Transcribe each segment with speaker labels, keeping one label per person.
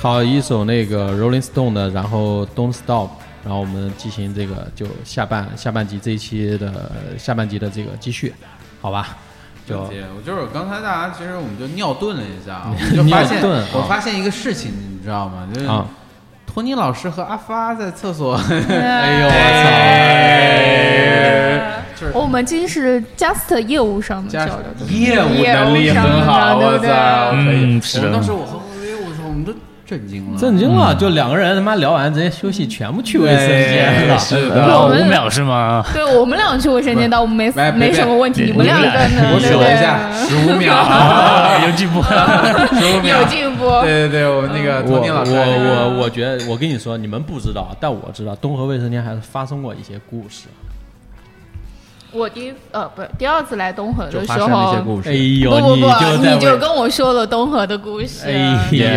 Speaker 1: 好，一首那个 Rolling Stone 的，然后 Don't Stop，然后我们进行这个就下半下半集这一期的下半集的这个继续，好吧？就
Speaker 2: 对我就是刚才大家其实我们就尿遁了一下，我们就发现
Speaker 1: 尿遁啊
Speaker 2: 我发现一个事情，你知道吗？就是
Speaker 1: 啊，
Speaker 2: 托尼老师和阿发在厕所，
Speaker 1: 哎呦
Speaker 3: 哎
Speaker 2: 就是
Speaker 3: 哦我们今是 just 业务上的
Speaker 2: 加
Speaker 3: 交
Speaker 2: 上
Speaker 3: 流，
Speaker 2: 业务
Speaker 3: 能力很好业务上的对不对我操
Speaker 2: 可以
Speaker 4: 嗯是
Speaker 2: 我
Speaker 4: 的
Speaker 2: 们当时我和薇薇，我操，我们都震惊了，
Speaker 1: 震惊了！就两个人他妈聊完直接休息，全部去卫生间了。
Speaker 2: 哎是
Speaker 4: 然
Speaker 2: 的。
Speaker 4: 后
Speaker 3: 我
Speaker 4: 五
Speaker 3: 们
Speaker 4: 秒是 吗？
Speaker 3: 对我们俩去卫生间倒没
Speaker 2: 喂别
Speaker 3: 没什么问题，
Speaker 4: 别
Speaker 3: 你们两个呢？
Speaker 2: 我
Speaker 3: 对
Speaker 2: 数
Speaker 3: 不
Speaker 2: 了一下，十
Speaker 3: 对？
Speaker 2: 五秒，
Speaker 4: 有进步，啊
Speaker 2: 十五秒
Speaker 3: 有。哦进步，
Speaker 2: 对对对，我们那个
Speaker 1: 我
Speaker 2: 托尼老师，
Speaker 1: 嗯我我我觉得，我跟你说，你们不知道，但我知道，东河卫生间还是发生过一些故事。
Speaker 3: 我第一呃不第二次来东河
Speaker 2: 就
Speaker 3: 的时
Speaker 2: 发生了一些
Speaker 3: 候，
Speaker 2: 故
Speaker 1: 哎
Speaker 2: 事。
Speaker 1: 呦，
Speaker 3: 不不
Speaker 1: 就
Speaker 3: 不，
Speaker 1: 在
Speaker 3: 你就
Speaker 1: 卫
Speaker 3: 跟我说了东河的故事，
Speaker 1: 哎
Speaker 4: 也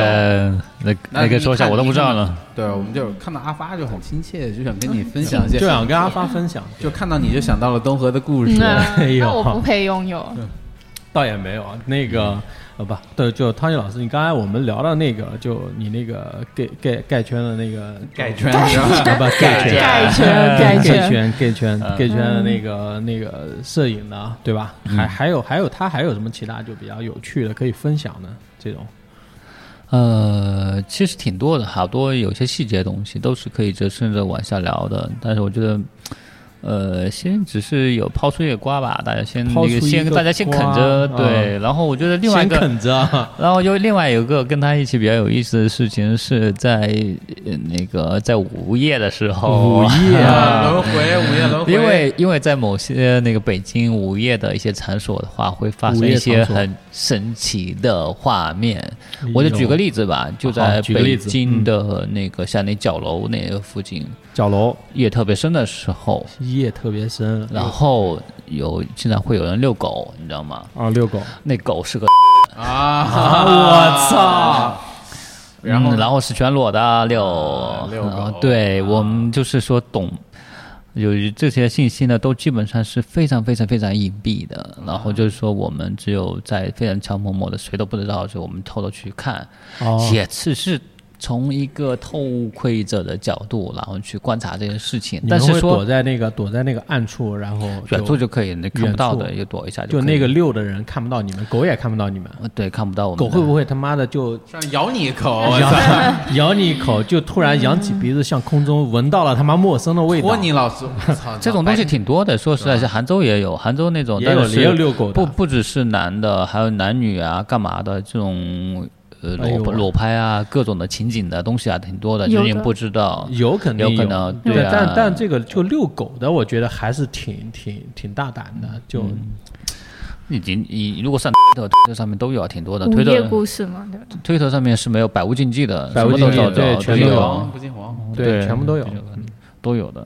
Speaker 4: 那
Speaker 2: 那
Speaker 4: 那个说一下，
Speaker 2: 你看
Speaker 4: 我都不知道了。。嗯
Speaker 2: 对，我们就是看到阿发就很亲切，就想跟你分享一些，
Speaker 1: 就想跟阿发分享。
Speaker 2: 就看到你就想到了东河的故事。
Speaker 3: 那
Speaker 1: 哎呦
Speaker 3: 嗯那我不配拥有，
Speaker 1: 倒也没有啊，那
Speaker 4: 嗯
Speaker 1: 个呃不，对，就汤圆老师，你刚才我们聊到那个，就你那个盖盖盖圈的那个
Speaker 2: 改圈是吧？
Speaker 1: 啊不盖圈啊
Speaker 3: 盖圈
Speaker 1: 盖
Speaker 3: 盖圈，
Speaker 1: 圈盖圈
Speaker 4: 嗯
Speaker 1: 盖圈的那个那个摄影的，对吧？还还有还有他还有什么其他就比较有趣的可以分享的这种？
Speaker 4: 呃，其实挺多的，好多有些细节的东西都是可以折顺着往下聊的。但是我觉得，呃，先只是有抛出一个瓜吧，大家先
Speaker 1: 抛出
Speaker 4: 那个
Speaker 1: 一
Speaker 4: 先
Speaker 1: 个
Speaker 4: 大家先啃
Speaker 1: 瓜
Speaker 4: 着，
Speaker 1: 啊
Speaker 4: 对。然后我觉得另外
Speaker 1: 先
Speaker 4: 一个
Speaker 1: 啃着，
Speaker 4: 然后又另外有个跟他一起比较有意思的事情是在呃那个在午夜的时候，
Speaker 1: 午夜
Speaker 2: 啊轮回，午夜轮回。
Speaker 4: 因为因为在某些那个北京午夜的一些场所的话，会发
Speaker 1: 午
Speaker 4: 生
Speaker 1: 夜
Speaker 4: 一些
Speaker 1: 场所哎
Speaker 4: 很神奇的画面。我就举个例子吧，就在
Speaker 1: 举个例
Speaker 4: 北
Speaker 1: 子
Speaker 4: 京的那个像那角楼那个附近，
Speaker 1: 角楼
Speaker 4: 夜特别深的时候，
Speaker 1: 夜特别深，
Speaker 4: 然后有经常会有人遛狗，你知道吗？
Speaker 1: 啊遛狗，
Speaker 4: 那狗是个
Speaker 2: 啊，
Speaker 1: 我操！
Speaker 2: 然后
Speaker 4: 嗯然后是全裸的遛，
Speaker 1: 啊
Speaker 2: 遛
Speaker 4: 然后
Speaker 2: 狗
Speaker 4: 对我们就是说懂，有这些信息呢，都基本上是非常非常非常隐蔽的。然后就是说，我们只有在非常悄默默的，谁都不知道的时候，我们偷偷去看，
Speaker 1: 哦
Speaker 4: 也只是从一个偷窥者的角度，然后去观察这件事情。
Speaker 1: 你
Speaker 4: 但
Speaker 1: 们
Speaker 4: 是
Speaker 1: 会
Speaker 4: 说
Speaker 1: 躲在那个躲在那个暗处，然后
Speaker 4: 远处
Speaker 1: 就
Speaker 4: 就可以，那看
Speaker 1: 远
Speaker 4: 不到
Speaker 1: 处
Speaker 4: 的也躲一下
Speaker 1: 就
Speaker 4: 可以
Speaker 1: 那个遛的人看不到你们，狗也看不到你们。
Speaker 4: 呃对看不到我们
Speaker 1: 狗
Speaker 4: 的
Speaker 1: 会不会他妈的 就
Speaker 2: 上咬你一口，我操！
Speaker 1: 咬咬你一口，就突然扬起鼻子向空中，闻到了他妈陌生的味道
Speaker 2: 托？尼老师， 我
Speaker 1: 啊
Speaker 2: 操，
Speaker 4: 这种东西挺多的，说实在是杭州也有，杭州那种
Speaker 1: 也有
Speaker 4: 但是
Speaker 1: 也有遛狗的
Speaker 4: 不不只是男的，还有男女啊，干嘛的这种呃
Speaker 1: 哎呦
Speaker 4: 裸裸拍啊，各种的情景的东西啊，挺多的，
Speaker 3: 有
Speaker 4: 就
Speaker 3: 的
Speaker 4: 是你不知道。
Speaker 1: 有肯定
Speaker 4: 有可能
Speaker 1: 对，
Speaker 4: 对啊
Speaker 1: 但但这个就遛狗的，我觉得还是挺挺挺大胆的，就
Speaker 4: 嗯已经
Speaker 1: 嗯
Speaker 4: 你如果上的推特上面都有啊，挺多的。
Speaker 3: 午
Speaker 4: 推
Speaker 3: 夜
Speaker 4: 特
Speaker 3: 故事嘛，对吧？
Speaker 4: 推特上面是没有百无禁忌的，
Speaker 1: 百无禁忌
Speaker 4: 什么都找得
Speaker 1: 对
Speaker 4: 到
Speaker 1: 全
Speaker 2: 不
Speaker 1: 都
Speaker 2: 进
Speaker 1: 有
Speaker 2: 黄不进黄，
Speaker 1: 对全部都有
Speaker 4: 比较都有的。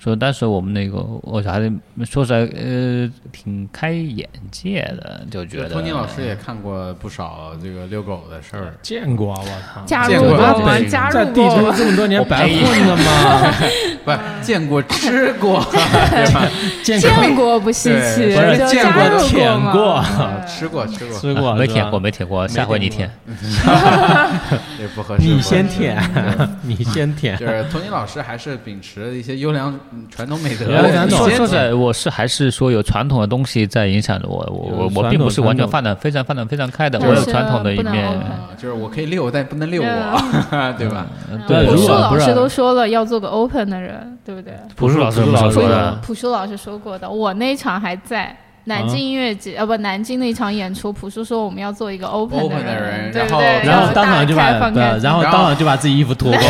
Speaker 4: 所以当时我们那个，我还是说实在，呃，挺开眼界的，就觉得啊
Speaker 2: 托尼老师也看过不少这个遛狗的事儿。
Speaker 1: 见过啊我操！
Speaker 3: 加
Speaker 2: 见
Speaker 3: 入
Speaker 2: 过
Speaker 3: 过
Speaker 2: 这
Speaker 3: 吗
Speaker 2: 个？
Speaker 3: 加
Speaker 1: 在
Speaker 3: 入
Speaker 1: 地
Speaker 3: 过
Speaker 1: 球
Speaker 3: 吗？
Speaker 1: 这么多年白混的吗？
Speaker 2: 不是见过吃 过，对吧？
Speaker 1: 见过
Speaker 3: 见过不稀
Speaker 2: 对
Speaker 3: 奇，
Speaker 1: 不是
Speaker 3: 就
Speaker 2: 见
Speaker 3: 加
Speaker 2: 过
Speaker 3: 入
Speaker 1: 舔
Speaker 3: 嘛
Speaker 1: 过
Speaker 3: 对
Speaker 2: 吃过吃过，
Speaker 1: 吃过
Speaker 4: 没
Speaker 1: 是吧
Speaker 4: 舔过，没舔过，下回你
Speaker 1: 舔
Speaker 4: 舔。
Speaker 2: 也不合适。
Speaker 1: 你先
Speaker 2: 不合适
Speaker 1: 舔， 你先舔
Speaker 2: 就。是托尼老师还是秉持一些优良嗯传统美
Speaker 4: 呃
Speaker 2: 德。
Speaker 1: 然后咱
Speaker 4: 说
Speaker 1: 总
Speaker 4: 说着，我是还是说有传统的东西在影响着我，我
Speaker 1: 有
Speaker 4: 我
Speaker 1: 传
Speaker 4: 我并不
Speaker 1: 统
Speaker 4: 是完
Speaker 1: 传
Speaker 4: 全
Speaker 1: 统
Speaker 4: 放得非常放得非常开的，我
Speaker 3: 但
Speaker 4: 有
Speaker 3: 是
Speaker 4: 传统的一
Speaker 3: 不能
Speaker 4: 面。呃
Speaker 3: overpower
Speaker 2: 啊就是我可以遛，但不能遛
Speaker 3: 嗯
Speaker 2: 我， 对吧？
Speaker 1: 对
Speaker 3: 朴
Speaker 1: 如
Speaker 3: 树
Speaker 1: 果不
Speaker 3: 老
Speaker 1: 是
Speaker 3: 师都说了要做个 open 的人，对不对？
Speaker 4: 朴树老师
Speaker 1: 朴树
Speaker 4: 怎么
Speaker 1: 老师
Speaker 4: 说
Speaker 1: 说
Speaker 4: 的
Speaker 1: 的？
Speaker 3: 朴树老师说过的，我那一场还在。南京音乐节，呃不，南京那一场演出，朴树说我们要做一个 open
Speaker 2: open 的
Speaker 3: 的
Speaker 2: 人
Speaker 3: 对
Speaker 2: 然
Speaker 3: 不
Speaker 2: 后
Speaker 3: 对？
Speaker 1: 然
Speaker 3: 要
Speaker 1: 后当场就把
Speaker 3: 大开放
Speaker 1: 对
Speaker 3: 开心
Speaker 1: 然后当场就把自己衣服脱光，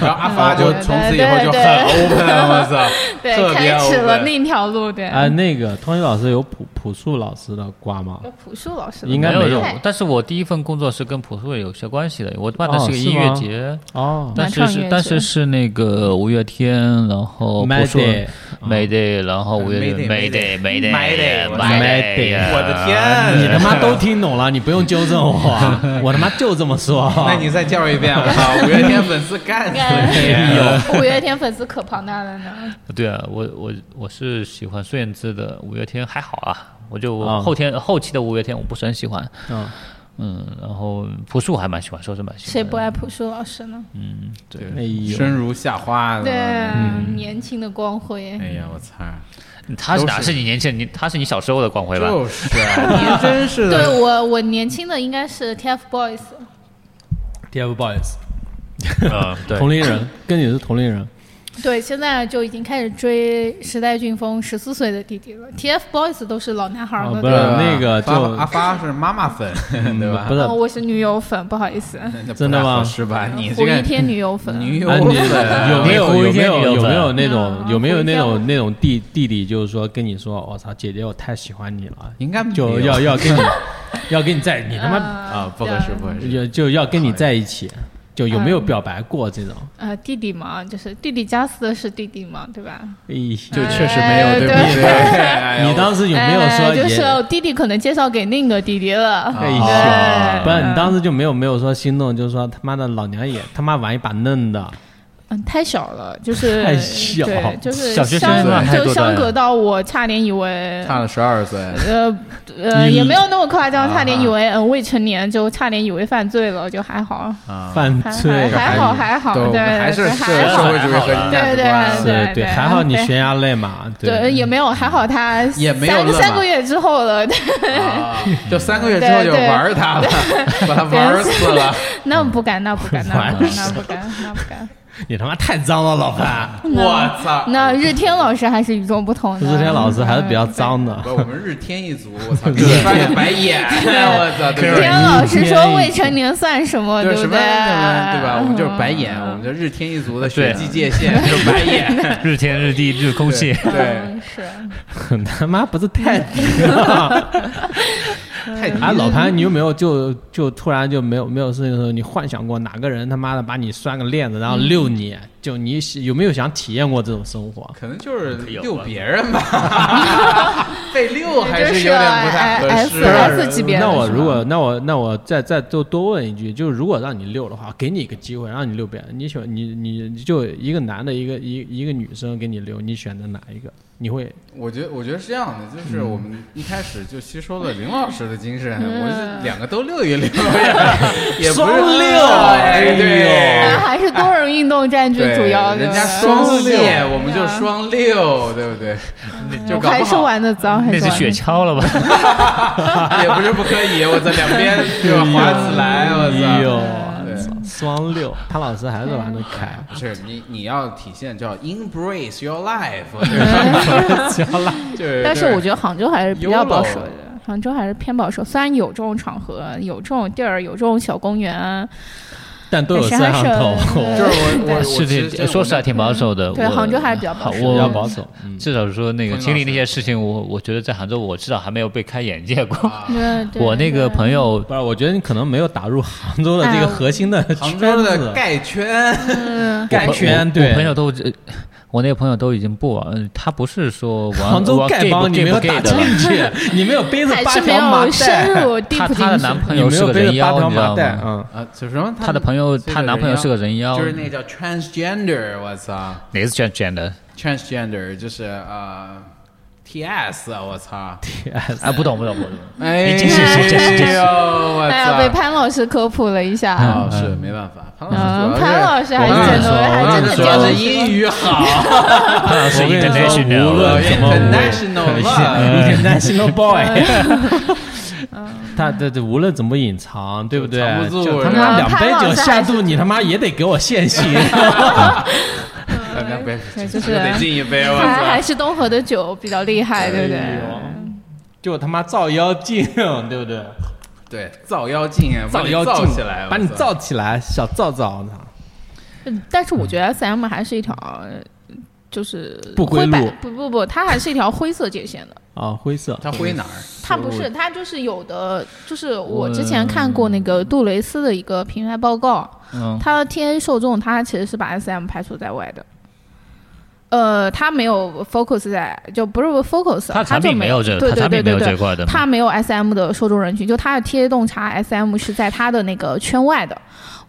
Speaker 2: 然后阿发就
Speaker 3: 对
Speaker 2: 从此以
Speaker 3: 对
Speaker 2: 后就
Speaker 3: 对
Speaker 2: 很 open，我操！特
Speaker 3: 对
Speaker 2: 别
Speaker 3: 开始
Speaker 2: open
Speaker 3: 了另一条路，对。
Speaker 1: 哎，那个托尼老师有朴朴树老师的瓜吗？
Speaker 3: 有朴树老师的
Speaker 1: 应该
Speaker 3: 吗
Speaker 1: 没
Speaker 4: 有
Speaker 3: 太，
Speaker 4: 但是我第一份工作是跟朴树有些关系的，我办的
Speaker 1: 哦
Speaker 4: 是个
Speaker 1: 是
Speaker 4: 音乐
Speaker 1: 吗
Speaker 4: 节，
Speaker 1: 哦
Speaker 4: 但是
Speaker 3: 南唱音
Speaker 4: 是
Speaker 3: 乐
Speaker 4: 但
Speaker 3: 节
Speaker 4: 是是那个五月天，然后朴树
Speaker 1: Mayday，嗯
Speaker 4: Mayday，然后五月
Speaker 2: Mayday，
Speaker 4: Mayday Mayday
Speaker 2: Mayday，我
Speaker 4: Mayday，呀
Speaker 2: 我的天
Speaker 1: 你他妈都听懂了，你不用纠正我，我他妈就这么说。啊
Speaker 2: 那你再叫一遍，我操！啊 五月天粉丝干 死你！
Speaker 3: 五月天粉丝可庞大了 呢，
Speaker 4: 对啊，我我我是喜欢孙燕姿的，五月天还好啊，我就
Speaker 1: 啊
Speaker 4: 后天、后期的五月天我不是很喜欢，
Speaker 1: 嗯
Speaker 4: 嗯，然后朴树我还蛮喜欢，说是蛮喜欢。
Speaker 3: 谁不？爱朴树老师呢？
Speaker 4: 嗯，对。
Speaker 1: 哎 呦，
Speaker 2: 生如夏花。
Speaker 3: 对
Speaker 2: 吧，
Speaker 3: 啊，年轻的光辉。
Speaker 2: 哎呀，我操！
Speaker 4: 他是哪
Speaker 2: 都是
Speaker 4: 是你年轻人？你他是你小时候的光辉吧？
Speaker 2: 就是，啊您真是的。
Speaker 3: 对我，我年轻的应该是 TFBOYS，
Speaker 1: TFBOYS，
Speaker 4: 嗯，对。
Speaker 1: 同龄人，跟你是同龄人，
Speaker 3: 对，现在就已经开始追时代俊峰十四岁的弟弟了。TFBOYS 都是老男孩
Speaker 1: 啊
Speaker 3: 儿
Speaker 1: 不
Speaker 3: 的，
Speaker 1: 是那个就嗯
Speaker 2: 发阿发是妈妈粉，嗯对吧
Speaker 1: 不？是
Speaker 3: 哦，我是女友粉，不好意思，
Speaker 2: 那就不太
Speaker 1: 真的吗
Speaker 2: 合适吧？你
Speaker 3: 呃胡
Speaker 2: 这
Speaker 3: 一
Speaker 2: 个
Speaker 3: 天女友粉，
Speaker 2: 女友
Speaker 1: 哎，你
Speaker 2: 粉
Speaker 1: 有没有
Speaker 4: 你
Speaker 1: 有
Speaker 4: 有
Speaker 1: 没
Speaker 4: 没有
Speaker 1: 有
Speaker 4: 有
Speaker 1: 有没有
Speaker 4: 粉
Speaker 1: 那种
Speaker 3: 嗯
Speaker 1: 有没有那种
Speaker 3: 我有
Speaker 1: 那种弟弟弟，就是说跟你说，我操，姐姐我太喜欢你了，
Speaker 2: 应该没
Speaker 1: 就
Speaker 2: 有
Speaker 1: 要要跟你要跟你在你
Speaker 3: 呃
Speaker 1: 他
Speaker 3: 嗯
Speaker 1: 妈
Speaker 2: 啊，不合适，不合适。
Speaker 1: 就就要跟你在一起，就有
Speaker 3: 嗯
Speaker 1: 没有表白过这种？
Speaker 3: 呃，弟弟嘛，就是弟弟加斯的是弟弟嘛，对吧？
Speaker 1: 哎
Speaker 2: 就确实没有，
Speaker 3: 哎
Speaker 2: 对不
Speaker 3: 对
Speaker 2: 对？哎呀
Speaker 1: 你当时有没有
Speaker 3: 哎
Speaker 1: 说
Speaker 3: 就
Speaker 1: 也？
Speaker 3: 是我弟弟可能介绍给另一个弟弟了。
Speaker 1: 哎
Speaker 2: 啊
Speaker 1: 呀，
Speaker 3: 对
Speaker 1: 不是你当时就没有没有说心动，就是说他妈的老娘也他妈玩一把嫩的，
Speaker 3: 嗯，太小了，就是
Speaker 1: 太小
Speaker 3: 对，就是
Speaker 4: 小学生嘛
Speaker 3: 相
Speaker 4: 太多
Speaker 3: 就相
Speaker 4: 段
Speaker 3: 隔到我差点以为
Speaker 2: 我差了十二岁，
Speaker 3: 呃呃，
Speaker 1: 你
Speaker 3: 也没有那么夸张，
Speaker 2: 啊
Speaker 3: 差点以为嗯未成年，就差点以为犯罪了，就还好，
Speaker 2: 啊
Speaker 1: 犯
Speaker 3: 还
Speaker 1: 罪
Speaker 3: 还还好还好，
Speaker 2: 都
Speaker 3: 对，
Speaker 2: 还是
Speaker 3: 对
Speaker 2: 社
Speaker 3: 还
Speaker 2: 社
Speaker 3: 好，
Speaker 2: 会主义核心价值
Speaker 3: 对
Speaker 2: 观
Speaker 3: 对
Speaker 1: 是
Speaker 3: 对
Speaker 1: 对，
Speaker 3: 对
Speaker 1: 还好你
Speaker 3: 对
Speaker 1: 悬崖勒马，
Speaker 3: 对，也没有还好他
Speaker 2: 也没有
Speaker 3: 三
Speaker 2: 乐嘛
Speaker 3: 三个月之后了，
Speaker 2: 啊，就三个月之后就玩儿他了， 把他 玩儿死了。
Speaker 3: 那不敢，那不 敢，那不
Speaker 1: 完
Speaker 3: 敢，那不敢，那不敢。
Speaker 1: 你他妈太脏了，老潘。
Speaker 3: 嗯
Speaker 2: 我操！
Speaker 3: 那日天老师还是与众不同的，嗯
Speaker 1: 日天老师还是比较脏的，
Speaker 2: 不，我们日天一族，我操，给你翻个白眼， 我操，对
Speaker 3: 日
Speaker 2: 不对
Speaker 3: 天老师说未成年算什么，
Speaker 2: 对
Speaker 3: 不
Speaker 2: 什么
Speaker 3: 对？
Speaker 2: 对吧？我们就是白眼，我们就日天一族的血
Speaker 4: 对
Speaker 2: 际界限就是白 眼，
Speaker 4: 日天日地日空气，
Speaker 2: 对，哦
Speaker 3: 嗯，是。
Speaker 1: 他妈不是 太低了。
Speaker 2: 太低
Speaker 1: 哎，
Speaker 2: 了。
Speaker 1: 老潘，你有没有就就突然就没有没有事情的时候，你幻想过哪个人他妈的把你拴个链子，然后遛你？就你喜有没有想体验过这种生活？
Speaker 2: 可能就是
Speaker 4: 有
Speaker 2: 遛
Speaker 4: 吧
Speaker 2: 别人吧， 被遛还
Speaker 3: 这
Speaker 2: 是
Speaker 3: 是哎
Speaker 2: 有点不太合
Speaker 3: S
Speaker 2: 适。
Speaker 3: S 级别的。
Speaker 1: 那我
Speaker 3: 是吧
Speaker 1: 如果那我那我再再多多问一句，就是如果让你遛的话，给你一个机会让你遛别人，你选你你你就一个男的，一个一一个女生给你遛，你选择哪一个？你会
Speaker 2: 我觉得我觉得是这样的，就是我们一开始就吸收了林老师的精神，
Speaker 3: 嗯
Speaker 2: 我是两个都遛一遛 呀，也不是
Speaker 1: 双遛哎
Speaker 2: 哎
Speaker 1: 呦
Speaker 2: 对
Speaker 3: 啊，。还是多人运动占据
Speaker 2: 对，
Speaker 3: 主要的。嗯
Speaker 2: 人家
Speaker 3: 对
Speaker 2: 双
Speaker 1: 双
Speaker 2: 列，
Speaker 1: 六
Speaker 2: 我们就双六，对不对？就搞
Speaker 3: 还
Speaker 2: 不
Speaker 3: 是
Speaker 2: 好
Speaker 3: 玩的脏，还
Speaker 4: 那
Speaker 3: 是
Speaker 4: 是
Speaker 3: 玩
Speaker 4: 雪
Speaker 3: 得
Speaker 4: 橇了吧？
Speaker 2: 也不是不可以，我在两 边就滑起来，我
Speaker 1: 哎
Speaker 2: 操！
Speaker 1: 呦，双遛，潘老师还是玩的开。
Speaker 2: 不是你，你要体现叫 embrace your life，就是。
Speaker 3: 但是我觉得杭州还是比
Speaker 2: YOLO
Speaker 3: 较保守的。杭州还是偏保守，虽然有这种场合，有这种地儿，有这种小公园，
Speaker 1: 但都有摄
Speaker 3: 但是还
Speaker 1: 像
Speaker 3: 是
Speaker 1: 头，
Speaker 2: 得
Speaker 3: 对
Speaker 2: 就是我我我
Speaker 4: 是
Speaker 2: 其
Speaker 4: 的，
Speaker 2: 实
Speaker 4: 说实话挺保守的。
Speaker 3: 对
Speaker 4: 我
Speaker 3: 杭州还是比较保守
Speaker 4: 我
Speaker 1: 比较保守。嗯，
Speaker 4: 至少说那个
Speaker 2: 冯
Speaker 4: 经历
Speaker 2: 老师
Speaker 4: 那些事情，我我觉得在杭州，我至少还没有被开眼界过。
Speaker 2: 啊
Speaker 3: 对对
Speaker 4: 我那个朋友
Speaker 1: 不是，我觉得你可能没有打入杭州的这个核心的
Speaker 2: 杭
Speaker 1: 圈
Speaker 2: 州
Speaker 1: 子
Speaker 2: 的，钙圈，
Speaker 3: 嗯，
Speaker 1: 盖圈
Speaker 4: 我
Speaker 1: 对
Speaker 4: 我朋友都，呃我那个朋友都已经不玩，呃他不是说玩
Speaker 1: 杭州
Speaker 4: 玩
Speaker 1: 丐
Speaker 4: gay 不
Speaker 1: 帮你
Speaker 4: gay
Speaker 1: 没有
Speaker 4: 不 gay
Speaker 1: 打
Speaker 4: 的
Speaker 1: 进
Speaker 4: 了。
Speaker 1: 去，你没有背着
Speaker 3: 还
Speaker 1: 八
Speaker 3: 是没
Speaker 1: 条麻
Speaker 3: 有深
Speaker 1: 袋，
Speaker 3: 入 deep
Speaker 4: 他
Speaker 3: 进去。
Speaker 4: 他的男朋
Speaker 1: 你
Speaker 4: 友
Speaker 1: 没
Speaker 4: 是
Speaker 1: 有
Speaker 4: 个
Speaker 1: 背
Speaker 4: 人
Speaker 1: 着八
Speaker 4: 妖，
Speaker 1: 条
Speaker 4: 你知
Speaker 1: 麻
Speaker 4: 道
Speaker 1: 袋，
Speaker 4: 吗？
Speaker 1: 嗯，
Speaker 2: 啊，就是什么？
Speaker 4: 他的朋 友，
Speaker 2: 这
Speaker 4: 她男朋友是个人妖，
Speaker 2: 就是那个叫 transgender，我操
Speaker 4: 哪是 transgender
Speaker 2: ，transgender 就是呃 TS，我操，
Speaker 4: 啊？不懂不懂不懂。
Speaker 2: 哎
Speaker 4: 这是这是这是
Speaker 2: 哎呦，我
Speaker 3: 哎呀，被
Speaker 2: 操！
Speaker 3: 潘老师科普了一下。
Speaker 2: 啊，是没办法，潘老
Speaker 3: 嗯，
Speaker 2: 师主要是，
Speaker 3: 潘老师还是
Speaker 1: 我跟你
Speaker 3: 真
Speaker 1: 说
Speaker 3: 的，
Speaker 1: 我
Speaker 3: 还
Speaker 1: 跟你
Speaker 2: 潘老
Speaker 3: 真
Speaker 2: 师
Speaker 3: 的
Speaker 2: 主
Speaker 1: 说
Speaker 2: 要
Speaker 3: 教
Speaker 2: 是
Speaker 3: 了
Speaker 2: 英语好
Speaker 4: 他老师
Speaker 1: 我跟你说
Speaker 4: international，
Speaker 1: 无论
Speaker 4: 什
Speaker 1: 怎
Speaker 4: 么
Speaker 1: 么
Speaker 2: ，international
Speaker 4: 嗯
Speaker 2: 嘛，
Speaker 1: international boy，他嗯
Speaker 3: 嗯
Speaker 1: 这这无论怎么隐藏，对不对？
Speaker 2: 藏不住
Speaker 1: 就他妈
Speaker 3: 嗯
Speaker 1: 两杯
Speaker 3: 潘老
Speaker 1: 酒
Speaker 3: 师
Speaker 1: 下
Speaker 3: 还是
Speaker 1: 肚，你他妈也得给我现形。
Speaker 2: 哎那不
Speaker 3: 对
Speaker 2: 是，
Speaker 3: 就是
Speaker 2: 得敬一杯，我
Speaker 3: 啊还还
Speaker 2: 操！
Speaker 3: 是东河的酒比较厉害，对不
Speaker 1: 哎
Speaker 3: 对？
Speaker 1: 就他妈照妖镜，对不对？
Speaker 2: 对，造妖镜，把
Speaker 1: 照
Speaker 2: 你
Speaker 1: 妖镜
Speaker 2: 造起来，
Speaker 1: 把你
Speaker 2: 我操
Speaker 1: 造起来，小皂皂呢？
Speaker 3: 嗯但是我觉得 SM 还是一条，呃就是
Speaker 1: 不归
Speaker 3: 灰白
Speaker 1: 路
Speaker 3: 不不不，它还是一条灰色界限的。
Speaker 1: 啊，灰色，
Speaker 2: 它灰哪
Speaker 4: 嗯
Speaker 2: 儿？
Speaker 3: 它不是，它就是有的，就是我之前看过那个杜蕾斯的一个平台报告，
Speaker 4: 嗯，
Speaker 3: 它的 TA 受众它其实是把 SM 排除在外的。呃，他没有 focus 在，就不是 focus，
Speaker 4: 它产
Speaker 3: 就
Speaker 4: 品没
Speaker 3: 没
Speaker 4: 有这，
Speaker 3: 对
Speaker 4: 它
Speaker 3: 对
Speaker 4: 产
Speaker 3: 对
Speaker 4: 品
Speaker 3: 对
Speaker 4: 没有这
Speaker 3: 对，
Speaker 4: 块的嘛。
Speaker 3: 它没有 SM 的受众人群，就它的 TA 洞察 SM 是在它的那个圈外的。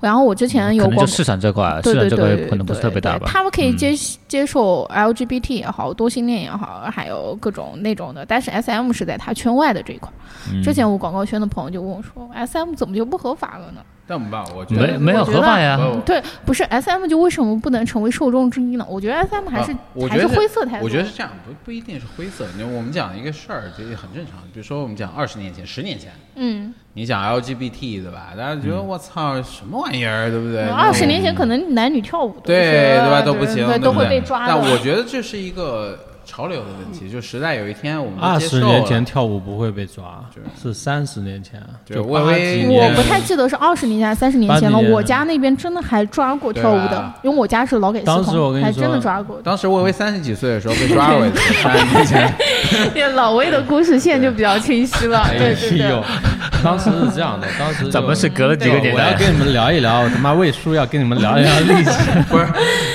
Speaker 3: 然后我之前有
Speaker 4: 嗯可能就
Speaker 3: 广
Speaker 4: 市场这块啊，
Speaker 3: 对
Speaker 4: 市
Speaker 3: 对
Speaker 4: 场这
Speaker 3: 对，
Speaker 4: 块可能不是特别大
Speaker 3: 对对
Speaker 4: 吧。
Speaker 3: 他们可以
Speaker 4: 嗯
Speaker 3: 接、接受 LGBT 也好，多性恋也好，还有各种那种的，但是 SM 是在他圈外的这一块儿。
Speaker 4: 嗯
Speaker 3: 之前我广告圈的朋友就问我说，SM 怎么就不合法了呢？
Speaker 2: 但吧，我觉
Speaker 4: 没
Speaker 2: 得
Speaker 4: 没有
Speaker 3: 我觉
Speaker 4: 合
Speaker 3: 得
Speaker 4: 法呀，
Speaker 2: 我
Speaker 3: 对，不是 SM 就为什么不能成为受众之一呢？我觉得 SM 还是、
Speaker 2: 啊我觉
Speaker 3: 还
Speaker 2: 得
Speaker 3: 是
Speaker 2: 是
Speaker 3: 灰色态度。
Speaker 2: 我觉得是这样，不不一定是灰色。你我们讲一个事儿，这很正常。比如说我们讲二十年前、十年前，
Speaker 3: 嗯，
Speaker 2: 你讲 LGBT 对吧？大家
Speaker 1: 嗯
Speaker 2: 觉得我操什么玩意儿，对不对？
Speaker 3: 嗯二十年前可能男女跳舞都不
Speaker 2: 呃对
Speaker 3: 行
Speaker 2: 对吧？
Speaker 3: 对
Speaker 2: 都不行，
Speaker 3: 对，
Speaker 2: 对
Speaker 3: 都
Speaker 2: 不
Speaker 3: 会
Speaker 2: 对
Speaker 3: 被抓的。
Speaker 2: 但我觉得这是一个潮流的问题，就时代有一天我们
Speaker 1: 二
Speaker 2: 都接受
Speaker 1: 十
Speaker 2: 了
Speaker 1: 年前跳舞不会被抓
Speaker 2: 就，
Speaker 1: 是三十年前，
Speaker 2: 就是
Speaker 1: 就
Speaker 2: 微
Speaker 1: 八
Speaker 2: 微
Speaker 1: 几
Speaker 3: 我
Speaker 1: 年
Speaker 3: 不太记得是二十年前还是三十年前了。
Speaker 1: 80年
Speaker 3: 我家那边真的还抓过跳舞
Speaker 2: 对啊
Speaker 3: 的
Speaker 2: 吧，
Speaker 3: 因为我家是劳改系
Speaker 1: 当时我
Speaker 3: 统，
Speaker 1: 跟你
Speaker 3: 还
Speaker 1: 说
Speaker 3: 真的抓过。
Speaker 2: 当时魏巍三十几岁的时候被抓过一次，三十年前。
Speaker 3: 老魏的故事线就比较清晰了，对对对
Speaker 1: 哎呦。，当时是这样的，当时就
Speaker 4: 怎么是隔了几
Speaker 1: 对
Speaker 4: 个年
Speaker 1: 我要
Speaker 4: 代？
Speaker 1: 跟你们聊一聊，我他妈魏叔要跟你们聊一聊历史，
Speaker 2: 不是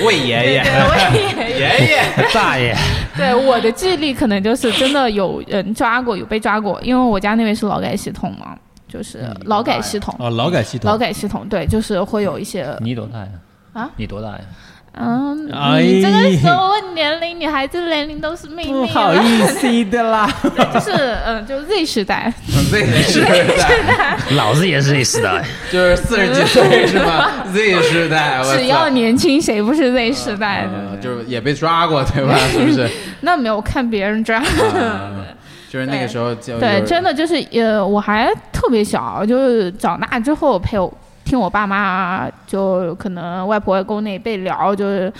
Speaker 2: 魏爷
Speaker 3: 对，
Speaker 2: 爷，
Speaker 3: 我也
Speaker 2: 爷爷，
Speaker 4: 大 爷，
Speaker 3: 对我的记忆力可能就是真的有人抓过，有被抓过，因为我家那边是劳改系统嘛，就是劳改系统，
Speaker 1: 哦，劳改系统，
Speaker 3: 劳改系统，对，就是会有一些，
Speaker 4: 你多大呀？
Speaker 3: 啊，
Speaker 4: 你多大呀？
Speaker 3: 嗯，
Speaker 1: 哎
Speaker 3: 你这个时候问年龄，女孩子的年龄都是秘密，
Speaker 1: 思的啦，
Speaker 3: 对就是嗯，就是 Z 时代，
Speaker 2: Z 世代，
Speaker 4: 老子也是 S 的，
Speaker 2: 就是四十几岁是吧？Z 世代，我
Speaker 3: 只要
Speaker 2: 操，
Speaker 3: 年轻，谁不是 Z 时代的？
Speaker 2: 嗯就是也被抓过对吧？是不是？
Speaker 3: 那没有看别人抓。
Speaker 2: 嗯就是那个时候就
Speaker 3: 对，
Speaker 2: 有
Speaker 3: 真的就是呃，我还特别小，就是长大之后陪我听我爸妈，就可能外婆外公那一辈聊，就是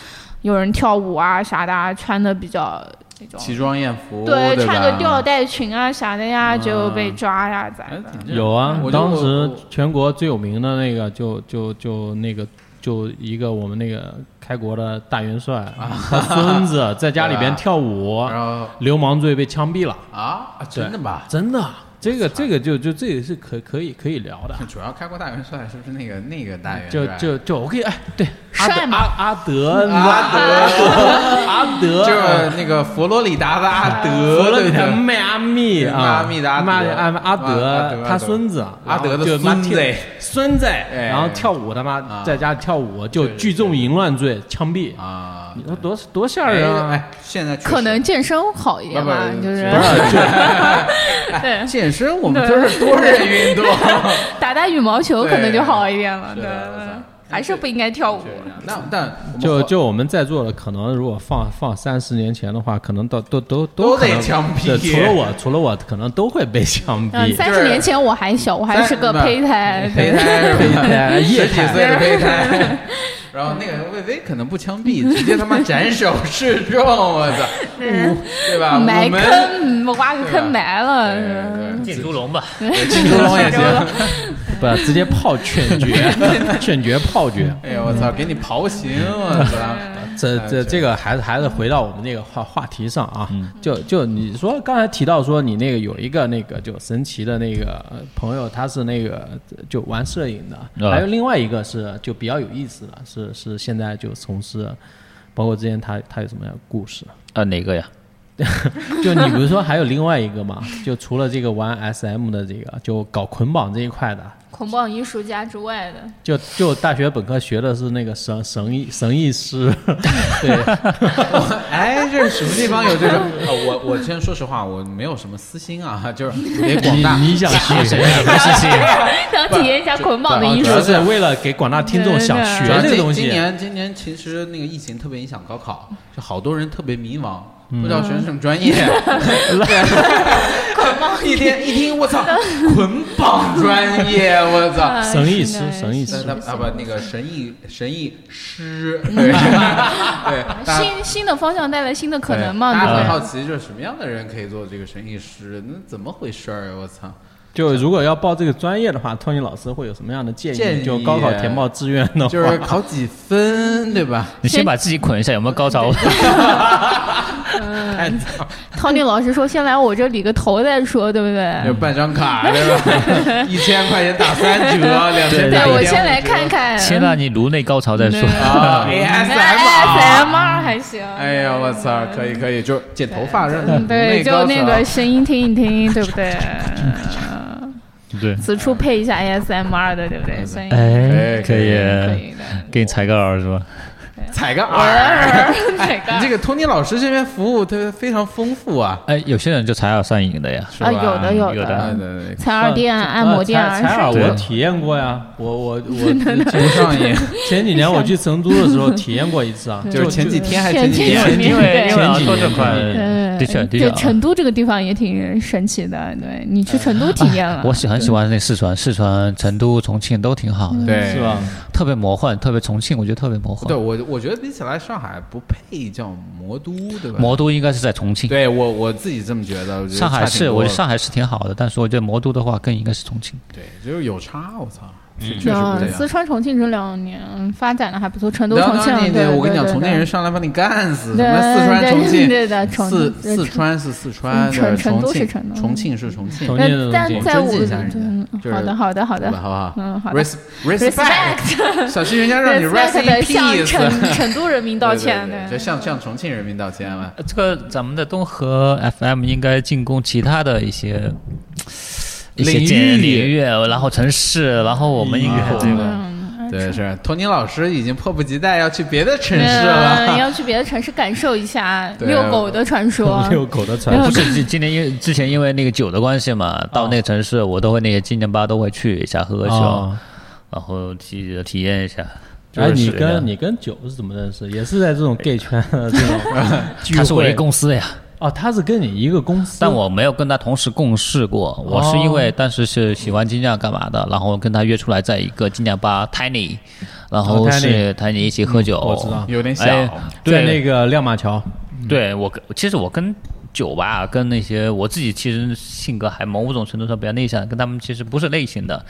Speaker 3: 有人跳舞啊啥的啊，穿的比较那种，
Speaker 2: 奇装艳服，
Speaker 3: 对，
Speaker 2: 吧
Speaker 3: 穿个吊带裙啊啥的呀，
Speaker 2: 嗯
Speaker 3: 就被抓呀咋
Speaker 2: 哎
Speaker 3: 的。
Speaker 2: 挺正
Speaker 1: 有啊
Speaker 2: 我，就
Speaker 1: 当时
Speaker 2: 我
Speaker 1: 全国最有名的那个就就就那个就一个我们那个开国的大元帅，他孙子在家里边跳舞
Speaker 2: 我，然后
Speaker 1: 流氓罪被枪毙了，
Speaker 2: 啊，啊真的吧？
Speaker 1: 真的，这个这个就就这也是可可以可以聊 的，
Speaker 2: 主要开国大元帅是不是那个那个大元
Speaker 1: 就
Speaker 2: 帅？啊
Speaker 1: 就就我可以哎，对，阿
Speaker 3: 帅
Speaker 1: 德
Speaker 3: 吗
Speaker 1: 阿阿德
Speaker 2: 阿德，
Speaker 1: 阿德
Speaker 2: 啊就是那个佛罗里达的阿德，
Speaker 1: 佛罗里达
Speaker 2: 对不对
Speaker 1: 迈阿密
Speaker 2: 对
Speaker 1: 啊，
Speaker 2: 迈阿密的阿德
Speaker 1: 迈阿密阿
Speaker 2: 阿德
Speaker 1: 德，他孙子啊
Speaker 2: 阿德的
Speaker 1: 然后就妈
Speaker 2: 孙子
Speaker 1: 跳孙子，然后跳舞他
Speaker 2: 啊
Speaker 1: 妈在家跳舞就
Speaker 2: 对
Speaker 1: 聚众淫乱罪枪毙，
Speaker 2: 啊，
Speaker 1: 你说多多吓人
Speaker 2: 哎
Speaker 1: 啊！
Speaker 2: 哎，现在确实
Speaker 3: 可能健身好一点吧
Speaker 2: 不，不
Speaker 3: 就是
Speaker 2: 不 是
Speaker 3: 对
Speaker 2: 健身，我们都是多人运动。
Speaker 3: 打打羽毛球
Speaker 2: 对
Speaker 3: 可能就好一点了，
Speaker 2: 是
Speaker 3: 对
Speaker 2: 的是的，
Speaker 3: 还是不应该跳舞。
Speaker 2: 那但我们
Speaker 1: 就
Speaker 2: 好
Speaker 1: 就我们在座的，可能如果放放三十年前的话，可能到都都
Speaker 2: 都
Speaker 1: 可
Speaker 2: 得
Speaker 1: 能
Speaker 2: 枪毙
Speaker 1: 对除了我，除了我，可能都会被枪
Speaker 3: 嗯，
Speaker 1: 毙。
Speaker 3: 三十年前我还小，我还
Speaker 2: 三
Speaker 3: 是个
Speaker 2: 不是
Speaker 3: 胚 胎，
Speaker 2: 胚胎是吧
Speaker 1: 胚 胎
Speaker 2: 十
Speaker 1: 液
Speaker 2: 几
Speaker 1: 态
Speaker 2: 岁的胚胎。然后那个魏巍可能不枪毙，直接他妈斩首示众，我 操，嗯对吧？我
Speaker 3: 埋
Speaker 2: 们
Speaker 3: 坑，嗯挖
Speaker 2: 对
Speaker 3: 个
Speaker 2: 吧
Speaker 3: 坑埋了。
Speaker 2: 对
Speaker 3: 是吧
Speaker 2: 对
Speaker 4: 进猪笼吧。
Speaker 2: 对金猪龙也 行。
Speaker 1: 不，直接泡 劝绝，劝绝泡绝。
Speaker 2: 哎呦我操，给你刨刑，我操！
Speaker 1: 这
Speaker 2: 哎
Speaker 1: 这
Speaker 2: 这嗯
Speaker 1: 这个还是还是回到我们那个话话题上啊，就就你说刚才提到说你那个有一个那个就神奇的那个呃朋友，他是那个就玩摄影的，
Speaker 4: 啊
Speaker 1: 还有另外一个是就比较有意思的，是是现在就从事，包括之前他他有什么样的故事？
Speaker 4: 啊，哪个呀？
Speaker 1: 就你不是说还有另外一个嘛？就除了这个玩 SM 的这个，就搞捆绑这一块的，
Speaker 3: 捆绑艺术家之外的，
Speaker 1: 就就大学本科学的是那个绳绳艺绳艺 师，对，
Speaker 2: 哎，这是什么地方有这 种？呃我我先说实话，我没有什么私心啊， 就是给广大
Speaker 1: 你你想学谁？
Speaker 3: 想体验一下捆绑的艺
Speaker 1: 主
Speaker 3: 术
Speaker 1: 要。是为了给广大听众想
Speaker 2: 哎
Speaker 1: 学这个东
Speaker 2: 今
Speaker 1: 西，
Speaker 2: 年今年其实那个疫情特别影响高考，就好多人特别迷茫，不知
Speaker 1: 嗯
Speaker 2: 道选什么 专业。 对一听一听，我操，捆绑专业，我
Speaker 3: 嗯
Speaker 2: 操！
Speaker 1: 神意师神意
Speaker 2: 那
Speaker 1: 师
Speaker 2: 那啊不，那个神医神医 师，对对，大家
Speaker 3: 新新的方向带来新的可能嘛，
Speaker 2: 大家很好
Speaker 3: 对
Speaker 2: 奇，就是什么样的人可以做这个神医师？那怎么回事儿啊？我操！
Speaker 1: 就如果要报这个专业的话，托尼老师会有什么样的建议？
Speaker 2: 建议
Speaker 1: 就高考填报志愿的话，啊
Speaker 2: 就是考几分，对吧？
Speaker 4: 你先把自己捆一下，有没有高潮？
Speaker 2: 太惨了
Speaker 3: 不对？汤尼老师说：“先来我这理个头再说，对不
Speaker 2: 就
Speaker 3: 对
Speaker 2: 办张卡对 吧？一千块钱打三折，两千？”
Speaker 4: 对
Speaker 2: 打
Speaker 3: 对，
Speaker 2: 一
Speaker 3: 我
Speaker 2: 点
Speaker 3: 先
Speaker 2: 五
Speaker 3: 来
Speaker 2: 折
Speaker 3: 看看。
Speaker 4: 先让你颅内高潮再说。
Speaker 2: 啊
Speaker 3: S M
Speaker 2: ，ASM。
Speaker 3: R 还行。
Speaker 2: 哎呀，我操，可以可以，就是剪头发让
Speaker 3: 嗯，对，就那个声音听一听，对不对？
Speaker 4: 对，
Speaker 3: 此处配一下 ASMR 的，对不对？声音
Speaker 4: 哎，
Speaker 2: 可
Speaker 4: 可
Speaker 2: 以
Speaker 3: 可
Speaker 4: 以，
Speaker 3: 以的。
Speaker 4: 给你踩个耳是吧？
Speaker 2: 踩个
Speaker 3: 我
Speaker 2: 耳。
Speaker 3: 哪
Speaker 2: 你这个
Speaker 3: 个？
Speaker 2: 托尼老师这边服务特别非常丰富啊，
Speaker 4: 哎，有些人就踩耳上瘾的呀，
Speaker 2: 是吧？
Speaker 3: 啊，有的
Speaker 4: 有
Speaker 3: 的
Speaker 4: 的
Speaker 2: 哎，对对对
Speaker 3: 采耳店、啊按摩店
Speaker 1: 采采耳
Speaker 4: 对
Speaker 1: 我体验过呀，我我我
Speaker 2: 不上瘾，
Speaker 1: 前几年我去成都的时候体验过一次啊，
Speaker 2: 就是前几天还
Speaker 3: 前
Speaker 2: 前几
Speaker 3: 几
Speaker 2: 天
Speaker 3: 天，
Speaker 4: 因为因为因为耳朵这块
Speaker 3: 对，，
Speaker 4: 的确的
Speaker 3: 对，
Speaker 4: 确啊。
Speaker 3: 成都这个地方也挺神奇的。对你去成都体 验了，
Speaker 4: 我喜很喜欢那四川、四川、成都、重庆都挺
Speaker 3: 嗯
Speaker 4: 好的，
Speaker 2: 对
Speaker 1: 是吧？？
Speaker 4: 特别魔幻，特别重庆，我觉得特别魔
Speaker 2: 对
Speaker 4: 幻。
Speaker 2: 我我觉得比起来上海不配叫魔都，对
Speaker 3: 嗯
Speaker 2: 吧？
Speaker 4: 魔都应该是在重庆，
Speaker 2: 对我我自己这么觉得，我觉得
Speaker 4: 上海
Speaker 2: 差挺
Speaker 4: 市，
Speaker 2: 多
Speaker 4: 我觉得
Speaker 2: 了
Speaker 4: 上海市挺好的，但是我觉得魔都的话更应该是重庆。
Speaker 2: 对就是有差，我操，确实不
Speaker 3: 嗯，
Speaker 2: 这
Speaker 3: 四
Speaker 2: 样。
Speaker 3: 川、重庆这两年发展的还不错，成都、
Speaker 2: 然
Speaker 3: 重
Speaker 2: 后
Speaker 3: 庆
Speaker 2: 当，你
Speaker 3: 对，
Speaker 2: 我跟你讲，
Speaker 3: 对
Speaker 2: 重庆人，上来把你干死。什
Speaker 3: 对
Speaker 2: 么四川、
Speaker 3: 对
Speaker 2: 重庆，
Speaker 3: 对的重
Speaker 2: 四
Speaker 3: 对
Speaker 2: 四
Speaker 3: 重
Speaker 2: 川是四川，
Speaker 3: 嗯成
Speaker 2: 对
Speaker 3: 成
Speaker 2: 重
Speaker 3: 都是
Speaker 2: 庆
Speaker 3: 成都
Speaker 2: 重庆是重庆，
Speaker 1: 重
Speaker 3: 对
Speaker 1: 庆
Speaker 3: 对
Speaker 1: 的
Speaker 3: 但
Speaker 1: 东西
Speaker 3: 在
Speaker 2: 尊
Speaker 3: 我
Speaker 2: 敬一下人
Speaker 3: 对
Speaker 2: 家
Speaker 3: 嗯
Speaker 2: 就是
Speaker 3: 好的，好的，好
Speaker 2: 对吧？
Speaker 3: 的。
Speaker 2: 好不好？
Speaker 3: 嗯好的
Speaker 2: Res respect，小 心人家让你 rest in
Speaker 3: respect 向
Speaker 2: peace。
Speaker 3: 成成都人民道歉，
Speaker 2: 对对对就
Speaker 3: 对
Speaker 2: 向向重庆人民道歉了。
Speaker 4: 呃这个咱们的东河 FM 应该进攻其他的一些一些
Speaker 2: 领
Speaker 4: 界
Speaker 2: 域
Speaker 4: 领域，然后城市，然后我们应该这个
Speaker 3: 嗯，
Speaker 2: 对，是托尼老师已经迫不及待要去别的 城市
Speaker 3: 嗯，
Speaker 2: 了。
Speaker 3: 要去 别的城市感受一下
Speaker 2: 对
Speaker 3: 遛狗的传说。
Speaker 1: 遛狗的传
Speaker 4: 不
Speaker 1: 说，
Speaker 4: 是今今年因为之前因为那个酒的关系嘛，到那个城市我都会那些纪念吧都会去一下喝喝酒，
Speaker 1: 啊
Speaker 4: 然后体体验一下。
Speaker 1: 哎，
Speaker 4: 就是
Speaker 1: 你
Speaker 4: 这样
Speaker 1: 跟你跟酒是怎么认识？也是在这种 gay 圈的这种 聚会
Speaker 4: 他是我一公司呀，
Speaker 1: 哦，他是跟你一个公司，
Speaker 4: 但我没有跟他同时共事过，
Speaker 1: 哦
Speaker 4: 我是因为当时是喜欢金匠干嘛的，然后跟他约出来在一个金匠吧 Tiny，然后
Speaker 1: 哦嗯
Speaker 4: 是 Tiny 一起喝酒，
Speaker 1: 我知道，
Speaker 2: 有点小，
Speaker 4: 哎
Speaker 1: 在
Speaker 4: 对
Speaker 1: 那个亮马桥，
Speaker 4: 对我跟其实我跟酒吧跟那些我自己其实性格还某种程度上比较内向，跟他们其实不是类型的。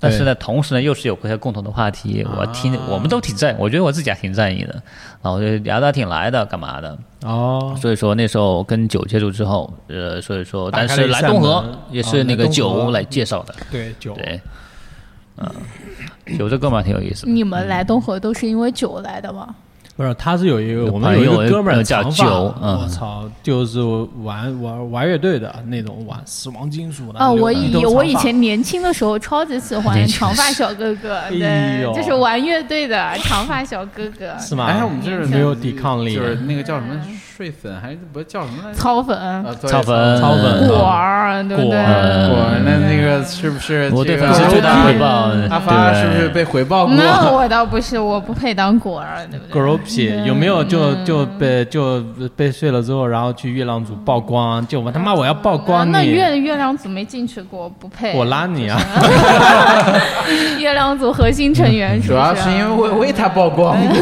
Speaker 4: 但是呢，同时呢，又是有一些共同的话题，我挺，我们都挺在，我觉得我自己还挺在意的，然后就聊得挺来的，干嘛的，
Speaker 1: 哦，
Speaker 4: 所以说那时候跟酒接触之后，呃，所以说，
Speaker 1: 打开
Speaker 4: 但
Speaker 1: 了
Speaker 4: 是
Speaker 1: 一
Speaker 4: 来
Speaker 1: 扇
Speaker 4: 东
Speaker 1: 门
Speaker 4: 河也
Speaker 1: 哦
Speaker 4: 是那
Speaker 1: 来
Speaker 4: 个
Speaker 1: 东
Speaker 4: 酒
Speaker 1: 河
Speaker 4: 来介绍的，
Speaker 1: 对酒，
Speaker 4: 对，嗯，酒这哥们儿挺有意思的，
Speaker 3: 你们来东河都是因为酒来的吗？
Speaker 1: 不是，他是有一个
Speaker 4: 有
Speaker 1: 我们有
Speaker 4: 朋
Speaker 1: 一
Speaker 4: 友
Speaker 1: 个哥们儿
Speaker 4: 呃叫
Speaker 1: 长发
Speaker 4: 九嗯
Speaker 1: 我操，就是玩玩玩乐队的那种玩死亡金属的
Speaker 3: 啊，我
Speaker 1: 一
Speaker 3: 以
Speaker 1: 头长发
Speaker 3: 我以前年轻的时候超级喜欢
Speaker 4: 年轻
Speaker 3: 长发小哥哥，
Speaker 1: 哎
Speaker 3: 对，
Speaker 1: 呦
Speaker 3: 就是玩乐队的长发小哥哥，
Speaker 1: 是吗？
Speaker 2: 哎，我们这是
Speaker 1: 没有抵抗力，
Speaker 2: 就是那个叫什么睡粉，还是不是叫什么来着？
Speaker 3: 糙粉、
Speaker 2: 啊对
Speaker 4: 超粉，
Speaker 1: 超粉
Speaker 3: 果儿，对
Speaker 1: 呃
Speaker 3: 不
Speaker 1: 果
Speaker 3: 对？
Speaker 4: 儿
Speaker 2: 果然的那个是不是
Speaker 4: 我
Speaker 2: 这
Speaker 4: 对
Speaker 2: 个嗯
Speaker 4: 粉丝最大回报，
Speaker 2: 阿发是不是
Speaker 4: 嗯对
Speaker 2: 被回报过？
Speaker 3: 那我倒不是，我不配当果儿，对不对？
Speaker 1: groupie 有没有就就被就被睡了之后，然后去月亮组曝光，就我他妈我要曝光你，
Speaker 3: 啊那月月亮组没进去过，不配。
Speaker 1: 我拉你啊！
Speaker 3: 月亮组核心成员是啊
Speaker 2: 嗯主
Speaker 3: 不
Speaker 2: 要是因为我为他曝 光过，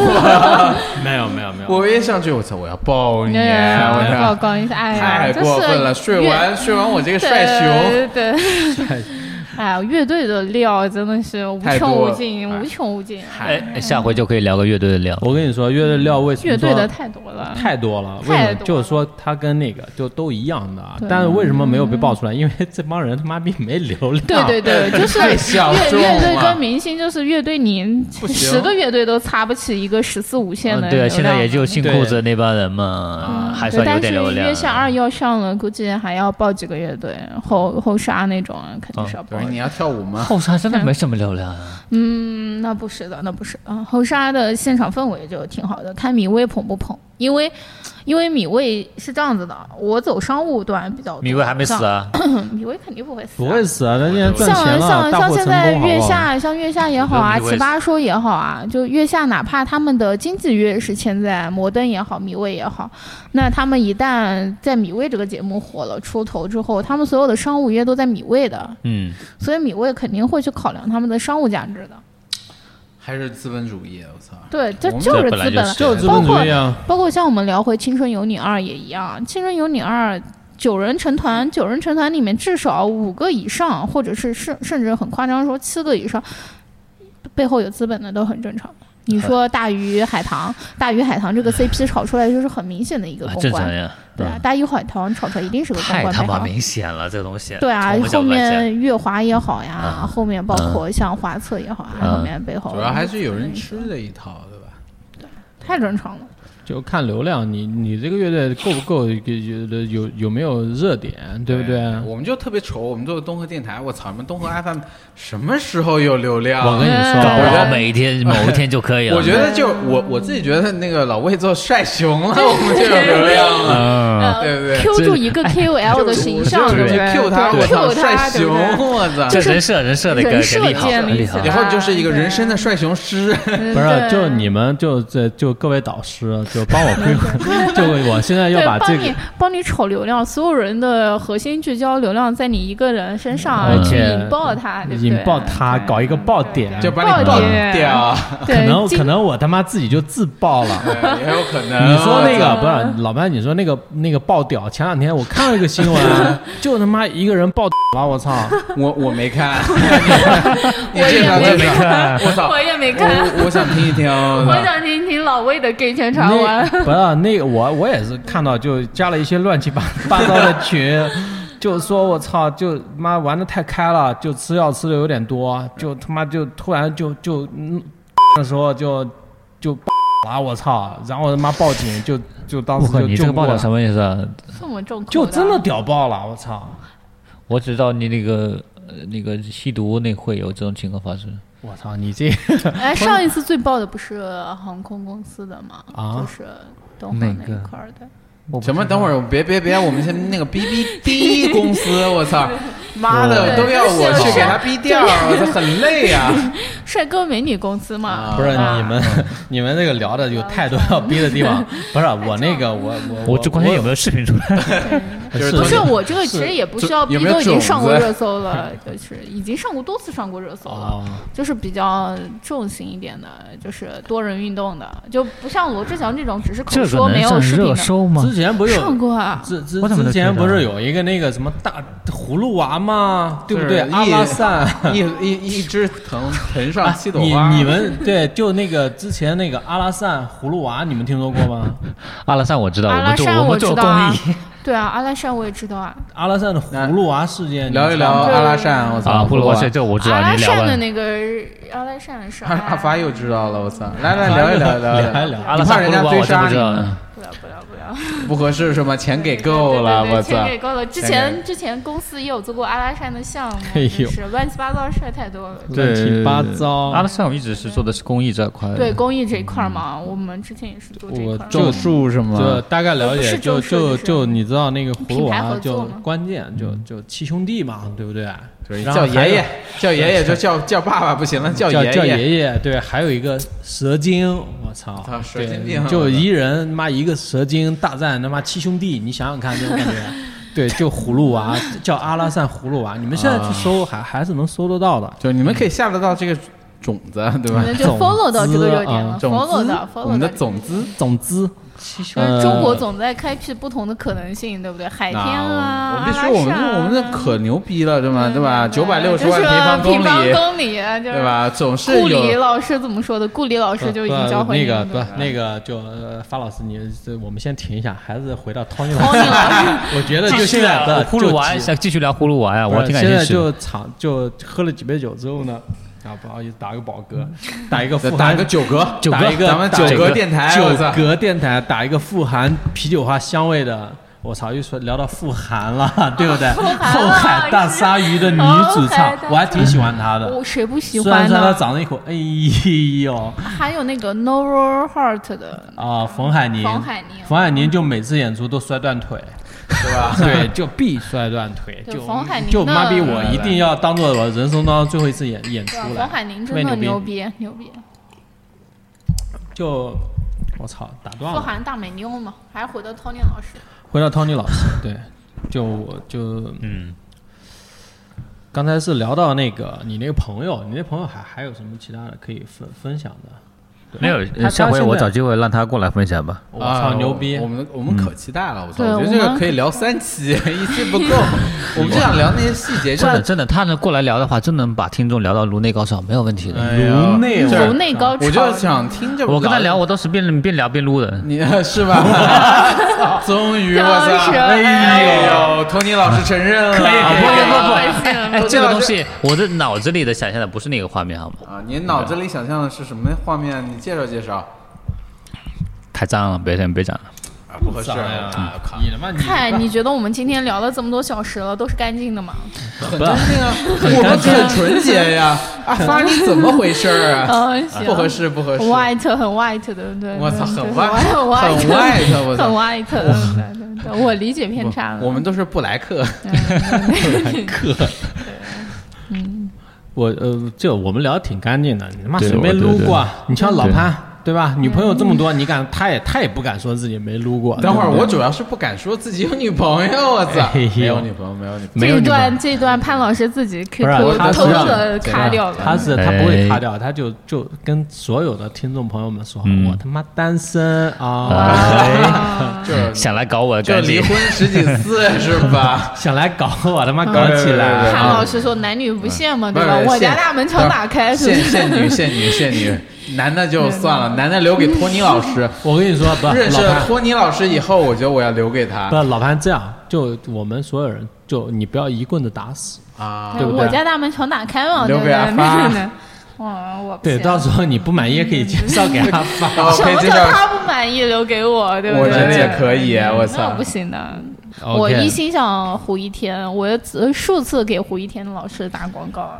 Speaker 1: 没有没有没有，
Speaker 2: 我也上去，我操，我要爆你！啊我
Speaker 3: 对，啊曝
Speaker 2: 操，
Speaker 3: 光一下，哎呀，
Speaker 2: 太
Speaker 3: 这
Speaker 2: 过分了！
Speaker 3: 是
Speaker 2: 睡
Speaker 3: 乐
Speaker 2: 完睡完我这个帅熊，，
Speaker 3: 对对。 哎呀，乐队的料真的是无
Speaker 2: 太
Speaker 3: 穷
Speaker 2: 多
Speaker 3: 无
Speaker 2: 了
Speaker 3: 尽，无穷无尽。啊
Speaker 4: 哎，下回就可以聊个乐队的聊。
Speaker 1: 我跟你说，乐队料为什么
Speaker 3: 乐队的
Speaker 1: 说
Speaker 3: 太多了，
Speaker 1: 太多了，为
Speaker 3: 太
Speaker 1: 什么
Speaker 3: 多
Speaker 1: 就是
Speaker 3: 了
Speaker 1: 说他跟那个就都一样的啊，但是为什么没有被爆出来？因为这帮人他妈逼没流量，
Speaker 3: 对对 对，就是
Speaker 2: 太小
Speaker 3: 乐
Speaker 2: 众
Speaker 3: 乐队
Speaker 2: 了
Speaker 3: 跟明星，就是乐队你
Speaker 2: 不行
Speaker 3: 十个乐队都擦不起一个十四五线的
Speaker 4: 嗯，
Speaker 3: 流
Speaker 4: 对啊，
Speaker 3: 量。
Speaker 4: 现在也就新
Speaker 1: 对
Speaker 4: 裤子那帮人嘛，啊还
Speaker 3: 对，
Speaker 4: 算有
Speaker 3: 但是
Speaker 4: 点啊流量
Speaker 3: 月。下二要上了，估计还要报几个乐队，后后沙那种啊肯定
Speaker 4: 嗯
Speaker 3: 是要报
Speaker 2: 不
Speaker 3: 的。
Speaker 2: 是你要跳舞吗？
Speaker 4: 后山真的没什么流量啊，
Speaker 3: 嗯，那不是的，那不是啊。后沙的现场氛围就挺好的，看米未捧不捧，因为因为米未是这样子的，我走商务端比较多。
Speaker 4: 米未还没死
Speaker 3: 像，
Speaker 4: 啊，
Speaker 3: 米未肯定不会死、
Speaker 1: 不会。死啊，人家赚钱
Speaker 3: 像
Speaker 1: 了，
Speaker 3: 像
Speaker 1: 大
Speaker 3: 像
Speaker 1: 获
Speaker 3: 现
Speaker 1: 成
Speaker 3: 在
Speaker 1: 功，好
Speaker 3: 月
Speaker 1: 不好？
Speaker 3: 下，像月下也好啊，
Speaker 4: 我觉得米未
Speaker 3: 奇葩说也好啊，就月下哪怕他们的经纪约是签在摩登也好，米未也好，那他们一旦在米未这个节目火了出头之后，他们所有的商务约都在米未的，
Speaker 4: 嗯，
Speaker 3: 所以米未肯定会去考量他们的商务价值的。
Speaker 2: 还是资本主义？啊我操！
Speaker 3: 对，这
Speaker 2: 我们
Speaker 3: 就
Speaker 4: 这
Speaker 3: 是
Speaker 4: 本来
Speaker 3: 资
Speaker 4: 就
Speaker 3: 本了，
Speaker 4: 是
Speaker 1: 就是资本主义
Speaker 3: 包括
Speaker 1: 啊，
Speaker 3: 包括像我们聊回《青春有你二》也一样，《青春有你二》九人成团，九人成团里面至少五个以上，或者是甚甚至很夸张说七个以上，背后有资本的都很正常。你说大鱼海棠，大鱼海棠这个 CP 炒出来就是很明显的一个
Speaker 4: 啊
Speaker 3: 公
Speaker 4: 正常
Speaker 3: 关，
Speaker 4: 呀，
Speaker 3: 对啊
Speaker 4: 嗯，
Speaker 3: 大鱼海棠炒出来一定是个公
Speaker 4: 太
Speaker 3: 关
Speaker 4: 他
Speaker 3: 配
Speaker 4: 妈
Speaker 3: 方。
Speaker 4: 明显了，这个东西。
Speaker 3: 对啊
Speaker 4: 从我，角
Speaker 3: 后
Speaker 4: 度来讲
Speaker 3: 面月华也好呀，
Speaker 4: 嗯
Speaker 3: 后面包括像华策也好啊，
Speaker 4: 嗯
Speaker 3: 后面背后
Speaker 2: 主要还是有人吃这一套，对吧？
Speaker 3: 太正常了。
Speaker 1: 就看流量，你你这个乐队够不够，有有有没有热点，对不对？
Speaker 2: 哎我们就特别愁，我们做东河电台，我操，你们东河 FM 什么时候有流量？
Speaker 1: 我跟你说，
Speaker 4: 搞
Speaker 3: 哎
Speaker 4: 不
Speaker 1: 我
Speaker 4: 好每一天某一天就可以 了。
Speaker 2: 我觉得就我我自己觉得那个老魏做帅熊 了，我们就有流量了。
Speaker 4: 嗯，
Speaker 3: 呃
Speaker 2: 啊对不对
Speaker 3: q
Speaker 4: 这
Speaker 3: 住一
Speaker 1: 哎
Speaker 3: 个 KOL 的形象，对
Speaker 2: 就
Speaker 3: 不
Speaker 2: 去
Speaker 3: 对
Speaker 2: Q 他，我
Speaker 3: 对
Speaker 2: 操，
Speaker 3: ，Q 他，
Speaker 2: 帅
Speaker 3: 对
Speaker 2: 熊，
Speaker 3: 不对？
Speaker 2: 我操！
Speaker 4: 啊这人设人设的一个
Speaker 3: 人
Speaker 4: 一
Speaker 3: 设
Speaker 4: 个厉害
Speaker 3: 建立
Speaker 4: 厉
Speaker 3: 起
Speaker 4: 害
Speaker 3: 来
Speaker 2: 以
Speaker 3: 了。
Speaker 2: 后就是一个人生的帅熊师，
Speaker 3: 嗯
Speaker 1: 不是，啊
Speaker 3: 对
Speaker 1: 就你们就这就各位导师，就帮我 规划，就我现在要
Speaker 3: 对
Speaker 1: 把，这
Speaker 3: 帮
Speaker 1: 个
Speaker 3: 你帮你炒流量，所有人的核心聚焦流量在你一个人身上
Speaker 4: 嗯
Speaker 1: 而
Speaker 3: 去
Speaker 1: 且
Speaker 3: 引爆他，对不对
Speaker 1: 引爆他，搞一个爆点，
Speaker 2: 就把你
Speaker 3: 爆
Speaker 2: 爆
Speaker 3: 点
Speaker 2: 掉，
Speaker 1: 可
Speaker 3: 对
Speaker 1: 能
Speaker 3: 今
Speaker 1: 可能我他妈自己就自爆了。
Speaker 2: 对也有可能。
Speaker 1: 你说那
Speaker 2: 我
Speaker 1: 个
Speaker 2: 操
Speaker 3: 哦
Speaker 1: 不是老潘？你说那个那个爆屌，前两天我看了一个新 闻，就他妈一个人爆屌了，我操！
Speaker 2: 我我没看，你
Speaker 3: 我也
Speaker 2: 介绍
Speaker 3: 没
Speaker 2: 介绍，我操！
Speaker 3: 我也没
Speaker 1: 哦
Speaker 3: 看，
Speaker 2: 我我想听一听，我
Speaker 3: 我
Speaker 2: 操！
Speaker 3: 想听听老魏的 gay 圈
Speaker 1: 那
Speaker 3: 传 闻。
Speaker 1: 不是啊那个我我也是看到就加了一些乱七八八糟的群，就说我操，就妈玩的太开了，就吃药吃的有点多，就他妈就突然就就嗯的时候就就了我操，然后他妈报警就就当
Speaker 4: 我
Speaker 1: 时
Speaker 4: 靠，
Speaker 1: 就
Speaker 4: 你这个
Speaker 1: 就
Speaker 4: 爆点什么意思啊？
Speaker 3: 这么重口，
Speaker 1: 就真的。屌爆了，我操！
Speaker 4: 我只知道你那个呃那个吸毒那会有这种情况发生。
Speaker 1: 我操，你这
Speaker 3: 哎，上一次最爆的不是航空公司的吗？
Speaker 1: 啊
Speaker 3: 就是东航那一块儿的。
Speaker 2: 什么？等会儿，我别别别，我们先那个哔哔哔公司，我操，妈的
Speaker 3: 对
Speaker 2: 都要我去给他逼掉，我操，很累 啊！
Speaker 3: 帅哥美女公司嘛
Speaker 2: 啊，
Speaker 1: 不是
Speaker 3: 啊
Speaker 1: 你们 你们这个聊的有太多要逼的地方，不是我那个我我
Speaker 4: 我就关心有没
Speaker 1: 有
Speaker 4: 有视频出来。
Speaker 1: 是
Speaker 3: 不
Speaker 2: 就是
Speaker 1: 是
Speaker 3: 我这个其实也不需要逼，
Speaker 2: 有没有
Speaker 3: 都已经
Speaker 2: 种
Speaker 3: 上过
Speaker 2: 子
Speaker 3: 热搜了，就是已经上过多次上过热搜了，
Speaker 1: 哦
Speaker 3: 就是比较重型一点的，就是多人运动的，就不像罗志祥这种只是口
Speaker 4: 这个
Speaker 3: 说没
Speaker 4: 能
Speaker 3: 有
Speaker 4: 上
Speaker 3: 视频
Speaker 4: 热
Speaker 3: 的。
Speaker 4: 搜吗
Speaker 1: 之？前不是有
Speaker 3: 上过啊，
Speaker 1: 之之
Speaker 4: 我怎么都
Speaker 1: 之前
Speaker 4: 知道
Speaker 1: 不是有一个那个什么大葫芦娃吗？对不对？
Speaker 2: 是
Speaker 1: 阿
Speaker 2: 一
Speaker 1: 拉善。
Speaker 2: 一一一只藤藤上七朵
Speaker 3: 啊
Speaker 1: 你
Speaker 2: 花，
Speaker 1: 你们对就那个之前那个阿拉善葫芦娃，你们听说过吗？
Speaker 4: 阿拉善我知道，
Speaker 3: 阿
Speaker 4: 我
Speaker 3: 拉
Speaker 4: 们做
Speaker 3: 善
Speaker 4: 们
Speaker 3: 知
Speaker 4: 做
Speaker 3: 道
Speaker 4: 公
Speaker 3: 啊
Speaker 4: 益，
Speaker 3: 对啊，阿拉善我也知道啊，
Speaker 1: 阿拉善的葫芦娃事件，
Speaker 2: 聊一聊
Speaker 1: 你知道吗
Speaker 2: 阿拉善，我操，
Speaker 4: 啊，不
Speaker 2: 葫芦
Speaker 4: 罗
Speaker 2: 娃
Speaker 4: 这这我知
Speaker 3: 阿
Speaker 4: 道，
Speaker 3: 拉
Speaker 4: 你聊
Speaker 3: 善的
Speaker 4: 吧。
Speaker 3: 那个阿拉善 是啊
Speaker 2: 阿
Speaker 3: 爱
Speaker 2: 阿发又知道了，我操，来来聊一聊聊
Speaker 1: 聊一
Speaker 2: 一
Speaker 1: 聊
Speaker 2: 聊，
Speaker 4: 阿拉
Speaker 2: 你怕
Speaker 4: 善
Speaker 2: 人
Speaker 4: 葫
Speaker 2: 家
Speaker 4: 芦娃
Speaker 2: 追
Speaker 4: 我真
Speaker 2: 杀
Speaker 4: 不知
Speaker 2: 你
Speaker 4: 道
Speaker 2: 吗，
Speaker 4: 嗯
Speaker 3: 不要不要不要，
Speaker 2: 不合适是吗？钱 给够了，
Speaker 3: 对对对
Speaker 2: 我
Speaker 3: 钱
Speaker 2: 操，
Speaker 3: 给够了。之
Speaker 2: 钱
Speaker 3: 前
Speaker 2: 给
Speaker 3: 之前公司也有做过阿拉善的项目，
Speaker 1: 哎
Speaker 3: 就
Speaker 1: 呦
Speaker 3: 是乱七八糟事儿太多了。
Speaker 1: 乱七八糟
Speaker 4: 阿拉善我一直是做的是公益这块的。
Speaker 3: 对公益这一块儿嘛，我们之前也是做这一
Speaker 1: 我
Speaker 3: 块儿。
Speaker 1: 就
Speaker 2: 树是
Speaker 1: 就？大概了
Speaker 3: 不
Speaker 1: 解，
Speaker 3: 是
Speaker 1: 就
Speaker 3: 正式
Speaker 1: 就
Speaker 3: 就是
Speaker 1: 就你知道那个葫芦
Speaker 3: 品牌
Speaker 1: 娃
Speaker 3: 合
Speaker 1: 就
Speaker 3: 作嘛
Speaker 1: 关键就
Speaker 4: 嗯
Speaker 1: 就七兄弟嘛，对不对？
Speaker 2: 对
Speaker 1: 然后
Speaker 2: 叫
Speaker 1: 还有
Speaker 2: 爷爷，叫爷爷就叫叫爸爸不行了，叫
Speaker 1: 叫
Speaker 2: 爷
Speaker 1: 叫爷爷，对，还有一个蛇精，我操
Speaker 2: 操，蛇
Speaker 1: 对
Speaker 2: 精病啊
Speaker 1: 就
Speaker 2: 我操
Speaker 1: 一人妈一个蛇精大战他妈七兄弟，你想想看 这种感觉，对，就葫芦娃叫阿拉善葫芦娃，你们现在去搜还还是能搜得到的，
Speaker 2: 就你们可以下得到这个种子，啊对
Speaker 3: 我
Speaker 2: 吧？
Speaker 3: 们就
Speaker 1: 种
Speaker 3: follow 到这个热点了
Speaker 1: 子
Speaker 2: 种
Speaker 3: 嗯，follow
Speaker 2: 子
Speaker 3: 到，
Speaker 2: 啊我
Speaker 3: follow
Speaker 2: 们
Speaker 3: 到
Speaker 2: 的。种子，
Speaker 1: 总之，
Speaker 3: 就是中国
Speaker 1: 呃
Speaker 3: 总在开辟不同的可能性，对不对？海天
Speaker 2: 啊，
Speaker 3: 啊，
Speaker 2: 我
Speaker 3: 阿
Speaker 2: 必
Speaker 3: 拉
Speaker 2: 须，我们
Speaker 3: 善
Speaker 2: 这我们这
Speaker 3: 啊嗯
Speaker 2: 可牛逼了，对吗？对吧？九百六十
Speaker 3: 就是
Speaker 2: 万方
Speaker 3: 平
Speaker 2: 里，
Speaker 3: 公里，啊就是
Speaker 2: 对？吧？总是
Speaker 3: 顾里
Speaker 2: 有呃
Speaker 3: 老师怎么说的？顾里老师就已经教
Speaker 1: 不
Speaker 3: 会
Speaker 1: 那
Speaker 3: 你
Speaker 1: 个
Speaker 3: 了
Speaker 1: 不那个就呃发老师，你这我们先停一下，还是回到汤尼老
Speaker 3: ，Tony
Speaker 1: 师，
Speaker 3: 老师
Speaker 1: 我觉得
Speaker 4: 继
Speaker 1: 就
Speaker 4: 续
Speaker 1: 现在
Speaker 4: 聊
Speaker 1: 不
Speaker 4: 葫芦娃，
Speaker 1: 就
Speaker 4: 想继续聊葫芦娃
Speaker 3: 啊
Speaker 4: 呀，
Speaker 1: 不
Speaker 4: 我
Speaker 1: 是
Speaker 4: 挺感
Speaker 1: 呃现
Speaker 4: 兴
Speaker 1: 在
Speaker 4: 趣的。
Speaker 1: 就场就喝了几杯酒之后呢，啊，不好意思，打个饱
Speaker 3: 嗯
Speaker 1: 嗝，打一个富
Speaker 2: 打
Speaker 1: 含
Speaker 2: 个九格，
Speaker 1: 九
Speaker 2: 打
Speaker 1: 格
Speaker 2: 一个咱们
Speaker 1: 打
Speaker 2: 九
Speaker 1: 九
Speaker 2: 格
Speaker 1: 格
Speaker 2: 电台，我
Speaker 1: 九
Speaker 2: 操！
Speaker 1: 格电台打一个富含啤酒花香味的。我操，又说聊到富含 了，对不对？
Speaker 3: 含
Speaker 1: 后
Speaker 3: 了哦
Speaker 1: 海大鲨鱼的女主
Speaker 3: 后海
Speaker 1: 唱
Speaker 3: 大鲨，鱼
Speaker 1: 我还挺喜欢她的
Speaker 3: 我。哦谁不喜
Speaker 1: 虽然
Speaker 3: 欢啊
Speaker 1: 说她
Speaker 3: 呢？
Speaker 1: 长了一口，哎呦
Speaker 3: 还有那个 Nora Heart 的
Speaker 1: 啊，冯海宁，
Speaker 3: 冯海宁
Speaker 1: 冯海宁就每次演出都摔断腿，
Speaker 2: 对吧？
Speaker 1: 对，就必摔断腿，
Speaker 3: 对
Speaker 1: 就
Speaker 3: 冯海宁
Speaker 1: 就
Speaker 3: 的
Speaker 1: 妈逼我一定要当做我人生当中最后一次演演出
Speaker 3: 对吧
Speaker 1: 来
Speaker 3: 冯。海宁
Speaker 1: 特别
Speaker 3: 真的
Speaker 1: 牛
Speaker 3: 牛逼，牛逼！
Speaker 1: 就我操，打
Speaker 2: 哦
Speaker 1: 断
Speaker 3: 富
Speaker 1: 了。
Speaker 3: 含大美妞嘛，还是回到 Tony 老师。
Speaker 1: 回到 Tony 老师，对，就我就
Speaker 4: 嗯，
Speaker 1: 刚才是聊到那个你那个朋友，你那朋友还还有什么其他的可以分分享的？
Speaker 5: 没有，
Speaker 1: 他
Speaker 5: 下回
Speaker 1: 现
Speaker 5: 我
Speaker 1: 在
Speaker 5: 找机会让他过来分享吧。
Speaker 1: 我操，牛逼
Speaker 2: 哎啊我！们我们可期待了，我操！
Speaker 3: 对
Speaker 2: 我觉得这
Speaker 3: 我
Speaker 2: 个
Speaker 3: 们
Speaker 2: 可以聊三期， 一期不够，我们就想聊那些细节，
Speaker 4: 真
Speaker 2: 像
Speaker 4: 的真的，他能过来聊的话，真能把听众聊到颅内高潮，没有问题的。
Speaker 2: 哎呀
Speaker 1: 颅内
Speaker 2: 这
Speaker 1: 是
Speaker 3: 颅内高潮，
Speaker 2: 我就想听这，
Speaker 4: 我跟他聊，，我都是边边聊边撸的。
Speaker 2: 你 是吧？终于，我操！
Speaker 3: 当时
Speaker 2: 哎呦，托尼老师承认了，
Speaker 4: 啊
Speaker 3: 太恶心了
Speaker 4: 哎，这个东西，我的脑子里的想象的不是那个画面，好吗？
Speaker 2: 啊！你脑子里想象的是什么画面？你介绍介绍啊！
Speaker 4: 太脏了，别讲别讲了。
Speaker 2: 不合适
Speaker 1: 咋哎呀
Speaker 2: 啊！我靠，
Speaker 1: 你他妈你
Speaker 3: 看，你觉得我们今天聊了这么多小时了，都是干净的 吗？
Speaker 2: 很干净啊，我们很纯洁呀！啊，发你怎么回事儿啊？
Speaker 3: 嗯，行，
Speaker 2: 不合适，不合适。
Speaker 3: ，white 很 white 的，对，
Speaker 2: 我操，很
Speaker 3: 对
Speaker 2: white，
Speaker 3: 很
Speaker 2: 很
Speaker 3: white，
Speaker 2: white，我
Speaker 3: 很
Speaker 2: 操！
Speaker 3: white 的，对对对，我理解偏差了。
Speaker 2: 我们都是布莱克，
Speaker 1: 我呃，这我们聊的挺干净的，你他妈
Speaker 5: 对
Speaker 1: 谁没
Speaker 5: 我觉
Speaker 1: 撸
Speaker 5: 得
Speaker 1: 过啊？你像老潘对吧？女朋友这么多，你敢他也他也不敢说自己没撸过。
Speaker 2: 啊等会儿
Speaker 1: 对不对
Speaker 2: 我主要是不敢说自己有女朋友，我操，
Speaker 1: 哎呦
Speaker 2: 没有女朋友，没有女朋
Speaker 4: 没有
Speaker 3: 这一
Speaker 4: 你吧
Speaker 3: 段这一段潘老师自己可以
Speaker 1: 不
Speaker 2: 啊
Speaker 1: 是
Speaker 3: 偷
Speaker 1: 他
Speaker 3: 偷
Speaker 1: 是
Speaker 3: 偷的
Speaker 2: 这
Speaker 3: 卡掉了，
Speaker 1: 他是他不会
Speaker 4: 哎
Speaker 1: 卡掉，他就就跟所有的听众朋友们说，
Speaker 4: 嗯
Speaker 1: 我他妈单身啊，
Speaker 3: 啊
Speaker 2: 友，就是
Speaker 4: 嗯想来搞我的
Speaker 2: 就
Speaker 4: 感
Speaker 2: 离
Speaker 4: 觉，
Speaker 2: 婚十几次是吧？
Speaker 1: 想来搞我他妈搞起
Speaker 2: 对对对
Speaker 1: 来
Speaker 3: 潘
Speaker 1: 啊。
Speaker 3: 老师说男女不限嘛，
Speaker 2: 嗯不
Speaker 3: 对
Speaker 2: 是
Speaker 3: 吧？我
Speaker 2: 限
Speaker 3: 家大门常打开，是
Speaker 2: 现
Speaker 3: 不是
Speaker 2: 现女现女现 女，男的就算了，男的留给托尼老 师。
Speaker 1: 我跟你说，不
Speaker 2: 认识
Speaker 1: 啊老
Speaker 2: 了
Speaker 1: 潘
Speaker 2: 托尼老师以后，我觉得我要留给他
Speaker 1: 不老潘这样，就我们所有人就你不要一棍子打死，
Speaker 2: 啊
Speaker 1: 对不对
Speaker 3: 我家大门常打开嘛，对
Speaker 2: 留
Speaker 3: 不
Speaker 2: 给
Speaker 3: 对？
Speaker 2: 阿发
Speaker 3: 对哇，我不
Speaker 1: 对，
Speaker 3: 行
Speaker 1: 到时候你不满意也可以介绍给他 发。
Speaker 2: 啊
Speaker 3: 什
Speaker 2: 可以
Speaker 3: 么
Speaker 2: 介
Speaker 3: 叫
Speaker 2: 绍，
Speaker 3: 他不满意留给我，对不对？
Speaker 2: 我觉得也可以
Speaker 3: 对
Speaker 2: 我操
Speaker 3: 那不行的。
Speaker 1: OK
Speaker 3: 我一心想胡一天，我也只数次给胡一天老师打广告。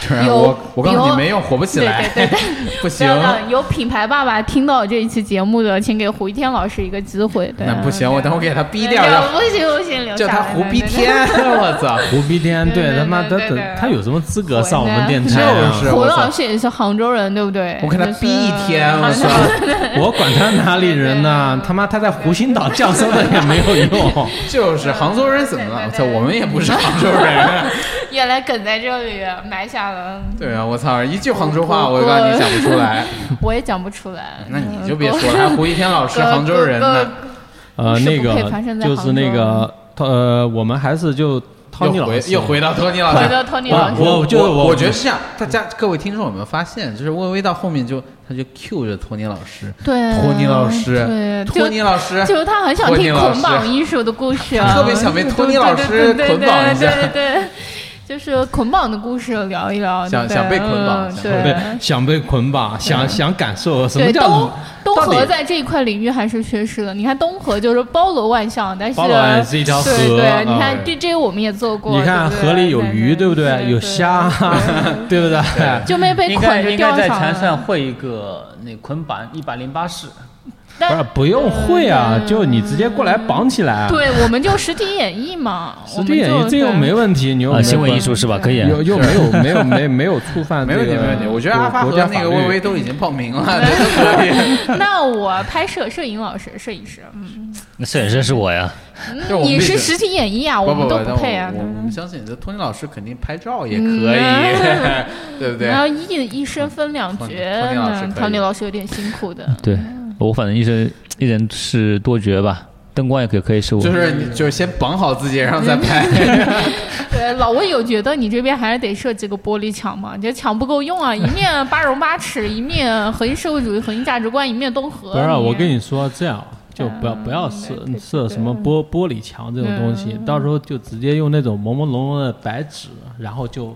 Speaker 2: 突然
Speaker 3: 有
Speaker 2: 我我告诉
Speaker 3: 有
Speaker 2: 你没用，火不起
Speaker 3: 对
Speaker 2: 来，
Speaker 3: 对对对，
Speaker 2: 不
Speaker 3: 不
Speaker 2: 行
Speaker 3: 要，让有品牌爸爸听到这一期节目的，请给胡一天老师一个机会。对
Speaker 2: 那不行，我等会给他逼
Speaker 3: 低
Speaker 2: 掉，让
Speaker 3: 不行不行，留
Speaker 2: 叫
Speaker 3: 下
Speaker 2: 他
Speaker 3: 来
Speaker 2: 胡逼。
Speaker 3: 对对对
Speaker 2: 天，我操！
Speaker 1: 胡逼天，
Speaker 3: 对
Speaker 1: 对
Speaker 3: 对
Speaker 1: 他妈
Speaker 3: 对
Speaker 1: 的
Speaker 3: 对对，
Speaker 1: 他有什么资格上我们电
Speaker 2: 就
Speaker 1: 台啊？
Speaker 2: 是
Speaker 3: 胡
Speaker 2: 我操
Speaker 3: 老，师也是杭州人，对不对？
Speaker 2: 我给他
Speaker 3: 就是
Speaker 2: 逼一天，我操！
Speaker 1: 我管他哪里人呢？他妈他在湖心岛降生了也没有 用。
Speaker 2: 就是杭州人怎么了？我
Speaker 3: 嗯对
Speaker 2: 操，
Speaker 3: 对对
Speaker 2: 我们也不是杭州 人。
Speaker 3: 原来梗在这里埋下了，
Speaker 2: 对啊，我操，一句杭州话我告诉你想不出来，
Speaker 3: 我也讲不出来。
Speaker 2: 那你就别说了。还胡一天老师杭州人呢，
Speaker 1: 呃，
Speaker 3: 是不
Speaker 1: 那
Speaker 3: 可以
Speaker 1: 个
Speaker 3: 发生在
Speaker 1: 就
Speaker 3: 杭
Speaker 1: 是那
Speaker 3: 州
Speaker 1: 个，他呃，我们还是就涛尼
Speaker 2: 又
Speaker 1: 老
Speaker 2: 回
Speaker 1: 师
Speaker 2: 又回到托尼老
Speaker 3: 回
Speaker 2: 师。
Speaker 3: 到托尼老师，
Speaker 1: 我就是
Speaker 2: 我
Speaker 1: 我
Speaker 2: 觉得是这样。大家各位听众有没有发现，就是微微到后面就他就 Q 着托尼老师，
Speaker 3: 对
Speaker 2: 托尼老师
Speaker 3: 嗯对，就
Speaker 2: 托尼老师，
Speaker 3: 就是他很想
Speaker 2: 托尼
Speaker 3: 听
Speaker 2: 老师
Speaker 3: 捆绑艺术的故事啊，
Speaker 2: 特别想被托尼老师捆绑一下
Speaker 3: 对对对对对对对对就是捆绑的故事聊一聊，
Speaker 2: 想
Speaker 3: 对
Speaker 2: 想
Speaker 3: 不对
Speaker 2: 被捆绑
Speaker 3: 嗯
Speaker 2: 想
Speaker 1: 对
Speaker 3: 对。
Speaker 1: 想被捆绑，想想感受什么
Speaker 3: 对，
Speaker 1: 叫
Speaker 3: 东东
Speaker 1: 到
Speaker 3: 河
Speaker 1: 底
Speaker 3: 在这一块领域还是缺失的。你看东河就是包罗万象，但是
Speaker 1: 包罗万是一条河
Speaker 3: 对对，
Speaker 1: 啊
Speaker 3: 你看这这我们也做过，
Speaker 1: 你看
Speaker 3: 对不对
Speaker 1: 河里有鱼，对不
Speaker 3: 对？
Speaker 1: 有虾，啊 对不对？
Speaker 3: 就没被
Speaker 4: 应
Speaker 3: 捆
Speaker 4: 该
Speaker 3: 着
Speaker 4: 应
Speaker 3: 钓
Speaker 4: 该在
Speaker 3: 上
Speaker 4: 墙上
Speaker 3: 了。
Speaker 4: 绘一个那捆绑一百零八式，
Speaker 1: 不是
Speaker 3: 但
Speaker 1: 不用会啊，就你直接过来绑起来啊。
Speaker 3: 对，我们就实体演绎嘛，
Speaker 1: 实体演绎这又没
Speaker 3: 有。
Speaker 1: 问题，你又
Speaker 4: 啊，
Speaker 1: 没
Speaker 4: 新闻
Speaker 1: 有
Speaker 4: 艺术是吧？
Speaker 3: 对
Speaker 4: 可以啊。
Speaker 1: 又又没有没有没没有触犯
Speaker 2: 没
Speaker 1: 这个
Speaker 2: 问
Speaker 1: 国，
Speaker 2: 题没问题。我觉得阿发
Speaker 1: 国
Speaker 2: 和
Speaker 1: 家
Speaker 2: 那个
Speaker 1: 法律
Speaker 2: 微微都已经报名了，都可以。
Speaker 3: 那我拍摄摄影老师、摄影师，嗯，
Speaker 4: 那摄影师是我呀，
Speaker 2: 就我们
Speaker 3: 你
Speaker 2: 必须
Speaker 3: 是实体演绎啊，
Speaker 2: 不
Speaker 3: 我
Speaker 2: 不
Speaker 3: 们都
Speaker 2: 不，但
Speaker 3: 配啊。
Speaker 2: 我
Speaker 3: 对
Speaker 2: 我
Speaker 3: 不对
Speaker 2: 我们相信这托尼老师肯定拍照也可
Speaker 3: 嗯
Speaker 2: 以， 对不对
Speaker 3: 然？后一一身分两
Speaker 2: 托尼
Speaker 3: 角
Speaker 2: 托尼老师可
Speaker 3: 呢
Speaker 2: 以，
Speaker 3: 唐尼老师有点辛苦的。
Speaker 4: 对
Speaker 3: 嗯
Speaker 4: 我反正一人一人是多角吧，灯光也可以可以是我。
Speaker 2: 就是你就是先绑好自己，然后再
Speaker 3: 嗯
Speaker 2: 拍。
Speaker 3: 对，老魏有觉得你这边还是得设计个玻璃墙嘛？你这墙不够用啊，一面八荣八耻，一面核心社会主义、核心价值观，一面东河。
Speaker 1: 不是，啊我跟
Speaker 3: 你
Speaker 1: 你说，这样就不要不要设
Speaker 3: 嗯对对嗯对
Speaker 1: 设什么玻玻璃墙这种东
Speaker 3: 嗯
Speaker 1: 西，到时候就直接用那种朦朦胧胧的白纸，然后就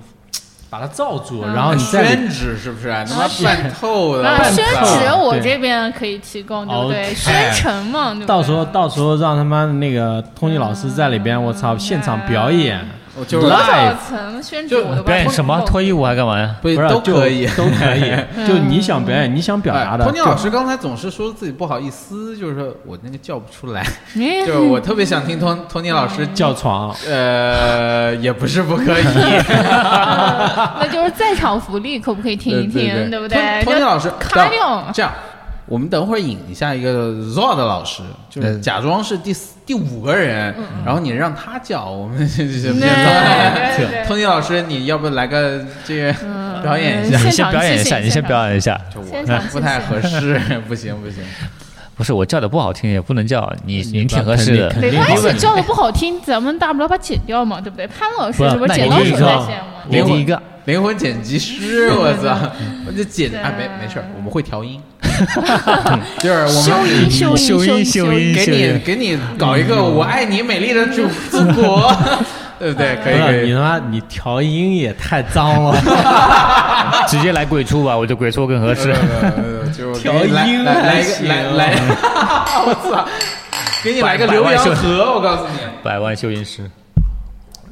Speaker 1: 把它罩住，
Speaker 3: 嗯
Speaker 1: 然哦 后你再
Speaker 2: 宣纸是不是？他妈半透的，
Speaker 3: 那
Speaker 2: 我
Speaker 3: 啊宣
Speaker 2: 操
Speaker 3: 纸我
Speaker 1: 对
Speaker 3: 这边可以提供，对不对？
Speaker 1: OK
Speaker 3: 宣城嘛，对不 对
Speaker 1: 到时 候到时候让他妈那个托尼老师在里边，我操，现场表演，
Speaker 2: 我就是
Speaker 3: 多少
Speaker 1: live
Speaker 3: 层宣纸
Speaker 2: 就
Speaker 3: 我都
Speaker 4: 表演
Speaker 3: 不
Speaker 4: 什么脱衣舞还干嘛呀？
Speaker 2: 不
Speaker 1: 不是
Speaker 2: 都
Speaker 1: 就
Speaker 2: 可以。
Speaker 1: 都可以，就你想表演你想表达
Speaker 2: 哎，
Speaker 1: 的，
Speaker 2: 托尼老
Speaker 1: 就
Speaker 2: 师刚才总是说自己不好意思，就是说我那个叫不出 来，
Speaker 3: 嗯
Speaker 2: 就是我特别想听托托尼老师叫，
Speaker 1: 叫床。
Speaker 2: 呃，也不是不可以，
Speaker 3: 呃那就是在场福利可不可以听一
Speaker 2: 对对
Speaker 3: 听，
Speaker 2: 对
Speaker 3: 不
Speaker 2: 托
Speaker 3: 对？
Speaker 2: 托尼
Speaker 3: 就
Speaker 2: 老师
Speaker 3: 咔
Speaker 2: 这样
Speaker 3: 用，
Speaker 2: 这样，我们等会儿引一下一个 Zod 老师，就是
Speaker 5: 嗯
Speaker 2: 假装是第四第五个人，
Speaker 3: 嗯
Speaker 2: 然后你让他叫我们这些片
Speaker 3: 对对对
Speaker 2: 子。托尼老师，你要不来个这个 表演一下？
Speaker 3: 嗯
Speaker 4: 你
Speaker 3: 现
Speaker 4: 先
Speaker 3: 场
Speaker 4: 表演一
Speaker 3: 即
Speaker 4: 下，
Speaker 3: 兴
Speaker 4: 你
Speaker 3: 现
Speaker 4: 先
Speaker 3: 场
Speaker 4: 表演一下。
Speaker 2: 就
Speaker 3: 现
Speaker 2: 我
Speaker 3: 场
Speaker 2: 不太合适， 不行不行。
Speaker 4: 不是我叫的不好听，也不能叫你，
Speaker 1: 你
Speaker 4: 您挺
Speaker 1: 把
Speaker 4: 合
Speaker 1: 肯
Speaker 4: 适
Speaker 1: 定
Speaker 4: 的
Speaker 1: 肯。
Speaker 3: 没
Speaker 1: 定
Speaker 3: 关
Speaker 1: 没
Speaker 3: 系
Speaker 1: 问，题
Speaker 3: 叫的不好 听，咱们大不了把它剪掉嘛，对不对？潘老师
Speaker 4: 不
Speaker 3: 是不是
Speaker 4: 那
Speaker 3: 剪
Speaker 4: 你啊
Speaker 3: 刀
Speaker 4: 就
Speaker 3: 手
Speaker 4: 是
Speaker 3: 在
Speaker 4: 说
Speaker 3: 线吗？
Speaker 4: 我
Speaker 2: 灵
Speaker 4: 第一
Speaker 2: 魂
Speaker 4: 个，
Speaker 2: 灵魂剪辑师，我操！我就剪啊，没没事儿，我们会 调音，就是我
Speaker 3: 修
Speaker 2: 们
Speaker 3: 音修音
Speaker 4: 修
Speaker 3: 音
Speaker 4: 音修音
Speaker 2: 给你给你搞一
Speaker 4: 嗯
Speaker 2: 个“我爱你，美丽的祖祖 国”，对不对？可以
Speaker 1: 不
Speaker 2: 可
Speaker 1: 是你
Speaker 2: 以，
Speaker 1: 他妈你调音也太脏了，
Speaker 4: 直接来鬼畜吧，我觉得鬼畜更 合适。
Speaker 2: 呃就是
Speaker 1: 调
Speaker 2: 给你来
Speaker 1: 音
Speaker 2: 来来
Speaker 1: 还
Speaker 2: 一个
Speaker 1: 行
Speaker 2: 来来， 我操！给你来个
Speaker 4: 百
Speaker 2: 浏
Speaker 4: 百万
Speaker 2: 阳
Speaker 4: 秀
Speaker 2: 河，我告诉你，
Speaker 4: 百万修音师，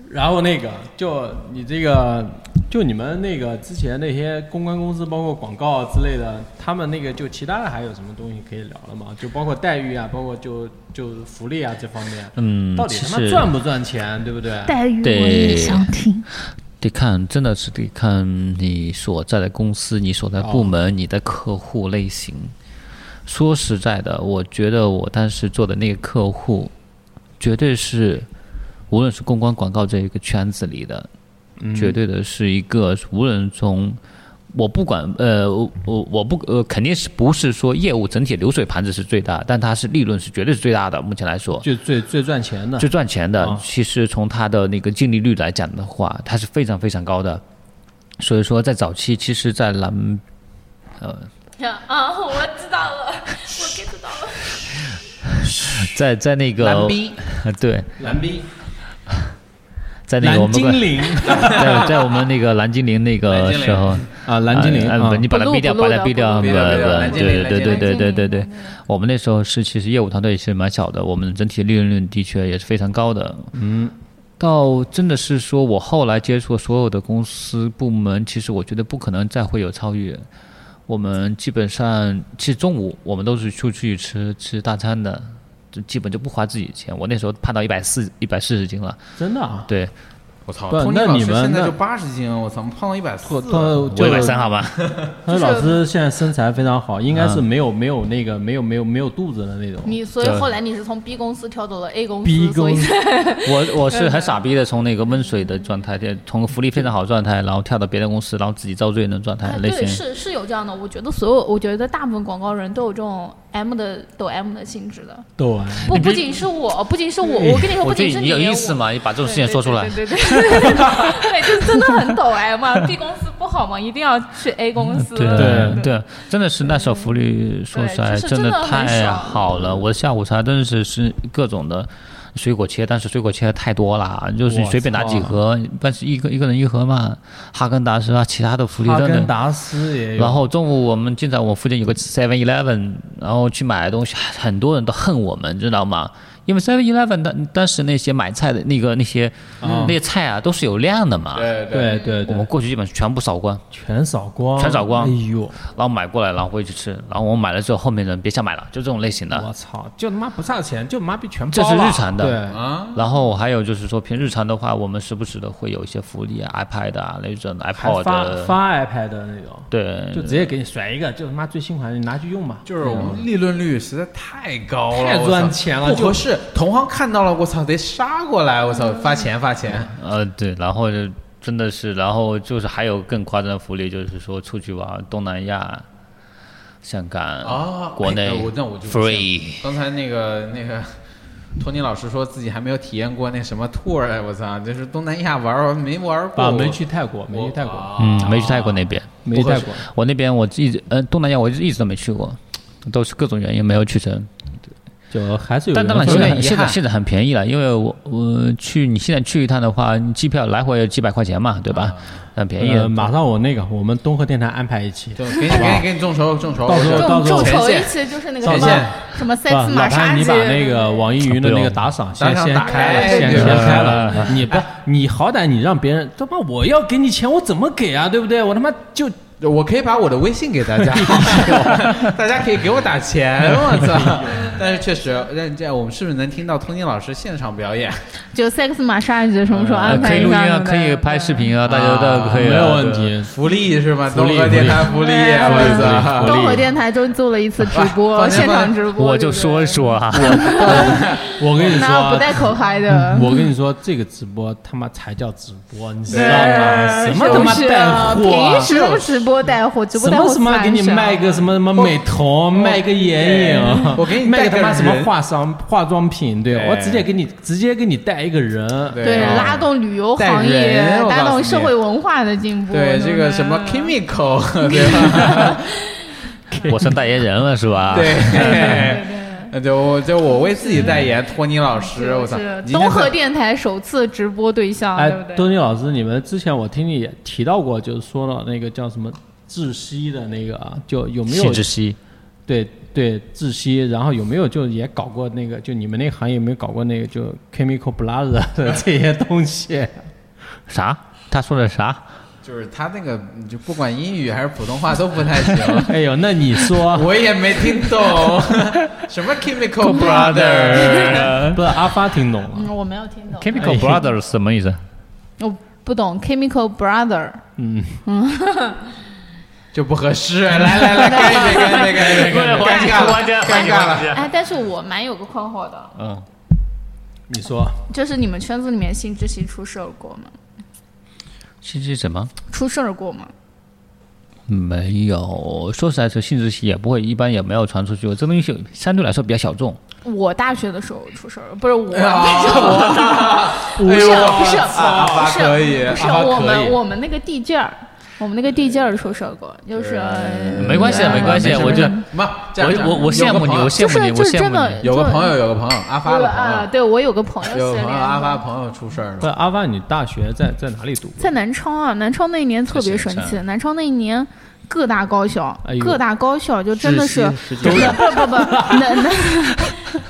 Speaker 1: 然后那个就你这个就你们那个之前那些公关公司，包括广告之类的，他们那个就其他的还有什么东西可以聊了吗？就包括待遇啊，包括就就福利啊这方面，
Speaker 4: 嗯，
Speaker 1: 到底
Speaker 4: 其
Speaker 1: 他妈
Speaker 4: 实
Speaker 1: 赚不赚钱，对不对？
Speaker 3: 待遇
Speaker 4: 对
Speaker 3: 我也想听，
Speaker 4: 得看，真的是得看你所在的公司、你所在部门、你的客户类型。说实在的，我觉得我当时做的那个客户，绝对是，无论是公关广告这一个圈子里的，绝对的是一个无论从。我不管，呃，我我我不呃，肯定是不是说业务整体流水盘子是最大，但它是利润是绝对是最大的。目前来说，
Speaker 1: 就最最赚钱的
Speaker 2: 嗯
Speaker 4: 最赚钱的
Speaker 1: 啊，
Speaker 2: 哦
Speaker 4: 其实从它的那个净利率来讲的话，它是非常非常高的。所以说，在早期，其实，在蓝，呃，
Speaker 3: 啊，我知道了，我 get 到了。
Speaker 4: 在在那
Speaker 2: 蓝
Speaker 4: 个，
Speaker 2: 逼
Speaker 4: 对，
Speaker 2: 蓝逼，
Speaker 4: 在那个我
Speaker 1: 蓝
Speaker 4: 们
Speaker 1: 精
Speaker 4: 个，
Speaker 1: 灵
Speaker 4: 在在我们那个蓝精灵那
Speaker 2: 蓝
Speaker 4: 个
Speaker 2: 精灵
Speaker 4: 时候，
Speaker 1: 啊，蓝精灵
Speaker 4: 啊
Speaker 1: 啊
Speaker 4: 啊，你把它
Speaker 3: 不录
Speaker 4: 逼掉，
Speaker 3: 不录
Speaker 4: 把
Speaker 3: 的
Speaker 4: 它逼掉，
Speaker 3: 不
Speaker 4: 不
Speaker 2: 录
Speaker 4: 不，
Speaker 2: 的不录的
Speaker 4: 对
Speaker 2: 蓝精灵
Speaker 4: 对对
Speaker 2: 蓝
Speaker 4: 对
Speaker 2: 精
Speaker 4: 对
Speaker 3: 灵
Speaker 4: 对对对。我们那时候是其实业务团队是蛮小的，我们整体利润率的确也是非常高的。嗯，到真的是说我后来接触所有的公司部门，其实我觉得不可能再会有超越。我们基本上，其实中午我们都是出去吃吃大餐的，就基本就不花自己钱。我那时候胖到一百四一百四十斤了，
Speaker 1: 真的啊，
Speaker 4: 对，
Speaker 2: 我操！
Speaker 1: 不
Speaker 2: 托尼
Speaker 1: 那
Speaker 2: 老
Speaker 1: 你
Speaker 2: 师
Speaker 1: 们
Speaker 2: 现在
Speaker 1: 那
Speaker 2: 就八十斤，我操，胖到一百四
Speaker 1: 他，他
Speaker 4: 我
Speaker 1: 就
Speaker 4: 一百三好吧？
Speaker 1: 他老师现在身材非常好，应该是没有没有那个没有没有没有肚子的那种。
Speaker 6: 你所以
Speaker 4: 对
Speaker 6: 后来你是从 B 公司跳到了 A 公司
Speaker 1: B
Speaker 6: 所以
Speaker 1: 公司
Speaker 4: 我
Speaker 6: 嗯
Speaker 4: 我是很傻逼的，从那个温水的状态，从福利非常好的状态，然后跳到别的公司，然后自己遭罪的状态
Speaker 6: 哎，
Speaker 4: 类
Speaker 6: 对，
Speaker 4: 型。
Speaker 6: 是是有这样的。我觉得所有，我觉得大部分广告人都有这种 M 的抖 M 的性质的。
Speaker 1: 逗啊！
Speaker 6: 不不仅是我，不仅是我，我跟你说，不
Speaker 4: 我觉
Speaker 6: 仅
Speaker 4: 得
Speaker 6: 是
Speaker 4: 你有意思
Speaker 6: 我
Speaker 4: 嘛，你把这种事情说出来。
Speaker 6: 对对对对 对对，对，就是真的很抖 M 嘛。B 公司不好嘛，一定要去 A 公司。
Speaker 1: 对
Speaker 4: 对真的是那时候福利说实在
Speaker 6: 对就是
Speaker 4: 真
Speaker 6: 真的很
Speaker 4: 太
Speaker 6: 爽
Speaker 4: 好了。我的下午茶真的是是各种的水果切，但是水果切的太多了，就是你
Speaker 1: 我
Speaker 4: 随便拿几
Speaker 1: 操
Speaker 4: 盒，一般是一个一个人一盒嘛。哈根达斯啊，其他的福利
Speaker 1: 哈
Speaker 4: 真
Speaker 1: 根
Speaker 4: 的。
Speaker 1: 达斯也有，
Speaker 4: 然后中午我们经常我附近有个 Seven Eleven，然后去买东西，很多人都恨我们，知道吗？因为 Seven Eleven 当当时那些买菜的那个那些、那些菜啊都是有量的嘛，
Speaker 2: 对
Speaker 1: 对对
Speaker 4: 我
Speaker 1: 对，
Speaker 4: 们过去基本全部扫光，
Speaker 1: 全扫光，
Speaker 4: 全扫光
Speaker 1: 哎呦，
Speaker 4: 然后买过来，然后回去吃，然后我买了之后后面人别想买了，就这种类型的，
Speaker 1: 我操，就他妈不差钱，就他妈逼全
Speaker 4: 啊这
Speaker 1: 包
Speaker 4: 是
Speaker 1: 了
Speaker 4: 日常的
Speaker 1: 对，
Speaker 2: 啊，
Speaker 4: 然后还有就是说，平日常的话，我们时不时的会有一些福利啊，iPad 啊那种
Speaker 1: 还发
Speaker 4: iPod，
Speaker 1: 发 iPad 的那种，
Speaker 4: 对，
Speaker 1: 就直接给你甩一个，就他妈最新款，你拿去用吧。
Speaker 2: 就是我们利润率实在太高了，
Speaker 1: 太
Speaker 2: 我操
Speaker 1: 赚钱了
Speaker 2: 不合适。同行看到了，我操，得杀过来，我
Speaker 1: 嗯
Speaker 2: 操，发钱发钱。
Speaker 4: 呃，对，然后就真的是，然后就是还有更夸张的福利，就是说出去玩东南亚、香港、
Speaker 2: 啊
Speaker 4: 国内、
Speaker 2: 哎我那我就
Speaker 4: free。
Speaker 2: 刚才那个那个托尼老师说自己还没有体验过那什么 tour，哎，我操，就是东南亚玩儿没玩儿过，
Speaker 1: 啊，
Speaker 2: 我
Speaker 1: 没去泰国，没去泰国，
Speaker 2: 啊
Speaker 4: 嗯，没去泰国那边，
Speaker 1: 没去
Speaker 4: 不合
Speaker 1: 泰
Speaker 4: 适
Speaker 1: 国。
Speaker 4: 我那边我一直，呃，东南亚我一直都没去过，都是各种原因没有去成。
Speaker 1: 就还是有
Speaker 4: 但
Speaker 1: 缘
Speaker 4: 当
Speaker 1: 分的。
Speaker 2: 有
Speaker 4: 然现
Speaker 2: 点
Speaker 4: 在
Speaker 2: 遗
Speaker 4: 现在
Speaker 2: 憾
Speaker 4: 现在很便宜了，因为我我去你现在去一趟的话，你机票来回几百块钱嘛，对
Speaker 2: 啊
Speaker 4: 吧？很便宜
Speaker 1: 呃，
Speaker 4: 的。
Speaker 1: 马上我那个，我们东河电台安排一期，
Speaker 2: 就给你给你给你众筹众筹，
Speaker 1: 到时候
Speaker 2: 我
Speaker 1: 到
Speaker 6: 众
Speaker 1: 时候
Speaker 6: 众
Speaker 2: 前
Speaker 6: 筹一
Speaker 2: 线
Speaker 6: 期就是那个什
Speaker 2: 前线
Speaker 6: 么什么
Speaker 1: 是吧
Speaker 6: 三次
Speaker 1: 老
Speaker 6: 马杀
Speaker 1: 潘，
Speaker 6: 鸡，
Speaker 1: 你把那个网易云的那个哦打赏先
Speaker 2: 打赏
Speaker 1: 先
Speaker 2: 打
Speaker 1: 开了，
Speaker 2: 开
Speaker 1: 先
Speaker 2: 对
Speaker 1: 先
Speaker 2: 吧
Speaker 1: 开 了。你不，你好歹你让别人，他妈我要给你钱，我怎么给啊？对不对？我他妈就
Speaker 2: 我可以把我的微信给大家，大家可以给我打钱，我操！但是确实，那这样我们是不是能听到托尼老师现场表演？
Speaker 7: 就 sex massage 什么时候
Speaker 4: 呃
Speaker 7: 安
Speaker 4: 可
Speaker 7: 排
Speaker 4: 以
Speaker 7: 一
Speaker 4: 录音
Speaker 7: 下
Speaker 4: 啊，
Speaker 7: 什么的
Speaker 4: 可以拍视频啊，大家都可以啊，
Speaker 1: 没有问
Speaker 4: 对。
Speaker 1: 题。
Speaker 2: 呃福利是吧？
Speaker 1: 福利
Speaker 2: 综合电台福利，啊
Speaker 7: 对
Speaker 2: 我操！
Speaker 7: 东河电台就做了一次直播，
Speaker 2: 放心
Speaker 7: 现场直播，
Speaker 4: 我
Speaker 7: 对
Speaker 4: 就
Speaker 7: 不对
Speaker 4: 说一，说啊，
Speaker 1: 我跟你说
Speaker 7: 那不
Speaker 1: 啊，
Speaker 7: 带口嗨的，
Speaker 1: 我跟你说，这个直播他妈才叫直播，你知道吗？
Speaker 7: 对
Speaker 1: 什么他妈
Speaker 7: 是不是
Speaker 1: 带货啊？
Speaker 7: 平时都直播带货，直播
Speaker 1: 什
Speaker 7: 带货
Speaker 1: 么什么给你
Speaker 7: 三十
Speaker 1: 卖个什么什么美瞳，卖个眼影，
Speaker 2: 我给你
Speaker 1: 卖
Speaker 2: 带
Speaker 1: 个
Speaker 2: 个
Speaker 1: 他妈什么
Speaker 2: 人
Speaker 1: 化妆化妆品，对
Speaker 2: 对
Speaker 1: 我直接给你直接给你带一个人，
Speaker 7: 对
Speaker 2: 啊
Speaker 7: 拉动旅游行
Speaker 2: 带
Speaker 7: 业
Speaker 2: 人我告诉，你
Speaker 7: 拉动社会文化的进步。
Speaker 2: 对
Speaker 7: 不
Speaker 2: 这个什
Speaker 3: 啊
Speaker 2: 么 chemical，对吧？
Speaker 4: 我是代言人了是吧？
Speaker 2: 对。
Speaker 7: 对对
Speaker 2: 呃对，我就我为自己代言，托尼老师，我操
Speaker 7: 是！
Speaker 2: 你
Speaker 7: 东
Speaker 2: 看
Speaker 7: 河
Speaker 2: 看
Speaker 7: 电台首次直播对象，
Speaker 1: 哎
Speaker 7: 啊对不，对？
Speaker 1: 东尼老师，你们之前我听你也提到过，就是说了那个叫什么窒息的那个啊，就有没有
Speaker 4: 谢志熙，
Speaker 1: 对对窒息，然后有没有就也搞过那个，就你们那个行业有没有搞过那个就 chemical blood 的这些东西？，
Speaker 4: 啥？他说的啥？
Speaker 2: 就是他那个，你就不管英语还是普通话都不太行
Speaker 1: 哎呦，那你说
Speaker 2: 我也没听 懂什么 chemical brother。
Speaker 1: 不是阿发听懂了？
Speaker 3: 嗯，我没有听懂，
Speaker 4: Chemical Brothers 什么意思？
Speaker 3: 我不懂 Chemical Brother，
Speaker 1: 嗯，
Speaker 2: 就不合适。来来来，干一杯，干一杯，干一杯，干一杯尴尬了，尴尬了。
Speaker 3: 哎，但是我蛮有个困惑的，
Speaker 4: 嗯，
Speaker 1: 你说
Speaker 3: 就是你们圈子里面性知识出事儿过吗？
Speaker 4: 信息什么？
Speaker 3: 出事儿过吗？
Speaker 4: 没有，说实在，这性质也不会，一般也没有传出去。这东西相对来说比较小众。
Speaker 3: 我大学的时候出事儿，不是我，
Speaker 2: 哎不
Speaker 3: 不
Speaker 2: 哎
Speaker 3: 是不是
Speaker 2: 阿
Speaker 3: 不
Speaker 2: 发
Speaker 3: 是
Speaker 2: 可以，
Speaker 3: 不是
Speaker 2: 阿
Speaker 3: 我
Speaker 2: 发可
Speaker 3: 们
Speaker 2: 以。
Speaker 3: 我们那个地界儿，我们那个地界儿出事儿过，就是
Speaker 2: 呃
Speaker 4: 没关系，啊没关系，我就
Speaker 2: 妈，这样
Speaker 4: 我我我羡慕你，我羡
Speaker 3: 就
Speaker 4: 慕
Speaker 3: 是
Speaker 4: 你，
Speaker 3: 就
Speaker 4: 我
Speaker 3: 是
Speaker 4: 羡
Speaker 3: 真
Speaker 4: 慕
Speaker 3: 的
Speaker 4: 你。
Speaker 2: 有个朋友，有个朋友，阿发
Speaker 3: 我
Speaker 2: 的
Speaker 3: 啊，
Speaker 2: 朋
Speaker 3: 对我有个朋友
Speaker 2: 友，有
Speaker 3: 失
Speaker 2: 个朋友，
Speaker 3: 联
Speaker 2: 阿发
Speaker 3: 了，
Speaker 2: 朋友出事儿
Speaker 1: 不是
Speaker 2: 了。
Speaker 1: 阿发，你大学在在哪里读？
Speaker 3: 在南昌啊，南昌那一年特别神
Speaker 4: 这是
Speaker 3: 奇，南昌那一年。各大高校
Speaker 1: 哎，呦
Speaker 3: 各大高校就真的是，
Speaker 2: 是
Speaker 3: 不 不不，能能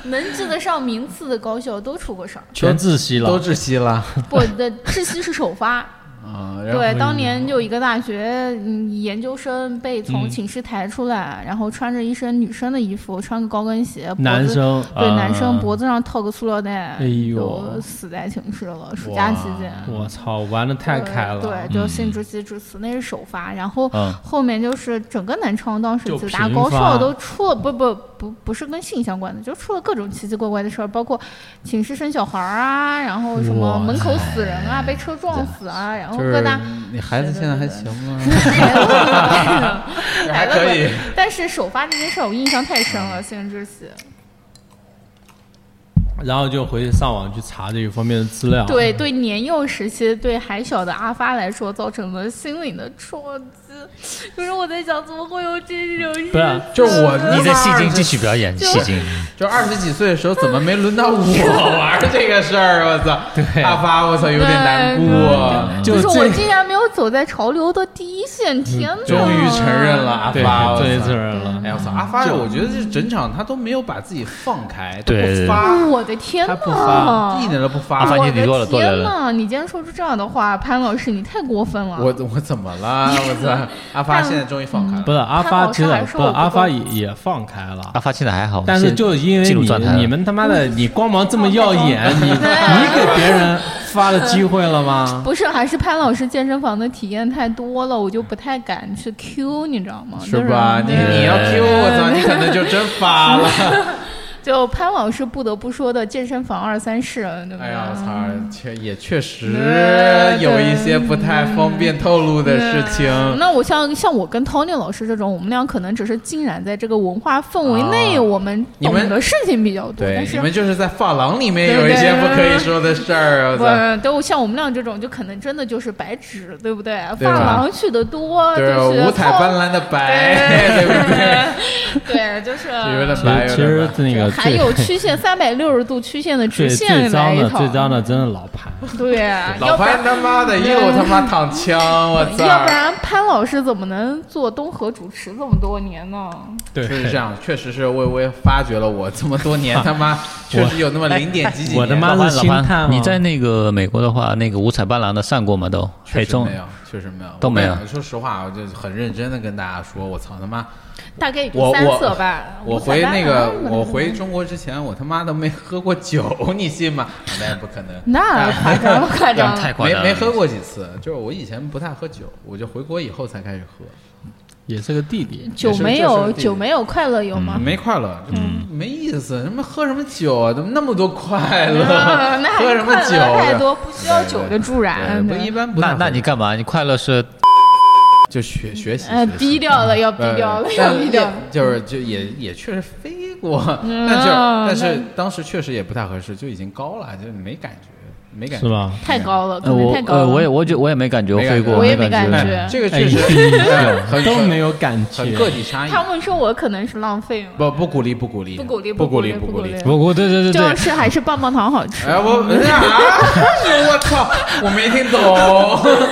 Speaker 3: 能治得上名次的高校都出过事儿。
Speaker 1: 全窒息
Speaker 2: 都
Speaker 1: 了，
Speaker 2: 窒息 了
Speaker 3: 不的窒息是首发，
Speaker 1: 哎
Speaker 2: 啊！然后
Speaker 3: 对，当年有一个大学嗯研究生被
Speaker 1: 嗯
Speaker 3: 从寝室抬出来，然后穿着一身女生的衣服，穿个高跟鞋，脖子
Speaker 1: 男生
Speaker 3: 对
Speaker 4: 啊
Speaker 3: 男生脖子上套个塑料袋，
Speaker 1: 哎呦
Speaker 3: 就死在寝室了。暑假期间，
Speaker 1: 我操，玩的太开了，
Speaker 3: 呃
Speaker 1: 嗯
Speaker 3: 对，就性窒息致死，那是首发。然后
Speaker 4: 嗯
Speaker 3: 后面就是整个南昌当时
Speaker 1: 就
Speaker 3: 几大
Speaker 1: 频
Speaker 3: 高
Speaker 1: 发
Speaker 3: 校都出了，不不不不是跟性相关的，就出了各种奇奇怪怪的事儿，包括寝室生小孩儿啊，然后什
Speaker 1: 哇
Speaker 3: 么门口死人啊，被车撞死啊，然后
Speaker 2: 就是
Speaker 3: 各大。
Speaker 2: 你孩子现在还行 吗？还
Speaker 3: 还
Speaker 2: 可以。
Speaker 3: 但是首发这件事儿我印象太深
Speaker 1: 嗯
Speaker 3: 了，性窒息。
Speaker 1: 然后就回去上网去查这一方面的资料。
Speaker 3: 对对，年幼时期对还小的阿发来说造成了心灵的创击。就是我在想，怎么会有这种
Speaker 1: 不是
Speaker 3: 事？
Speaker 1: 啊
Speaker 2: 就我
Speaker 4: 你在戏 精继续表演，戏精。
Speaker 2: 就二十几岁的时候，怎么没轮到我玩这个事儿？我操！
Speaker 1: 对
Speaker 2: 阿发，我操，有点难过。
Speaker 1: 就
Speaker 3: 就是我
Speaker 1: 这
Speaker 3: 竟然没有走在潮流的第一线，天哪！
Speaker 2: 嗯终于承认了阿
Speaker 1: 对
Speaker 2: 发，我操
Speaker 1: 这一次人了，
Speaker 2: 哎呀，我操！阿发，我觉得这整场他都没有把自己放开，都
Speaker 4: 对
Speaker 2: 不
Speaker 4: 对
Speaker 2: 发，
Speaker 3: 我的天
Speaker 1: 他不发
Speaker 3: 哪！
Speaker 2: 一点都不发
Speaker 4: 阿发。
Speaker 3: 我
Speaker 4: 你
Speaker 3: 的
Speaker 4: 弱了多了
Speaker 3: 天哪！你竟然说出这样的话，潘老师，你太过分了。
Speaker 2: 我我怎么了？我操！阿发现在终于放开
Speaker 1: 不
Speaker 2: 了。
Speaker 1: 是阿
Speaker 3: 潘
Speaker 1: 发，
Speaker 3: 老
Speaker 1: 其
Speaker 3: 师
Speaker 1: 实
Speaker 3: 还说
Speaker 1: 不是
Speaker 3: 我不
Speaker 1: 阿发
Speaker 3: 够
Speaker 1: 也也放开了
Speaker 2: 啊
Speaker 4: 阿。啊发现在还好，
Speaker 1: 但是就因为
Speaker 4: 进入
Speaker 1: 你
Speaker 4: 状态了
Speaker 1: 你们他妈的你光芒这么耀眼，你你给别人发了机会了吗？
Speaker 3: 不是，还是潘老师健身房的体验太多了，我就不太敢去 Q，你知道吗？
Speaker 2: 是吧？
Speaker 3: 就
Speaker 2: 你
Speaker 3: 是
Speaker 2: 你要 Q 我操，你可能就真发了。
Speaker 3: 就潘老师不得不说的健身房二三事，对不对？
Speaker 2: 哎呀，我操！确也确实
Speaker 3: 对
Speaker 2: 有一些不太方便透露的事情。
Speaker 3: 嗯那我像像我跟 Tony 老师这种，我们俩可能只是浸染在这个文化氛围内，
Speaker 2: 啊
Speaker 3: 我们
Speaker 2: 你
Speaker 3: 懂
Speaker 2: 们
Speaker 3: 的事情比较多。但
Speaker 2: 对，
Speaker 3: 是
Speaker 2: 你们就是在发廊里面有
Speaker 3: 对
Speaker 2: 一
Speaker 3: 对
Speaker 2: 些不可以说的事儿。我
Speaker 3: 不
Speaker 2: 操！
Speaker 3: 都像我们俩这种，就可能真的就是白纸，对不对？
Speaker 2: 对啊吧
Speaker 3: 发廊去的多，
Speaker 2: 就是
Speaker 3: 是
Speaker 2: 五彩
Speaker 3: 后
Speaker 2: 哎 斑斓的白，对不对？
Speaker 3: 对，就是
Speaker 2: 有点
Speaker 1: 其
Speaker 2: 白，
Speaker 1: 实
Speaker 2: 有
Speaker 1: 其实
Speaker 2: 点白。
Speaker 1: 那个
Speaker 3: 还有曲 线三百六十度曲线的
Speaker 1: 最
Speaker 3: 直
Speaker 1: 最
Speaker 3: 线来
Speaker 1: 脏
Speaker 3: 一
Speaker 1: 的
Speaker 3: 套
Speaker 1: 最，脏的真的老 潘，
Speaker 3: 对啊，
Speaker 2: 老
Speaker 3: 要不然
Speaker 2: 潘他妈的又他妈躺枪，我操！
Speaker 3: 要不然潘老师怎么能做东河主持这么多年呢？
Speaker 1: 对
Speaker 2: 就是这样，确实是微微发掘了我这么多年他妈确实有那么零点几几
Speaker 1: 我的
Speaker 2: 年
Speaker 1: 妈
Speaker 4: 老
Speaker 1: 是
Speaker 4: 潘老
Speaker 1: 星探
Speaker 4: 潘，
Speaker 1: 吗
Speaker 4: 你在那个美国的话，那个五彩斑斓的上过吗？都
Speaker 2: 确
Speaker 4: 北
Speaker 2: 实
Speaker 4: 中
Speaker 2: 没有，确实没有
Speaker 4: 都没有
Speaker 2: 我跟你说实话，我就很认真的跟大家说，我操他妈！
Speaker 3: 大概也
Speaker 2: 我
Speaker 3: 就三
Speaker 2: 我
Speaker 3: 册吧。
Speaker 2: 我
Speaker 3: 五彩
Speaker 2: 回
Speaker 3: 斑
Speaker 2: 那
Speaker 3: 斓
Speaker 2: 个
Speaker 3: 可能
Speaker 2: 我回中国之前，我他妈都没喝过酒，你信吗？ 那也不可能。
Speaker 3: 那夸张了，夸张了。
Speaker 4: 太夸张了，
Speaker 2: 没没喝过几次，就是我以前不太喝酒，我就回国以后才开始喝，
Speaker 1: 也是个弟弟，
Speaker 3: 酒
Speaker 2: 也是
Speaker 3: 没
Speaker 2: 这是
Speaker 3: 有
Speaker 2: 弟弟
Speaker 3: 酒没有快乐有吗？
Speaker 2: 没快乐，这
Speaker 3: 嗯
Speaker 2: 没意思，他妈喝什么酒啊？怎么那么多快 乐？
Speaker 3: 啊那还
Speaker 2: 喝
Speaker 3: 是
Speaker 2: 什么
Speaker 3: 快
Speaker 2: 酒
Speaker 3: 乐太
Speaker 2: 的
Speaker 3: 多，嗯不需要酒的助
Speaker 2: 对
Speaker 3: 燃。
Speaker 2: 不一般不太
Speaker 4: 那那
Speaker 2: 会
Speaker 4: 你干嘛？你快乐是
Speaker 2: 就学学习，
Speaker 3: 呃
Speaker 2: 学习
Speaker 3: 低调了，要低
Speaker 2: 呃
Speaker 3: 调了，要
Speaker 2: 但
Speaker 3: 低
Speaker 2: 也
Speaker 3: 调了。
Speaker 2: 就是就也也确实飞过，
Speaker 3: 嗯
Speaker 2: 但就但是
Speaker 3: 那
Speaker 2: 当时确实也不太合适，就已经高了，就没感觉，没感
Speaker 1: 是
Speaker 2: 觉。
Speaker 1: 吧？
Speaker 3: 太高了，可
Speaker 4: 呃
Speaker 3: 能
Speaker 4: 我
Speaker 3: 太高
Speaker 4: 呃
Speaker 3: 了。
Speaker 4: 我也我觉我也没感觉我飞过，
Speaker 3: 我也没
Speaker 4: 感
Speaker 3: 感
Speaker 4: 觉
Speaker 3: 觉
Speaker 2: 哎这个确实哎很
Speaker 1: 都没有感
Speaker 2: 很
Speaker 1: 觉。
Speaker 2: 个体差异，
Speaker 3: 他们说我可能是浪费嘛，
Speaker 2: 不不鼓励不鼓励
Speaker 3: 不鼓励
Speaker 2: 不
Speaker 3: 鼓
Speaker 2: 励
Speaker 3: 不
Speaker 2: 鼓
Speaker 3: 励。
Speaker 4: 不不对对对对
Speaker 3: 就，是还是棒棒糖好吃。
Speaker 2: 哎，我啊！我操，我没听懂。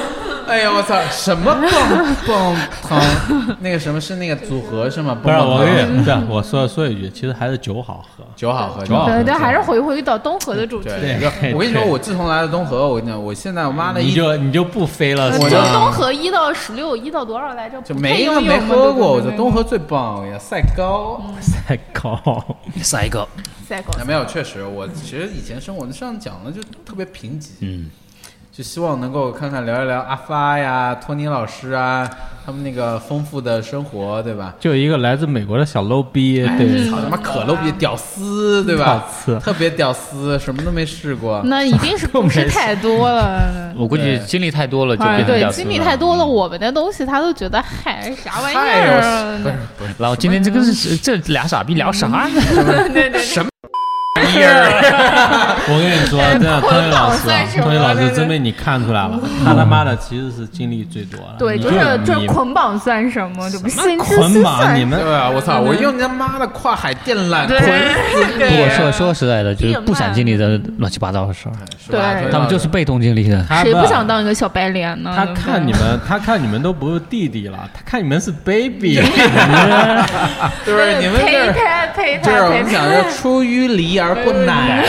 Speaker 2: 哎呀，我操，什么棒棒糖？那个什么是那个组合是吗？
Speaker 1: 不
Speaker 2: 棒
Speaker 1: 是
Speaker 2: 棒
Speaker 1: 我
Speaker 2: 糖
Speaker 1: 跟你这样，我说说一句，其实还是酒好喝。
Speaker 2: 酒好喝，
Speaker 1: 酒好喝
Speaker 3: 对对，
Speaker 1: 是
Speaker 3: 还是回回到东河的主题。
Speaker 2: 嗯对，
Speaker 1: 对
Speaker 2: 我跟你说，
Speaker 1: 对
Speaker 2: 我自从来了东河，我跟你讲，我现在我妈的
Speaker 1: 你
Speaker 2: 一
Speaker 1: 就你就不飞了，
Speaker 3: 呃
Speaker 1: 是
Speaker 3: 就
Speaker 2: 我
Speaker 1: 吧？
Speaker 2: 的
Speaker 3: 东河一到十六，一到多少来着？
Speaker 2: 就
Speaker 3: 不
Speaker 2: 没
Speaker 3: 配
Speaker 2: 一
Speaker 3: 拥
Speaker 2: 个
Speaker 3: 有
Speaker 2: 没
Speaker 3: 嘛
Speaker 2: 喝过，我觉
Speaker 3: 对对
Speaker 2: 得
Speaker 3: 对
Speaker 2: 东河最棒哎呀，赛高。
Speaker 1: 太高，
Speaker 4: 下一个
Speaker 3: 赛狗
Speaker 2: 啊，没有，确实，我其实以前生活上讲的就特别贫瘠，
Speaker 4: 嗯，
Speaker 2: 就希望能够看看聊一聊阿发呀、托尼老师啊，他们那个丰富的生活，对吧？
Speaker 1: 就一个来自美国的小 low 逼，
Speaker 3: 哎
Speaker 1: 对，
Speaker 2: 操他妈可乐比屌丝，对吧
Speaker 1: 嗯屌丝？
Speaker 2: 特别屌丝，什么都没试过。
Speaker 3: 那一 定是故事太多了。
Speaker 4: 我估计经历太多了就
Speaker 3: 哎，
Speaker 4: 变成屌
Speaker 3: 对，
Speaker 4: 丝
Speaker 3: 经历
Speaker 4: 了
Speaker 3: 太多了，我们的东西他都觉得嗨，啥玩意
Speaker 2: 太
Speaker 3: 儿
Speaker 2: 有不是
Speaker 3: 啊？
Speaker 2: 不是
Speaker 4: 然后 今天这个是这俩傻逼聊啥？
Speaker 3: 对对对，
Speaker 2: 什么玩意儿？
Speaker 1: 我跟你说，真的，
Speaker 3: 我
Speaker 1: 托尼老师
Speaker 3: 算，是
Speaker 1: 托尼
Speaker 3: 我
Speaker 1: 老
Speaker 3: 对
Speaker 1: 师
Speaker 3: 对
Speaker 1: 真被你看出来了，他他妈的其实是经历最多了。
Speaker 3: 对，
Speaker 1: 你
Speaker 3: 就
Speaker 1: 就是
Speaker 3: 这
Speaker 1: 你
Speaker 3: 捆绑算什么？这不
Speaker 1: 那
Speaker 3: 心知
Speaker 1: 捆
Speaker 3: 心
Speaker 1: 绑你
Speaker 3: 算。
Speaker 1: 们
Speaker 2: 对吧？我操！我用他妈的跨海电缆
Speaker 3: 对
Speaker 2: 捆死
Speaker 4: 不
Speaker 2: 你
Speaker 4: 过！说说实在的，就是不想经历的乱七八糟的事儿，
Speaker 2: 是吧
Speaker 3: 对
Speaker 2: 对
Speaker 4: 他们就是被动经历的。
Speaker 1: 他
Speaker 3: 谁不想当一个嗯小白脸呢？
Speaker 1: 他
Speaker 3: 对不对
Speaker 1: 看你们，他看你们都不是弟弟了，他看你们是 baby，
Speaker 2: 对不是你们这
Speaker 3: 陪
Speaker 2: 儿
Speaker 3: 他陪他
Speaker 2: 这是我
Speaker 3: 陪
Speaker 2: 们
Speaker 3: 他
Speaker 2: 讲，叫出淤泥而不染，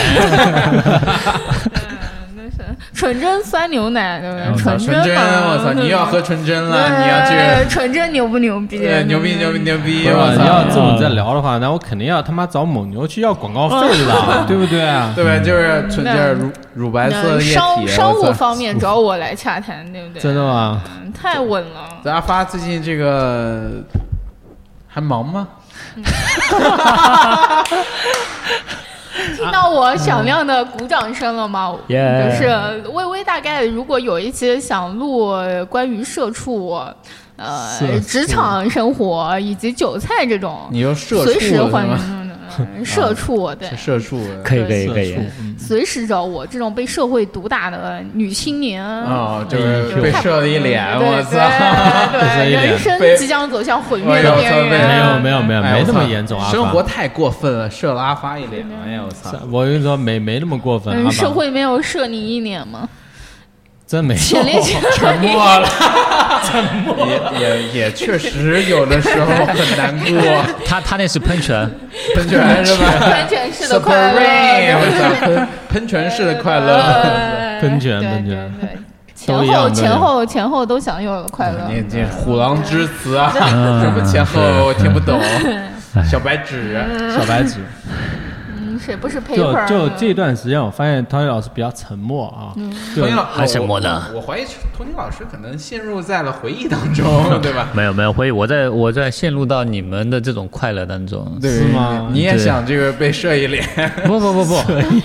Speaker 3: 纯真酸牛奶，对不
Speaker 2: 我
Speaker 3: 对？
Speaker 2: 操，嗯纯真！
Speaker 3: 嘛
Speaker 2: 我操，你又要喝纯真了，
Speaker 3: 对
Speaker 2: 你要去，
Speaker 3: 纯真牛不牛逼？
Speaker 2: 对，牛逼牛逼牛逼！
Speaker 1: 不是
Speaker 2: 我
Speaker 1: 你要
Speaker 2: 操，
Speaker 1: 这么再聊的话，那我肯定要他妈找蒙牛去要广告费
Speaker 3: 嗯
Speaker 1: 的， 对不对？
Speaker 2: 对吧？就是纯就是乳乳白色的液
Speaker 3: 商
Speaker 2: 体，
Speaker 3: 商务
Speaker 2: 我操。
Speaker 3: 方面找我来洽谈，对不对？
Speaker 1: 真的吗？
Speaker 3: 嗯太稳了。
Speaker 2: 咱阿发最近这个还忙吗？
Speaker 3: 听到我响亮的鼓掌声了吗？
Speaker 4: Yeah
Speaker 3: 就是微微大概如果有一期想录关于社畜，呃
Speaker 1: 社畜，
Speaker 3: 职场生活以及韭菜这种，
Speaker 2: 你又社
Speaker 3: 随时
Speaker 2: 畜了
Speaker 3: 欢
Speaker 2: 是
Speaker 3: 迎
Speaker 2: 吗？
Speaker 3: 嗯嗯嗯社畜，对
Speaker 2: 是。社畜，
Speaker 4: 可以可以
Speaker 1: 社
Speaker 4: 可以
Speaker 1: 畜，嗯
Speaker 3: 随时找我这种被社会毒打的女青年
Speaker 2: 哦，就是
Speaker 1: 嗯
Speaker 2: 被
Speaker 3: 太
Speaker 2: 射了一脸，
Speaker 3: 对
Speaker 2: 我
Speaker 3: 对
Speaker 2: 操！
Speaker 1: 这
Speaker 3: 对，
Speaker 1: 一点
Speaker 3: 人生
Speaker 2: 被
Speaker 3: 即将走向毁灭的
Speaker 2: 哎呦
Speaker 3: 边
Speaker 2: 操被
Speaker 3: 缘。
Speaker 1: 没有没有没有
Speaker 2: 哎
Speaker 1: 没那
Speaker 2: 我
Speaker 1: 么
Speaker 2: 操
Speaker 1: 严重啊，
Speaker 2: 生
Speaker 1: 阿
Speaker 2: 活
Speaker 1: 发
Speaker 2: 太过分了，射了阿发一脸，哎呀，我操！
Speaker 1: 我跟你说没没那么过分，阿
Speaker 3: 嗯，
Speaker 1: 发
Speaker 3: 社会没有射你一脸吗？
Speaker 1: 真没
Speaker 3: 前列腺
Speaker 2: 沉默 了，沉默，也也也确实有的时候很难过，
Speaker 4: 他他那是 喷泉，
Speaker 2: 喷泉是吧？
Speaker 3: 完全是的 快乐，
Speaker 2: 我操，喷喷泉式的快
Speaker 3: 嗯
Speaker 2: 乐。
Speaker 1: 喷泉
Speaker 3: 对
Speaker 1: 喷
Speaker 3: 对
Speaker 1: 泉
Speaker 3: 对，
Speaker 1: 都
Speaker 3: 前
Speaker 1: 一样
Speaker 3: 后
Speaker 1: 都一
Speaker 3: 前
Speaker 1: 样
Speaker 3: 后前后都享有了快乐。
Speaker 2: 嗯你这虎狼之词啊，
Speaker 3: 嗯
Speaker 2: 什么前后我听不懂，
Speaker 1: 哎
Speaker 2: 小白纸，
Speaker 1: 小白纸。
Speaker 3: 嗯，谁不是
Speaker 1: 就
Speaker 3: paper？
Speaker 1: 就
Speaker 3: 呢
Speaker 1: 这段时间，我发现汤尼老师比较沉默啊，
Speaker 3: 嗯
Speaker 1: 就
Speaker 2: 童宁老
Speaker 4: 还沉默呢
Speaker 2: 我我我怀疑童宁老师可能陷入在了回忆当 中，对吧？
Speaker 4: 没有没有，回忆我在我在陷入到你们的这种快乐当中。
Speaker 2: 对
Speaker 1: 是吗
Speaker 2: 你也
Speaker 4: 对
Speaker 2: 想这个被射一脸
Speaker 4: 不 不不不，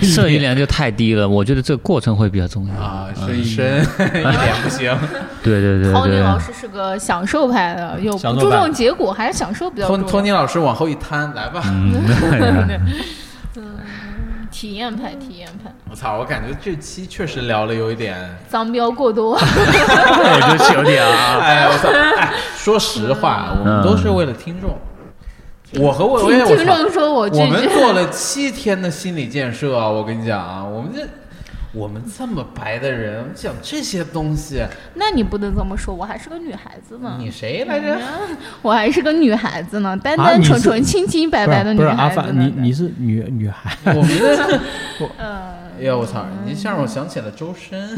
Speaker 4: 射一脸就太低了，我觉得这个过程会比较重要。
Speaker 2: 啊？射一身 一脸不行。
Speaker 4: 对对对
Speaker 3: 陶宁老
Speaker 4: 对，
Speaker 3: 师是个享受派的，有
Speaker 1: 嗯享
Speaker 3: 不
Speaker 1: 受
Speaker 3: 注
Speaker 1: 派
Speaker 3: 重结果，还是享受比较
Speaker 2: 托托
Speaker 3: 重
Speaker 2: 尼
Speaker 3: 要。
Speaker 2: 老师往后一摊，来吧。
Speaker 4: 嗯
Speaker 3: 哎 体验派，体验派，
Speaker 2: 我操！我感觉这期确实聊了有一 点，
Speaker 3: 脏标过多。
Speaker 4: 我就有点啊。
Speaker 2: 哎，我操！哎，说实话，我们
Speaker 4: 嗯
Speaker 2: 都是为了听众。我和 我我也
Speaker 3: 听
Speaker 2: 我
Speaker 3: 听
Speaker 2: 操
Speaker 3: 众说我拒
Speaker 2: 我们
Speaker 3: 绝，
Speaker 2: 做了七天的心理建设啊！我跟你讲啊，我们这我们这么白的人讲这些东西，
Speaker 3: 那你不能这么说，我还是个女孩子呢，
Speaker 2: 你谁来着？
Speaker 3: 我还是个女孩子呢，单
Speaker 1: 啊
Speaker 3: 单
Speaker 1: 你是
Speaker 3: 纯纯、清清白
Speaker 1: 不
Speaker 3: 白
Speaker 1: 是
Speaker 3: 的
Speaker 1: 不
Speaker 3: 女
Speaker 1: 是阿
Speaker 3: 孩子呢。
Speaker 1: 凡，你你是女女孩，
Speaker 2: 我 们的，哎呀，我操！你一下让我想起了周深，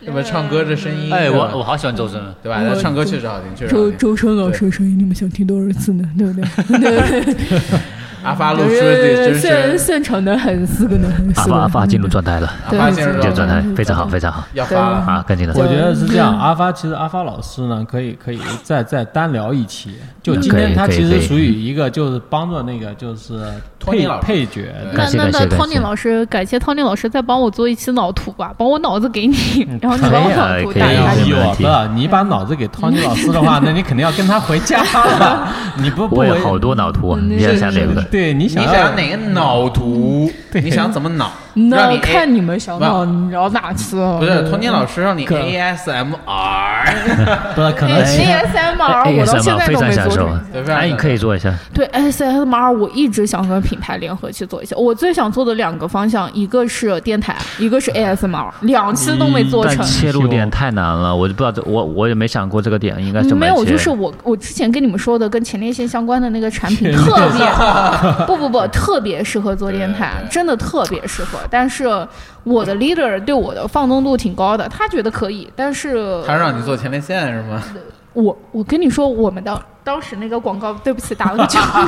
Speaker 2: 对吧？唱歌这声音，
Speaker 8: 哎，
Speaker 2: 对吧
Speaker 3: 嗯
Speaker 8: 我我好喜欢周深，
Speaker 4: 啊
Speaker 2: 对吧？他唱歌确实好听，确实好
Speaker 9: 周
Speaker 2: 听。
Speaker 9: 周深老师的声音，你们想听多少次呢？对不对？呃
Speaker 2: 阿发露出了自己真
Speaker 9: 擅
Speaker 2: 身，
Speaker 9: 擅长的很，四个的很，
Speaker 4: 阿
Speaker 9: 四
Speaker 4: 发
Speaker 9: 个
Speaker 4: 阿
Speaker 9: 的
Speaker 4: 发
Speaker 9: 很。
Speaker 4: 进入状态了，
Speaker 2: 阿发先
Speaker 4: 进
Speaker 3: 嗯
Speaker 4: 入状
Speaker 2: 生
Speaker 4: 态非常好，非常好
Speaker 2: 要发了。
Speaker 4: 啊，更进了。
Speaker 1: 我觉得是这样。阿发其实阿发老师呢，可以可以再再单聊一期。就今
Speaker 4: 可
Speaker 1: 天
Speaker 4: 以
Speaker 1: 他
Speaker 4: 可以
Speaker 1: 其
Speaker 4: 可
Speaker 1: 实
Speaker 4: 以
Speaker 1: 属于一个就是帮着那个就是
Speaker 2: 托尼
Speaker 1: 配
Speaker 2: 老师
Speaker 1: 配角，
Speaker 2: 对
Speaker 4: 感
Speaker 3: 那
Speaker 4: 谢
Speaker 3: 那
Speaker 4: 感谢
Speaker 3: 那
Speaker 4: 感谢
Speaker 3: ，Tony 老师，感谢 Tony 老师再帮我做一期脑图吧，把我脑子给你，然后你把我脑图
Speaker 4: 嗯可以
Speaker 3: 打
Speaker 4: 啊
Speaker 3: 一
Speaker 4: 可
Speaker 3: 下
Speaker 4: 以
Speaker 3: 就
Speaker 4: 没问
Speaker 1: 有
Speaker 4: 题
Speaker 1: 的，你把脑子给托尼老师的话，那你肯定要跟他回家了。你不不
Speaker 4: 我有
Speaker 1: 回
Speaker 4: 好多脑图，
Speaker 3: 嗯
Speaker 4: 啊，你要想哪个？
Speaker 1: 对你
Speaker 2: 你
Speaker 1: 想
Speaker 2: 想
Speaker 1: 要
Speaker 2: 要哪个脑图？你想怎么脑？让
Speaker 9: 那
Speaker 2: 你 A,
Speaker 9: 看你们想到聊哪次哦？
Speaker 2: 不是托尼老师让你
Speaker 1: 可不是
Speaker 2: ASMR，
Speaker 3: 哎
Speaker 4: 哎
Speaker 1: 可能其他
Speaker 3: ASMR，我到哎现在
Speaker 4: 非
Speaker 3: 都
Speaker 4: 常
Speaker 3: 没
Speaker 4: 享
Speaker 3: 做
Speaker 4: 受
Speaker 3: 成。，
Speaker 2: 对吧？
Speaker 4: 哎，你可以做一下，
Speaker 3: 对 ASMR，我一直想跟品牌联合去做一些。我最想做的两个方向，一个是电台，一个是 ASMR，两期都没做
Speaker 4: 但
Speaker 3: 成。
Speaker 4: 切入点太难了，我就不知道这，我我也没想过这个点应该怎么
Speaker 3: 嗯没有，
Speaker 4: 切
Speaker 3: 就是我我之前跟你们说的跟前列腺相关的那个产品
Speaker 1: 前列腺
Speaker 3: 特别不不不特别适合做电台
Speaker 2: 对，对
Speaker 3: 真的特别适合。但是我的 leader 对我的放纵度挺高的，他觉得可以，但是
Speaker 2: 他让你做前列腺是吗？
Speaker 3: 我我跟你说，我们当当时那个广告，对不起，打了个九个。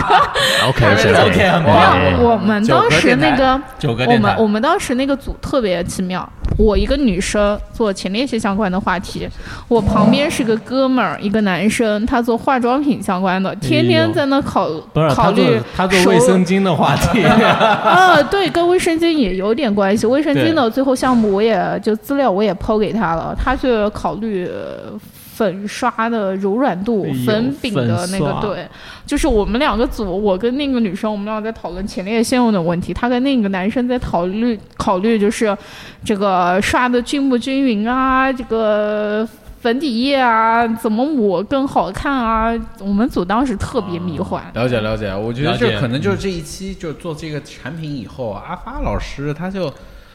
Speaker 4: OK
Speaker 1: OK，很
Speaker 4: 哎
Speaker 1: 棒
Speaker 3: 我们当时那个
Speaker 1: 九个
Speaker 3: 我
Speaker 1: 电
Speaker 3: 们
Speaker 1: 台
Speaker 3: 我们当时那个组特别奇妙，我一个女生做前列腺相关的话题，我旁边是个哥们儿，一个男生，他做化妆品相关的，天天在那考
Speaker 1: 哎不是他
Speaker 3: 考
Speaker 1: 做
Speaker 3: 虑
Speaker 1: 他做卫
Speaker 3: 手
Speaker 1: 生巾的话 题，
Speaker 3: 啊，对，跟卫生巾也有点关系。卫生巾的最后项目，我也就资料我也抛给他了，他去考虑呃粉刷的柔软度
Speaker 1: 哎呦、
Speaker 3: 粉饼的那
Speaker 1: 粉
Speaker 3: 个
Speaker 1: 刷。
Speaker 3: 对，就是我们两个组，我跟那个女生，我们俩在讨论前列腺的问题，他跟那个男生在考虑考虑就是这个刷的均不均匀啊，这个。粉底液啊，怎么抹更好看啊？我们组当时特别迷幻，
Speaker 2: 了解了解，我觉得
Speaker 1: 了解
Speaker 2: 这可能就是这一期就做这个产品以后，阿发老师他就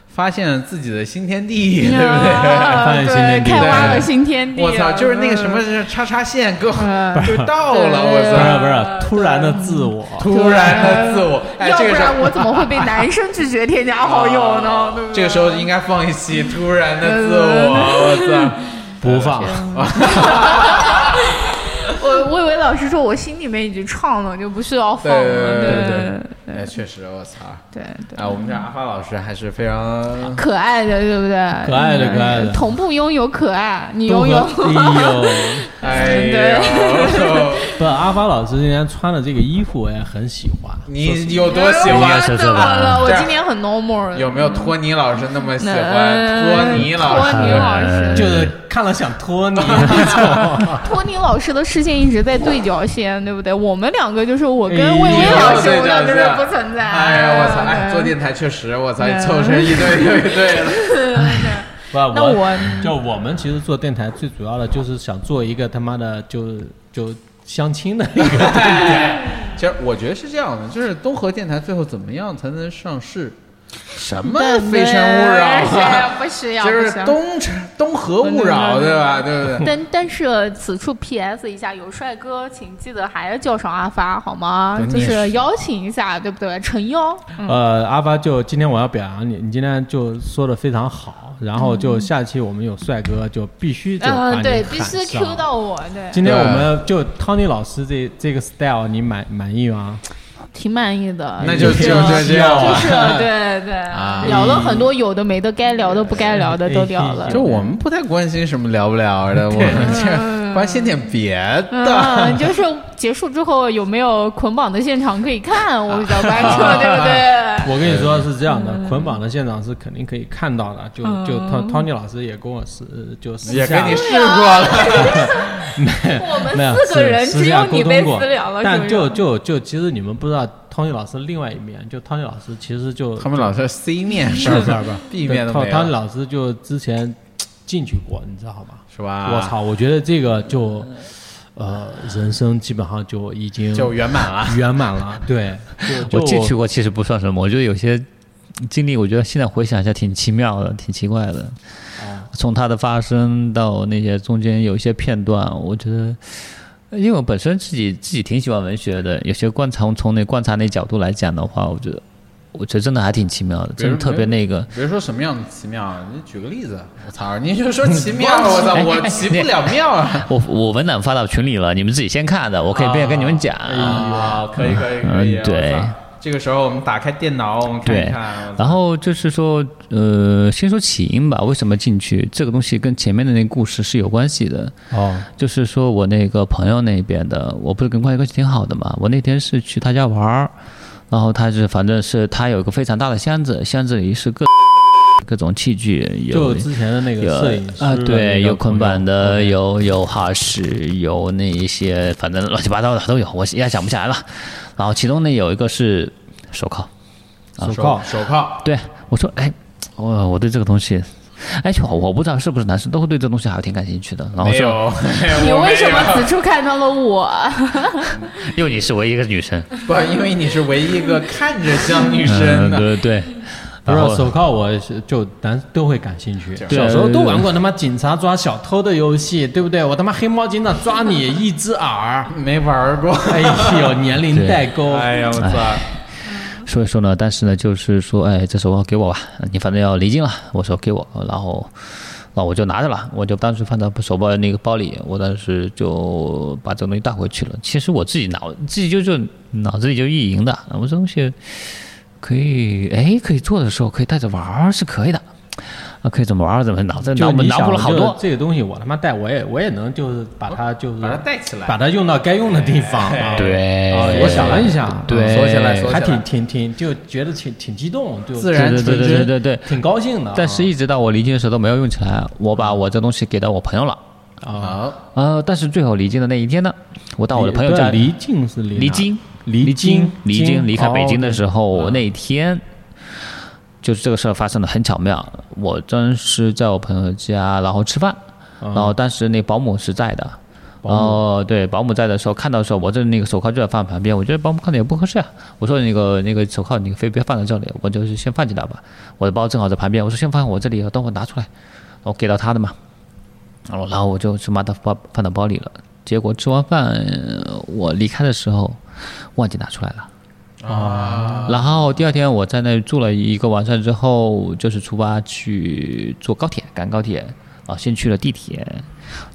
Speaker 2: 发现自己的新天
Speaker 3: 嗯
Speaker 2: 地，对不对？
Speaker 1: 发现新天地
Speaker 3: 啊开挖了
Speaker 2: 对
Speaker 3: 新天 地。
Speaker 2: 我操，就是那个什么是叉叉线给我
Speaker 3: 嗯
Speaker 2: 就到了，我
Speaker 1: 不是
Speaker 2: 操！
Speaker 1: 不是突然的自 我，
Speaker 2: 突然的自我，哎，
Speaker 3: 要
Speaker 2: 这
Speaker 3: 不
Speaker 2: 个哦时
Speaker 3: 然
Speaker 2: 候
Speaker 3: 我怎么会被男生拒绝添加好友呢？对不对？
Speaker 2: 这个时候应该放一期突然的自
Speaker 3: 嗯
Speaker 2: 我，我操！
Speaker 1: 不放，
Speaker 3: 我我以为老师说我心里面已经唱了，就不需要放了。
Speaker 2: 对对
Speaker 3: 对
Speaker 2: 哎，确实，我操！
Speaker 3: 对对
Speaker 2: 哎，我们这阿发老师还是非常
Speaker 3: 可爱的，对不对？
Speaker 1: 可爱的可爱的
Speaker 3: 同步拥有可爱，你
Speaker 1: 都
Speaker 3: 拥
Speaker 1: 和
Speaker 3: 有。
Speaker 1: 哎呦，
Speaker 2: 哎
Speaker 3: 对
Speaker 2: 呦，
Speaker 1: 不，阿发老师今天穿的这个衣服我也很喜欢。
Speaker 2: 你有多喜
Speaker 4: 应该
Speaker 2: 欢
Speaker 4: 是
Speaker 3: 怎
Speaker 4: 这
Speaker 3: 么了？
Speaker 4: 吧
Speaker 3: 我今天很 normal。
Speaker 2: 有没有托尼老师那么喜欢
Speaker 3: 嗯
Speaker 2: 托尼老师？
Speaker 3: 托尼老师，
Speaker 1: 就是看了想拖 你，
Speaker 3: 托尼老师的视线一直在对角线，对不对？我们两个就是我跟魏
Speaker 1: 哎
Speaker 3: 巍
Speaker 1: 呦
Speaker 3: 老师，
Speaker 2: 对
Speaker 3: 我们俩就是
Speaker 2: 角色
Speaker 3: 不存在。
Speaker 2: 哎呀，我操！哎，
Speaker 3: 对
Speaker 2: 做电台确实，我
Speaker 3: 嗯
Speaker 2: 操，凑成一对又一对了。
Speaker 1: 不，
Speaker 3: 那我
Speaker 1: 就我们其实做电台最主要的就是想做一个他妈的就就相亲的一 个，
Speaker 2: 其实我觉得是这样的，就是东河电台最后怎么样才能上市？什么
Speaker 3: 对
Speaker 2: 非诚勿扰啊？
Speaker 3: 哎不需要，
Speaker 2: 就
Speaker 3: 不哦
Speaker 2: 是
Speaker 3: 需要
Speaker 2: 东城东河勿扰，对吧？对不对？
Speaker 3: 但但是此处 PS 一下，有帅哥请记得还要叫上阿发好吗
Speaker 2: 对？
Speaker 3: 就
Speaker 2: 你也
Speaker 3: 是
Speaker 2: 是
Speaker 3: 邀请一下，对不对？诚邀，
Speaker 1: 呃，阿发就今天我要表扬你，你今天就说的非常好，然后就下期我们有帅哥就必须就把
Speaker 3: 嗯，
Speaker 1: 你
Speaker 3: 对，必
Speaker 1: 喊
Speaker 3: 须
Speaker 1: 上
Speaker 3: Q 到我，对，
Speaker 1: 今天我们就 Tony 老师这这个 style 你满满意吗？
Speaker 3: 挺满意的。
Speaker 2: 那就啊
Speaker 3: 就是
Speaker 2: 就就这样吧
Speaker 3: 就是对对，聊了很多有的没的，该聊的不该聊的都聊了
Speaker 1: 哎。
Speaker 2: 就我们不太关心什么聊不聊的，我们这关心点别的。
Speaker 3: 嗯， 就是结束之后有没有捆绑的现场可以看，我比较关注，对不 对？
Speaker 1: 我跟你说是这样的，
Speaker 3: 嗯
Speaker 1: 捆绑的现场是肯定可以看到的，就就 Tony Tony 老师也跟我是就私
Speaker 2: 也
Speaker 1: 下
Speaker 2: 跟你试过
Speaker 3: 嗯
Speaker 2: 了，
Speaker 3: 我
Speaker 1: 没有
Speaker 3: 们四个
Speaker 1: 是
Speaker 3: 人
Speaker 1: 私
Speaker 3: 只
Speaker 1: 下
Speaker 3: 有
Speaker 1: 沟
Speaker 3: 你
Speaker 1: 通
Speaker 3: 被
Speaker 1: 过
Speaker 3: 私聊了，是
Speaker 1: 但
Speaker 3: 不？
Speaker 1: 就是就就其实你们不知道 Tony 老师另外一面，就 Tony 老师其实就
Speaker 2: 他们老说 C 面是
Speaker 1: 不 是不是
Speaker 2: B 面都没
Speaker 1: Tony
Speaker 2: 有，
Speaker 1: 老师就之前进去过，你知道吗？
Speaker 2: 是吧？
Speaker 1: 我！操，我觉得这个就。呃，人生基本上就已经
Speaker 2: 就圆满了。
Speaker 1: 圆满了。 对，就
Speaker 4: 我
Speaker 1: 就
Speaker 4: 进去过其实不算什么，我觉得有些经历，我觉得现在回想一下挺奇妙的，挺奇怪的。从它的发生到那些中间有一些片段，我觉得，因为我本身自己自己挺喜欢文学的，有些观察从那观察那角度来讲的话，我觉得。我觉得真的还挺奇妙的，真的特别那个。
Speaker 2: 比如说什么样的奇妙？你举个例子。我操，你就说奇妙，我 操，我奇不了妙啊！
Speaker 4: 我我文档发到群里了，你们自己先看的，我可以边跟你们讲。
Speaker 2: 啊，可以可以可以。
Speaker 4: 哎嗯对
Speaker 2: 我操，这个时候我们打开电脑，我们看一
Speaker 4: 对啊
Speaker 2: 看。我操
Speaker 4: 然后就是说，呃，先说起因吧，为什么进去？这个东西跟前面的那个故事是有关系的。
Speaker 1: 哦，
Speaker 4: 就是说我那个朋友那边的，我不是跟关系关系挺好的嘛，我那天是去他家玩儿，然后他是反正是他有一个非常大的箱子，箱子里是各 各种器具，
Speaker 1: 就
Speaker 4: 有
Speaker 1: 之前的那
Speaker 4: 有
Speaker 1: 个摄影师
Speaker 4: 啊，
Speaker 1: 的那个
Speaker 4: 对，有
Speaker 1: 朋友
Speaker 4: 捆绑的，
Speaker 1: OK
Speaker 4: 有有哈士，有那一些反正乱七八糟的都有，我一下想不起来了。然后其中呢有一个是手铐，
Speaker 1: 手铐，
Speaker 2: 手铐，
Speaker 4: 对，我说，哎，我我对这个东西，哎，我我不知道是不是男生都会对这东西还挺感兴趣的。然后
Speaker 2: 没
Speaker 4: 说，
Speaker 2: 有。
Speaker 3: 你为什么
Speaker 2: 只
Speaker 3: 此处看到了我？
Speaker 4: 因为你是唯一一个女生，
Speaker 2: 不？因为你是唯一一个看着像女生啊
Speaker 4: 嗯，
Speaker 2: 的。
Speaker 4: 对对，
Speaker 1: 不
Speaker 4: 然后
Speaker 1: 是手铐，我是就咱都会感兴趣。
Speaker 4: 对
Speaker 1: 小时候都玩过他妈警察抓小偷的游戏，对不对？我他妈黑猫警长抓你一只耳，
Speaker 2: 没玩过。
Speaker 1: 哎呦，年龄代沟。
Speaker 2: 哎呀，我操！
Speaker 4: 所以说呢，但是呢，就是说，哎，这手铐给我吧，你反正要离境了。我说给我，然后，那我就拿着了，我就当时放在手包那个包里，我当时就把这个东西带回去了。其实我自己脑自己就就脑子里就意淫的，我这东西可以，哎，可以做的时候可以带着玩儿是可以的，啊，可以怎么玩儿怎么脑子
Speaker 1: 就
Speaker 4: 脑
Speaker 1: 你
Speaker 4: 脑
Speaker 1: 想
Speaker 4: 补了好
Speaker 1: 就
Speaker 4: 多。
Speaker 1: 这个东西，我他妈带我也我也能就是把它就是
Speaker 2: 把它带起来哎
Speaker 1: 把它用到该用的地方。啊
Speaker 4: 对
Speaker 1: 啊，我想了一下，
Speaker 4: 对，
Speaker 2: 锁起来锁起
Speaker 1: 还
Speaker 2: 来
Speaker 1: 挺挺挺就觉得挺挺激动，就
Speaker 2: 自
Speaker 4: 对
Speaker 2: 然
Speaker 4: 对对
Speaker 2: 纯
Speaker 4: 对对
Speaker 2: 真
Speaker 4: 对对。
Speaker 1: 挺高兴的啊。
Speaker 4: 但是一直到我离境的时候都没有用起来，我
Speaker 1: 嗯
Speaker 4: 把我这东西给到我朋友了。
Speaker 1: 啊，
Speaker 2: 好，
Speaker 4: 呃，但是最后离境的那一天呢，我到我的朋友
Speaker 1: 对啊
Speaker 4: 家
Speaker 1: 离境是离
Speaker 4: 离
Speaker 1: 哪
Speaker 4: 京，
Speaker 1: 离
Speaker 4: 京
Speaker 1: 京，
Speaker 4: 离京，
Speaker 1: 京
Speaker 4: 离开北
Speaker 1: 哦
Speaker 4: 京的
Speaker 1: 对
Speaker 4: 时候，我那一天就是这个事儿发生的很巧妙。我当时在我朋友家，然后吃饭，
Speaker 1: 哦
Speaker 4: 然
Speaker 1: 啊
Speaker 4: 后当时那保姆是在的。然后对保姆在的时候，看到的时候，我这那个手铐就在放旁边，我觉得保姆看的也不合适啊。我说那个那个手铐，你非别放在这里，我就是先放进来吧。我的包正好在旁边，我说先放我这里，等会拿出来，我给到他的嘛。然后然后我就去把它包放到包里了。结果吃完饭，呃我离开的时候忘记拿出来了。啊！然后第二天我在那住了一个晚上之后，就是出发去坐高铁，赶高铁。啊，先去了地铁，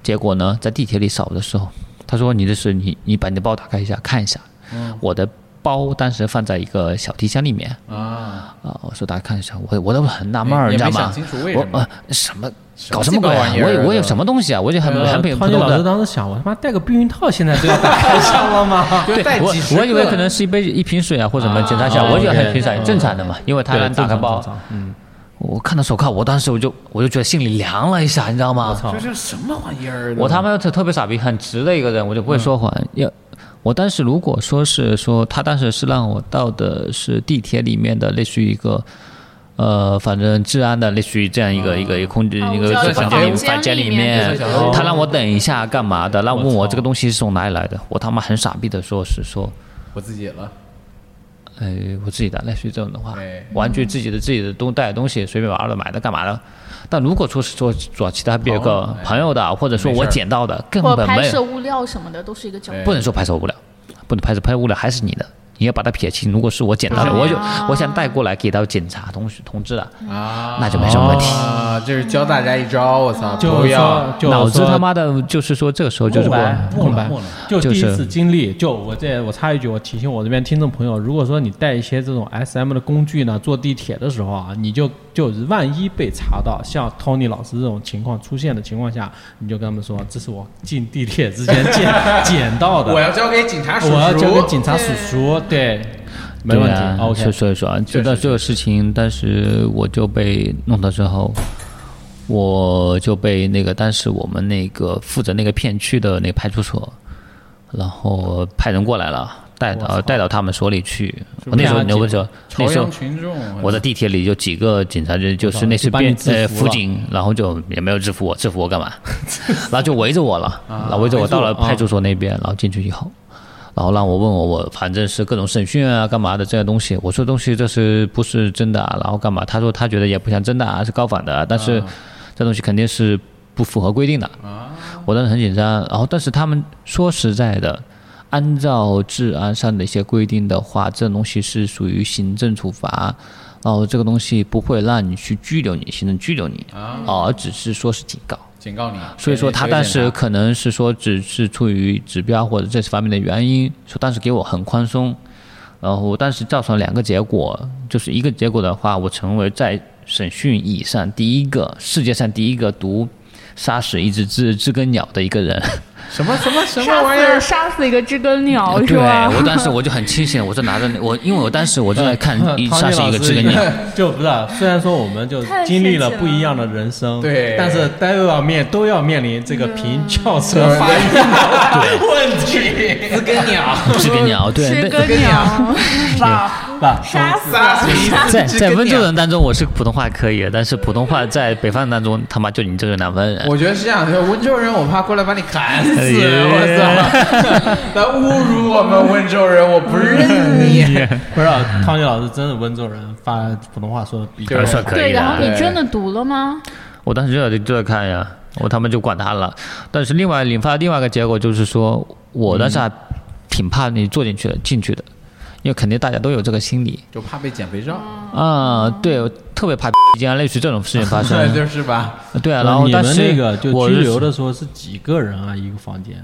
Speaker 4: 结果呢，在地铁里扫的时候，他说：“你这是你，你把你的包打开一下，看一下。”
Speaker 2: 嗯
Speaker 4: 我的包当时放在一个小提箱里面
Speaker 2: 啊，
Speaker 4: 啊，我说大家看一下，我我都很纳闷
Speaker 2: 也
Speaker 4: 儿，你知
Speaker 2: 没
Speaker 4: 道吗
Speaker 2: 想？清楚为
Speaker 4: 我
Speaker 2: 什么
Speaker 4: 呃。什么
Speaker 2: 什么
Speaker 4: 搞什么
Speaker 2: 鸡巴
Speaker 4: 鬼啊？
Speaker 2: 玩意
Speaker 4: 我
Speaker 2: 儿呃
Speaker 4: 有我有
Speaker 2: 对
Speaker 4: 什么东西啊？我就很很很
Speaker 1: 川
Speaker 4: 普
Speaker 1: 剧
Speaker 4: 通
Speaker 1: 老师
Speaker 4: 的。
Speaker 1: 当时想，我他妈带个避孕套，现在 都要打开箱了吗？
Speaker 2: 就带
Speaker 4: 我
Speaker 2: 几十
Speaker 4: 我以为
Speaker 2: 个哦
Speaker 4: 可能是一杯一瓶水啊，或者什么检查一下，
Speaker 1: 啊
Speaker 4: 我以为很
Speaker 1: OK，
Speaker 4: 平常
Speaker 1: 嗯
Speaker 4: 正常的嘛，因为他让打开包，
Speaker 1: 嗯，
Speaker 4: 我看到手铐，我当时我就我就觉得心里凉了一下，你知道吗？
Speaker 1: 我操
Speaker 2: 这，是什么玩意儿？
Speaker 4: 我他妈特特别傻逼，很直的一个人，我就不会说谎。
Speaker 1: 嗯
Speaker 4: 要我当时如果说是说他当时是让我到的是地铁里面的类似于一个。呃，反正治安的类似于这样一个、一个一个空间、
Speaker 6: 啊
Speaker 4: 一
Speaker 6: 我
Speaker 4: 个
Speaker 6: 知道
Speaker 4: 是房间
Speaker 6: 房间
Speaker 4: 房间
Speaker 6: 里
Speaker 4: 里
Speaker 6: 面
Speaker 4: 面
Speaker 2: 就是小时候，
Speaker 4: 他让我等一下干嘛的？然后问
Speaker 2: 我
Speaker 4: 我
Speaker 2: 操
Speaker 4: 这个东西是从哪里来的？我他妈很傻逼的说是说，
Speaker 2: 我自己了，
Speaker 4: 呃，我自己的类似于这种的话
Speaker 2: 对，
Speaker 4: 玩具自己的自己的东带的东西，随便玩的买的干嘛的。但如果说是说找其他别个
Speaker 2: 朋友
Speaker 4: 朋友的，或者说
Speaker 2: 啊哎没
Speaker 4: 我
Speaker 2: 事儿
Speaker 4: 捡到的，根
Speaker 3: 或
Speaker 4: 本
Speaker 3: 拍
Speaker 4: 没有哎
Speaker 3: 摄物料什么的都是一个角
Speaker 2: 对
Speaker 3: 度。
Speaker 4: 不能说拍摄无聊，不能拍摄拍摄无聊还是你的，你要把它撇清。如果是我捡到的，
Speaker 3: 啊
Speaker 4: 我就我想带过来给到警察同学同志的，
Speaker 2: 啊，
Speaker 4: 那就没什么问题。
Speaker 2: 啊，就是教大家一招，我操，
Speaker 1: 就
Speaker 2: 不
Speaker 1: 是
Speaker 2: 要
Speaker 1: 说，就
Speaker 4: 脑
Speaker 1: 是
Speaker 4: 子
Speaker 1: 说
Speaker 4: 他妈的，就是说这个时候就是
Speaker 1: 空
Speaker 4: 过
Speaker 1: 白，空白
Speaker 2: 空白，
Speaker 1: 就
Speaker 4: 就
Speaker 1: 第一
Speaker 4: 是
Speaker 1: 次经历。就我这，我插一句，我提醒我这边听众朋友，如果说你带一些这种 SM 的工具呢，坐地铁的时候啊，你就就万一被查到，像 Tony 老师这种情况出现的情况下，你就跟他们说，这是我进地铁之前捡 捡到的，
Speaker 2: 我
Speaker 1: 我
Speaker 2: 要交给警察叔叔，
Speaker 1: 要交给警察叔叔，对，没问
Speaker 4: 对啊
Speaker 1: 题，OK
Speaker 4: 所以。所以说啊，知道这个事情，但是我就被弄到之后，我就被那个当时我们那个负责那个片区的那个派出所，然后派人过来了，带
Speaker 2: 我操
Speaker 4: 到带到他们所里去。
Speaker 2: 是
Speaker 4: 我那时候
Speaker 1: 不是
Speaker 4: 那时候
Speaker 2: 朝
Speaker 4: 那时候
Speaker 2: 阳群众，
Speaker 4: 我在地铁里有几个警察就就
Speaker 1: 知
Speaker 4: 是
Speaker 1: 道
Speaker 4: 那
Speaker 1: 了
Speaker 4: 是
Speaker 1: 就把你
Speaker 4: 变
Speaker 1: 制
Speaker 4: 呃
Speaker 1: 服
Speaker 4: 辅
Speaker 1: 了
Speaker 4: 警，然后就也没有制服我，制服我干嘛？然后就围着我了，然后围着我
Speaker 1: 围住
Speaker 4: 到了
Speaker 1: 啊
Speaker 4: 派出所那边，然后进去以后，然后让我问我我反正是各种审讯啊干嘛的这些东西，我说东西这是不是真的啊？然后干嘛？他说他觉得也不像真的啊，是高仿的啊，但是这东西肯定是不符合规定的。
Speaker 1: 啊
Speaker 4: 我当时很紧张，然后但是他们说实在的，按照治安上的一些规定的话，这东西是属于行政处罚，然后这个东西不会让你去拘留你，行政拘留你，哦
Speaker 2: 啊
Speaker 4: 而只是说是警告。
Speaker 2: 警告你。
Speaker 4: 所以说他当时可能是说只是出于指标或者这方面的原因，说当时给我很宽松，然后当时造成两个结果，就是一个结果的话，我成为在审讯以上第一个世界上第一个毒杀死一只知知更鸟的一 个人。
Speaker 2: 什么什么什么
Speaker 6: 杀
Speaker 2: 玩意儿
Speaker 6: 死？杀死一个知更鸟哦是
Speaker 4: 对，
Speaker 6: 吧？
Speaker 4: 我当时我就很清醒，我就拿着那我，因为我当时我正在看一
Speaker 1: 唐
Speaker 4: 杀
Speaker 1: 尼嗯
Speaker 4: 死一
Speaker 1: 老
Speaker 4: 个
Speaker 1: 师
Speaker 4: 知更鸟。
Speaker 1: 就不是啊，虽然说我们就
Speaker 6: 太
Speaker 1: 经历
Speaker 6: 神
Speaker 1: 了
Speaker 6: 奇了
Speaker 1: 不一样的人生，
Speaker 2: 对
Speaker 1: 但是都要面都要面临这个凭
Speaker 6: 嗯
Speaker 1: 轿车发育的问题，
Speaker 2: 死跟鸟，
Speaker 4: 知更鸟，对，
Speaker 6: 知
Speaker 4: 但
Speaker 6: 更鸟
Speaker 1: 是吧？
Speaker 6: 杀死
Speaker 2: 杀死一 只
Speaker 4: 在
Speaker 2: 知
Speaker 4: 在
Speaker 2: 更
Speaker 4: 温州
Speaker 2: 鸟
Speaker 4: 人当中，我是普通话可以的，但是普通话在北方当中，他妈就你这个南方人。
Speaker 2: 我觉得是这样，就是温州人，我怕过来把你砍死，
Speaker 4: 哎
Speaker 2: 我操！来侮辱我们温州人，我不认你。
Speaker 1: 不是啊，汤尼老师真是温州人，发普通话说的比较
Speaker 2: 对
Speaker 4: 还算可
Speaker 6: 对，
Speaker 4: 以
Speaker 6: 然后
Speaker 4: 的。
Speaker 6: 你真的读了吗？
Speaker 4: 我当时就在就在看呀，我他们就管他了。但是另外引发另外一个结果就是说，我当时还挺怕你坐进去的进去的，因为肯定大家都有这个心理
Speaker 2: 就怕被捡肥皂，
Speaker 1: 嗯
Speaker 4: 啊。对，我特别怕间类似这种事情 发生。
Speaker 2: 就是吧？
Speaker 4: 对啊，
Speaker 1: 呃
Speaker 4: 然后
Speaker 1: 你
Speaker 4: 当
Speaker 1: 们
Speaker 4: 时
Speaker 1: 那个就
Speaker 4: 我
Speaker 1: 拘
Speaker 4: 是
Speaker 1: 留的时候是几个人啊？一个房间？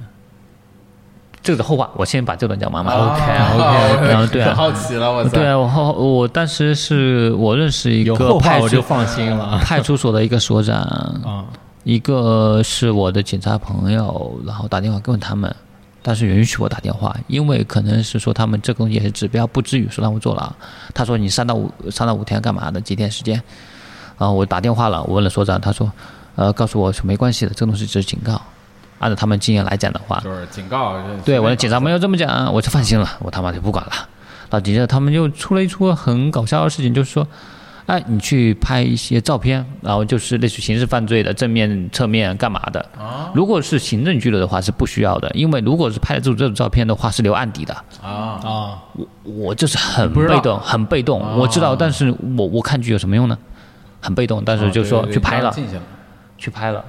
Speaker 4: 这个的后话，我先把这段讲完嘛。
Speaker 1: 啊
Speaker 2: OK，
Speaker 4: 然后对啊
Speaker 2: 好奇了，我操！
Speaker 4: 对啊，我后我当时是我认识一
Speaker 1: 有
Speaker 4: 个
Speaker 1: 后话
Speaker 4: 派
Speaker 1: 我就
Speaker 4: 出
Speaker 1: 放心了
Speaker 4: 派出所的一个所长，
Speaker 1: 啊。
Speaker 4: 一个是我的警察朋友，然后打电话问他们，但是允许我打电话，因为可能是说他们这个也是指标，不至于说让我坐牢。他说你三到五三到五天干嘛的？几天时间？然后我打电话了，我问了所长，他说，呃，告诉我是没关系的，这东西只是警告。按照他们经验来讲的话，
Speaker 2: 就是警告。就是
Speaker 4: 对我的警察朋友这么讲，我就放心了，我他妈就不管了。那接着他们又出了一出很搞笑的事情，就是说，哎，你去拍一些照片，然后就是类似刑事犯罪的正面、侧面干嘛的。
Speaker 2: 啊
Speaker 4: 如果是行政拘留的话是不需要的，因为如果是拍住这种照片的话是留案底的。
Speaker 2: 啊，
Speaker 1: 啊，
Speaker 4: 我就是很
Speaker 2: 不知道啊
Speaker 4: 被动，很被动，我知道，但是我我看剧有什么用呢？很被动，但是就说
Speaker 2: 啊哦对对对
Speaker 4: 去拍了，
Speaker 2: 进去了。
Speaker 4: 去拍了，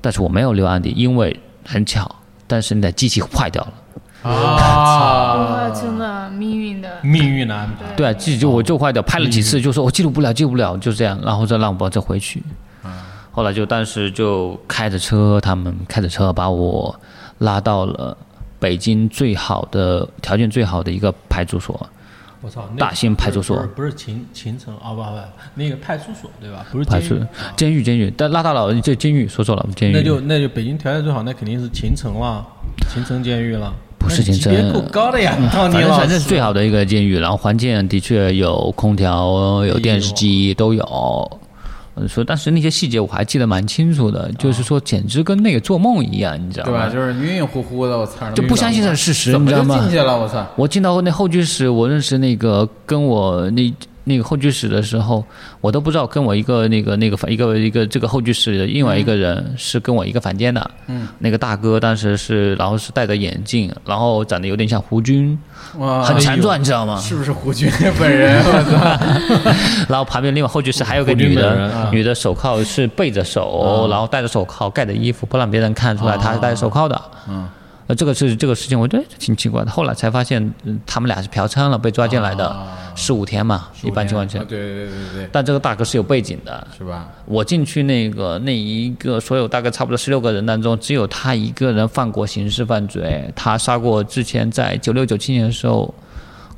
Speaker 4: 但是我没有留案底，因为很巧，但是你的机器坏掉了。
Speaker 2: 啊
Speaker 6: 哇，，真的命运的。
Speaker 1: 命运的安排。
Speaker 4: 对啊，自己就我就坏掉，拍了几次就说我哦记录不了，记录不了，就这样，然后再让我再回去。后来就当时就开着车，他们开着车把我拉到了北京最好的条件最好的一个派出所，
Speaker 1: 我操，那
Speaker 4: 大兴派出所
Speaker 1: 不是不是秦秦城啊，不不，那个派出所对吧？不是
Speaker 4: 派
Speaker 1: 监
Speaker 4: 出
Speaker 1: 狱。
Speaker 4: 监狱监狱，但拉到了这监狱，说错了，监狱
Speaker 1: 那就那就北京条件最好，那肯定是秦城了，秦城监狱了。
Speaker 4: 不是
Speaker 1: 那
Speaker 4: 秦城嗯
Speaker 1: 级别够高的呀，当
Speaker 4: 反
Speaker 1: 年
Speaker 4: 正
Speaker 1: 老
Speaker 4: 反正
Speaker 1: 师
Speaker 4: 是最好的一个监狱，然后环境啊的确有空调、有电视
Speaker 1: 哎
Speaker 4: 机都有。嗯说当时那些细节我还记得蛮清楚的，就是说简直跟那个做梦一样，你知道
Speaker 2: 对吧？
Speaker 1: 啊
Speaker 4: 吗？
Speaker 2: 就是晕晕乎乎的，我操！
Speaker 4: 就不相信这是事实，
Speaker 2: 怎
Speaker 4: 你
Speaker 2: 么
Speaker 4: 知道
Speaker 2: 就
Speaker 4: 吗
Speaker 2: 进？去了？我操！
Speaker 4: 我进到那候居室，我认识那个跟我那那个候居室的时候，我都不知道跟我一个那个那个一个一个这个候居室的另外一个人是跟我一个房间的。嗯，那个大哥当时是，然后是戴着眼镜，然后长得有点像胡军，
Speaker 2: 哇，
Speaker 4: 很强壮，你知道吗？
Speaker 2: 是不是胡军本人？我操！
Speaker 4: 然后旁边另外后续是还有个
Speaker 1: 胡军
Speaker 4: 女
Speaker 1: 本人
Speaker 4: 的
Speaker 1: 啊，
Speaker 4: 女的手铐是背着手，然后戴着手铐盖着衣服，不让别人看出来她是戴着手铐的。
Speaker 2: 嗯，
Speaker 4: 呃，这个是这个事情，我觉得挺奇怪的。后来才发现，嗯他们俩是嫖娼了，被抓进来的，十五天嘛， 一般情况下
Speaker 2: 啊。对对对对对，
Speaker 4: 但这个大哥是有背景的，
Speaker 2: 是吧？
Speaker 4: 我进去那个那一个所有大概差不多十六个人当中，只有他一个人犯过刑事犯罪，他杀过之前在九六九七年的时候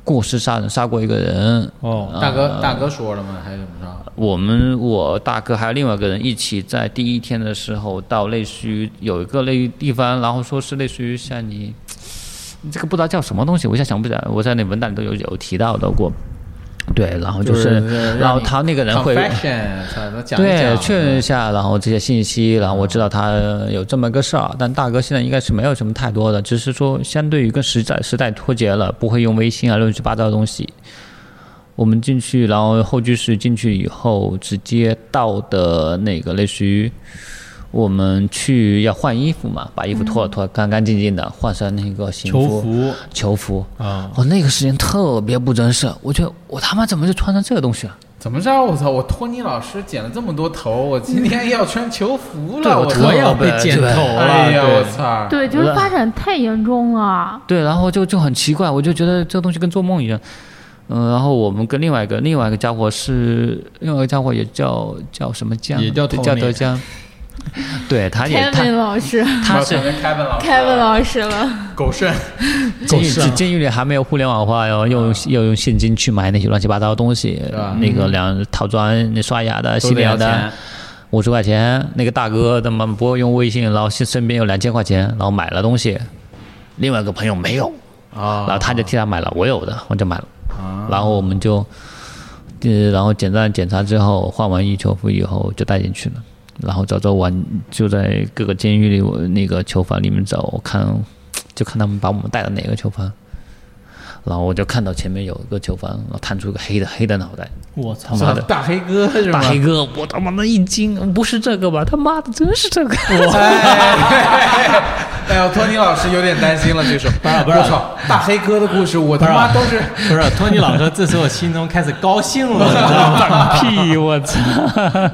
Speaker 4: 过失杀人杀过一个人。
Speaker 1: 哦，
Speaker 2: 大哥，大哥说了吗？还是怎么着？
Speaker 4: 我们我大哥还有另外一个人一起在第一天的时候到类似于有一个类地方，然后说是类似于像你这个不知道叫什么东西，我一下想不起来，我在那文档里都有有提到的过。对，然后就
Speaker 2: 就是让
Speaker 4: 是，然后
Speaker 2: 你
Speaker 4: 他那个人会
Speaker 2: confession，操，他讲一啊嗯
Speaker 4: 对
Speaker 2: 讲
Speaker 4: 确认一下，然后这些信息，然后我知道他有这么个事儿。但大哥现在应该是没有什么太多的，只是说相对于跟时代时代脱节了，不会用微信啊乱七八糟的东西。我们进去，然后候机室进去以后，直接到的那个类似于我们去要换衣服嘛，把衣服脱了脱了干干净净的，换上那个行
Speaker 1: 求
Speaker 4: 服
Speaker 1: 服
Speaker 4: 球服。
Speaker 1: 啊，
Speaker 4: 我那个时间特别不真实，我觉得我他妈怎么就穿成这个东西了？
Speaker 2: 怎么着？我操！我托尼老师剪了这么多头，我今天要穿球服了，我
Speaker 1: 我
Speaker 2: 也
Speaker 1: 也
Speaker 2: 要
Speaker 1: 要被剪头了，
Speaker 2: 哎呀，
Speaker 1: 对
Speaker 2: 我操！
Speaker 6: 对，就是发展太严重了。
Speaker 4: 对，然后就就很奇怪，我就觉得这个东西跟做梦一样。嗯、然后我们跟另外一个另外一个家伙是另外一个家伙也叫叫什么江，
Speaker 1: 也叫
Speaker 4: 对
Speaker 1: Tommy
Speaker 4: 叫 德江，对，他也嗯他
Speaker 3: Kevin 老师
Speaker 4: 他是
Speaker 2: 凯文老师，
Speaker 3: ，Kevin 老师了，
Speaker 2: 狗剩，
Speaker 4: 监
Speaker 1: 狗剩啊
Speaker 4: 狱监狱里还没有互联网化哟，要用要用现金去买那些乱七八糟的东西
Speaker 2: 啊吧，嗯
Speaker 4: 那个两套装、那刷牙的、洗
Speaker 2: 都得
Speaker 4: 脸
Speaker 2: 要
Speaker 4: 的
Speaker 2: 钱，
Speaker 4: 五十块钱，那个大哥他妈不会用微信，然后身身边有两千块钱，然后买了东西，另外一个朋友没有，
Speaker 2: 啊
Speaker 4: 然后他就替他买了，我有的我就买了，然后我们就，呃，然后简单检查之后，换完衣球服以后就带进去了。然后找找玩，就在各个监狱里，我那个囚房里面找，我看就看他们把我们带到哪个囚房，然后我就看到前面有一个囚房，然后探出一个黑的黑的脑袋，
Speaker 1: 我操
Speaker 4: 他！妈的
Speaker 2: 大黑哥是吧？
Speaker 4: 大黑哥，我他妈的一惊，不是这个吧？他妈的，真是这个！
Speaker 2: 哎， 哎呦，托尼老师有点担心了，这首。
Speaker 1: 不是不是
Speaker 2: 我操，大黑哥的故事，我他
Speaker 1: 不是
Speaker 2: 妈都 是
Speaker 1: 不是啊托尼老师，这时候心中开始高兴了，你知道吗？
Speaker 4: 屁，我操！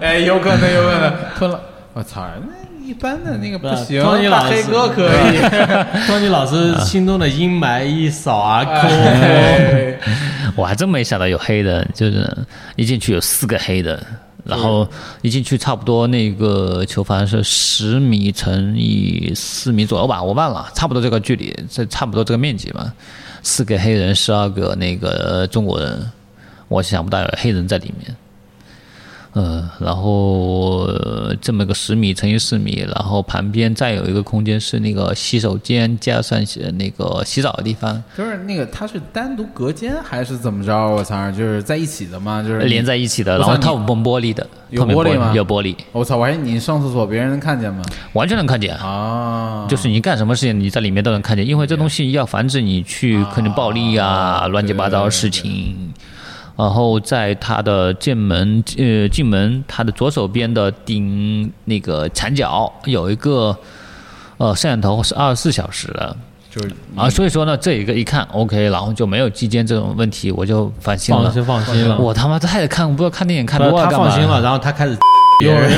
Speaker 2: 哎，有可能，有可能，吞了。我操，那一般的那个不行，
Speaker 1: 啊托尼
Speaker 2: 大
Speaker 1: 老师
Speaker 2: 黑哥可以。
Speaker 1: 托尼老
Speaker 4: 嗯
Speaker 1: 师心中的阴霾一扫啊而空。
Speaker 2: 哎
Speaker 4: 我还真没想到有黑的，就是一进去有四个黑的，然后一进去差不多那个球房是十米乘以四米左右吧，我忘了，差不多这个距离，这差不多这个面积吧。四个黑人，十二个那个中国人，我想不到有黑人在里面。嗯，然后呃这么个十米乘以四米，然后旁边再有一个空间是那个洗手间加上洗那个洗澡的地方，
Speaker 2: 就是那个，他是单独隔间还是怎么着？我操，就是在一起的嘛，就是
Speaker 4: 连。在一起的，
Speaker 2: 我
Speaker 4: 然
Speaker 2: 操
Speaker 4: 后
Speaker 2: 你
Speaker 4: 它有碰玻璃的，
Speaker 2: 有
Speaker 4: 透明
Speaker 2: 玻璃吗
Speaker 4: 有玻璃，
Speaker 2: 我操！我还以为你上厕所别人能看见吗？
Speaker 4: 完全能看见。
Speaker 1: 哦
Speaker 2: 啊，
Speaker 4: 就是你干什么事情，你在里面都能看见，因为这东西要防止你去
Speaker 1: 哦
Speaker 4: 可能暴力啊、乱七八糟的事情。然后在它的进门，呃，进门它的左手边的顶那个墙角有一个呃摄像头是二十四小时的
Speaker 2: 就是
Speaker 1: 嗯
Speaker 4: 啊，所以说呢，这一个一看 OK，然后就没有基间这种问题，我就放心
Speaker 1: 放
Speaker 4: 了。
Speaker 1: 心放心了，
Speaker 4: 我他妈太看不知道看电影看
Speaker 1: 不是
Speaker 4: 多了
Speaker 1: 他
Speaker 4: 干嘛？
Speaker 1: 放心了，然后他开始别人。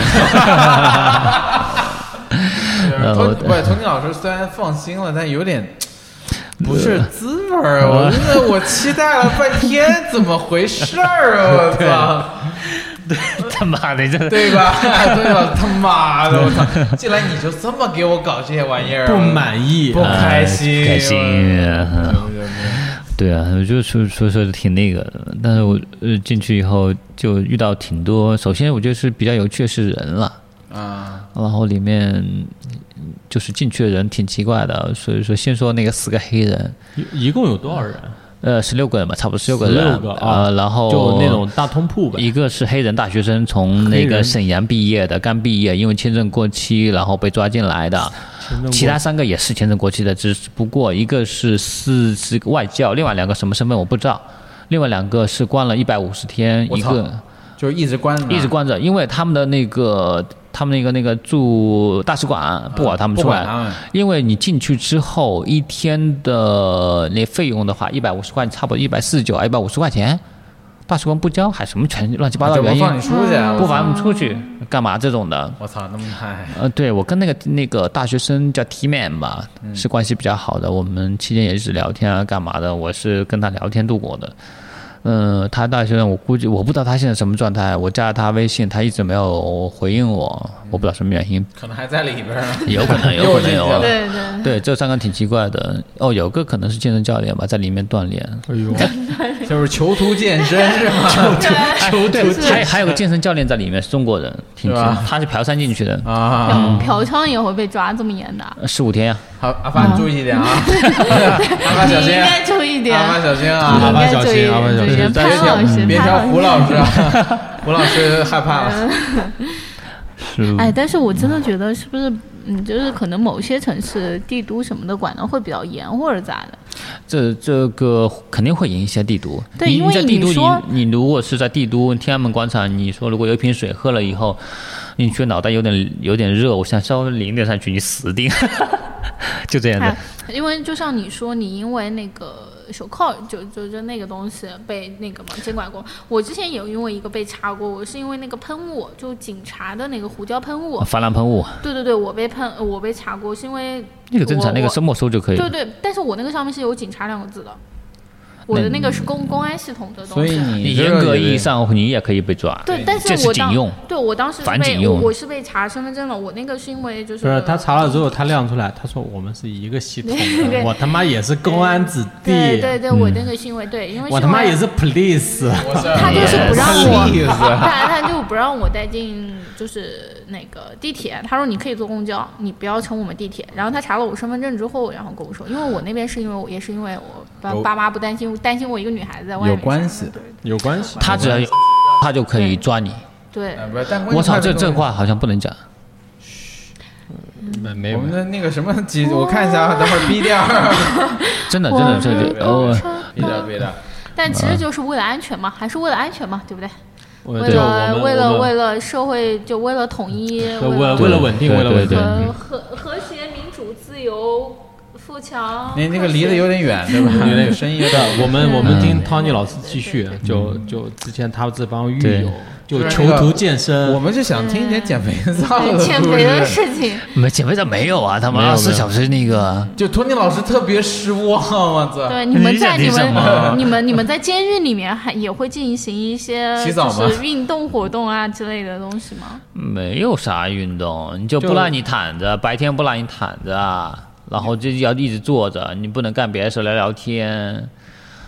Speaker 2: 就是
Speaker 4: 呃
Speaker 2: 托
Speaker 4: 我
Speaker 2: 不是，托尼老师虽然放心了，但有点不是滋味儿。啊我真的我期待了半天，怎么回事儿啊？我操，
Speaker 4: 他妈的，这
Speaker 2: 对吧？对吧？他妈的，我操！进来你就这么给我搞这些玩意儿，
Speaker 1: 不满意
Speaker 2: 不，开心，
Speaker 4: 开心
Speaker 2: 我操
Speaker 4: 对啊，我就说说说挺那个的，但是我呃进去以后就遇到挺多，首先我觉得是比较有趣的是人了，
Speaker 2: 啊，
Speaker 4: 然后里面嗯就是进去的人挺奇怪的，所以说先说那个四个黑人，
Speaker 1: 一共有多少人？
Speaker 4: 呃十六个人吧，差不多十六个人，
Speaker 1: 16个啊
Speaker 4: 呃，然后
Speaker 1: 就那种大通铺呗。
Speaker 4: 一个是黑人大学生，从
Speaker 1: 黑
Speaker 4: 那
Speaker 1: 人
Speaker 4: 个沈阳毕业的，刚毕业，因为签证过期，然后被抓进来的。其他三个也是签证过期的，只不过一个是四是外教，另外两个什么身份我不知道，另外两个是关了一百五十天，
Speaker 2: 我
Speaker 4: 一
Speaker 2: 操
Speaker 4: 个
Speaker 2: 就是一直关着呢，
Speaker 4: 一直关着，因为他们的那个他们那个那个驻大使馆不管他们
Speaker 2: 不
Speaker 4: 出来，
Speaker 2: 管啊他们
Speaker 4: 因为你进去之后一天的那费用的话，一百五十块差不多一百四十九，一百五十块钱，大使馆不交还什么全乱七八糟
Speaker 2: 就
Speaker 4: 原
Speaker 2: 不
Speaker 4: 因，
Speaker 2: 放你出去，
Speaker 4: 不
Speaker 2: 我操
Speaker 4: 罚我们出去干嘛这种的。
Speaker 2: 我操，那么哎嗨，
Speaker 4: 呃，对我跟那个那个大学生叫 T Man 吧，是关系比较好的，我们期间也是聊天啊，干嘛的，我是跟他聊天度过的。嗯、他大学生，我估计我不知道他现在什么状态，我加了他微信，他一直没有回应我，我不知道什么原因，
Speaker 2: 可能还在里边儿呢。
Speaker 4: 有可能，有可
Speaker 2: 又
Speaker 4: 能
Speaker 2: 进去了
Speaker 4: 有。
Speaker 3: 对对，
Speaker 4: 对，这三个挺奇怪的。哦，有个可能是健身教练吧，在里面锻炼。
Speaker 1: 哎呦，
Speaker 2: 就是囚徒健身是吗？
Speaker 4: 球队还还有个健身教练在里面，是中国人，挺
Speaker 2: 是吧
Speaker 4: 他是嫖娼进去的，
Speaker 2: 啊，
Speaker 3: 嫖嫖娼也会被抓这么严的，
Speaker 4: 十五天呀、
Speaker 2: 好，阿发你注意一点啊，阿发小
Speaker 3: 你应
Speaker 2: 心，
Speaker 3: 该注意点
Speaker 2: 阿。发小心
Speaker 3: 你
Speaker 2: 啊！
Speaker 3: 应该注意点，注意
Speaker 4: 是
Speaker 2: 别
Speaker 4: 在
Speaker 3: 潘老师
Speaker 2: 听，别
Speaker 3: 潘
Speaker 2: 挑
Speaker 3: 老
Speaker 2: 胡老师啊，胡老师害怕了。
Speaker 4: 是
Speaker 3: 哎，但是我真的觉得是不是，嗯，就是可能某些城市、帝都什么的管的会比较严，或者咋的？
Speaker 4: 这这个肯定会影响帝都。
Speaker 3: 对
Speaker 4: 你
Speaker 3: 因为
Speaker 4: 你在帝
Speaker 3: 你
Speaker 4: 都，
Speaker 3: 说
Speaker 4: 你你如果是在帝都天安门广场，你说如果有一瓶水喝了以后，你觉得脑袋有点有点热，我想稍微淋点上去，你死定， 就这样的
Speaker 3: 哎。因为就像你说，你因为那个手铐，就就就那个东西被那个嘛监管过。我之前有因为一个被查过，我是因为那个喷雾，就警察的那个胡椒喷
Speaker 2: 哦
Speaker 3: 雾。
Speaker 4: 防狼喷雾，
Speaker 3: 对对对，我被喷，呃我被查过，是因为
Speaker 4: 那个正
Speaker 3: 我
Speaker 4: 常，那个
Speaker 3: 我
Speaker 4: 收没收就可以
Speaker 3: 对
Speaker 4: 了。
Speaker 3: 对，但是我那个上面是有“警察”两个字的，我的那个是公公安系统的东西。
Speaker 4: 你
Speaker 2: 这个
Speaker 4: 严格
Speaker 2: 也
Speaker 4: 意义上你也可以被抓。
Speaker 3: 对，但是
Speaker 4: 这是
Speaker 3: 我
Speaker 4: 警
Speaker 3: 当
Speaker 4: 用，
Speaker 3: 对我当时是
Speaker 4: 反警
Speaker 3: 被
Speaker 4: 用
Speaker 3: 我是被查身份证了，我那个是因为就是
Speaker 1: 不是他查了之后，他亮出来，他说我们是一个系统
Speaker 3: 对
Speaker 1: 的，
Speaker 3: 对
Speaker 1: 我他妈也是公安子弟，
Speaker 3: 对对对，我那个是因为对，因为
Speaker 1: 我嗯
Speaker 3: 是
Speaker 1: 他妈
Speaker 3: 因为
Speaker 1: 也是 police，
Speaker 2: 我是
Speaker 3: 他就是不让
Speaker 2: 意思
Speaker 3: 我， 他他就不让我带进就是那个地铁，他说你可以坐公交，你不要乘我们地铁。然后他查了我身份证之后，然后跟我说，因为我那边是因为我也是因为我爸
Speaker 2: 有
Speaker 3: 爸妈不担心，担心我一个女孩子在外
Speaker 2: 有
Speaker 3: 面
Speaker 2: 关系。
Speaker 1: 有关系。
Speaker 4: 他只要有，他就可以抓你。
Speaker 1: 嗯
Speaker 3: 对
Speaker 2: 呃不是，但关键
Speaker 4: 我操，
Speaker 2: 他
Speaker 4: 这
Speaker 2: 个
Speaker 4: 这话好像不能讲。
Speaker 1: 没没
Speaker 2: 我们的那个什么几，我看一下，等会儿逼掉，
Speaker 4: 真的真的这里哦，
Speaker 2: 逼掉，逼掉。
Speaker 3: 但其实就是为了安全嘛，还是为了安全嘛，对不对？
Speaker 1: 我
Speaker 3: 为
Speaker 1: 对
Speaker 3: 了
Speaker 1: 我们
Speaker 3: 为
Speaker 1: 我
Speaker 3: 了为
Speaker 1: 们
Speaker 3: 了社会，就为了统一，
Speaker 1: 对为了
Speaker 3: 了
Speaker 1: 为了稳定，
Speaker 4: 对
Speaker 1: 为了稳定
Speaker 4: 对对。
Speaker 2: 嗯
Speaker 3: 和和和谐、民主、自由、富强。
Speaker 2: 你那个离得 有点远，对吧？有点有声音，有点
Speaker 1: 我
Speaker 3: 嗯
Speaker 1: 们我们听 Tony 老师继续，啊就就之前他这帮狱
Speaker 4: 对
Speaker 1: 友就
Speaker 2: 就是
Speaker 1: 囚
Speaker 2: 那个
Speaker 1: 徒健身，
Speaker 2: 我们就想听一点减肥皂的
Speaker 3: 对
Speaker 2: 故事
Speaker 3: 减肥的事情，
Speaker 2: 啊
Speaker 4: 没减肥的没有啊，他们
Speaker 1: 没有
Speaker 4: 二
Speaker 1: 没
Speaker 4: 十四
Speaker 1: 有
Speaker 4: 小时那个。
Speaker 2: 就托尼老师特别失望，我操！
Speaker 3: 对你们
Speaker 4: 你
Speaker 3: 在
Speaker 4: 想
Speaker 3: 你
Speaker 4: 听什么
Speaker 3: 们你们你们在监狱里面还也会进行一些
Speaker 2: 洗
Speaker 3: 就
Speaker 2: 澡吗
Speaker 3: 是运动活动啊之类的东西吗？
Speaker 4: 没有啥运动，你就
Speaker 1: 就
Speaker 4: 不让你躺着，白天不让你躺着，啊然后就要一直坐着，你不能干别的事，聊聊天，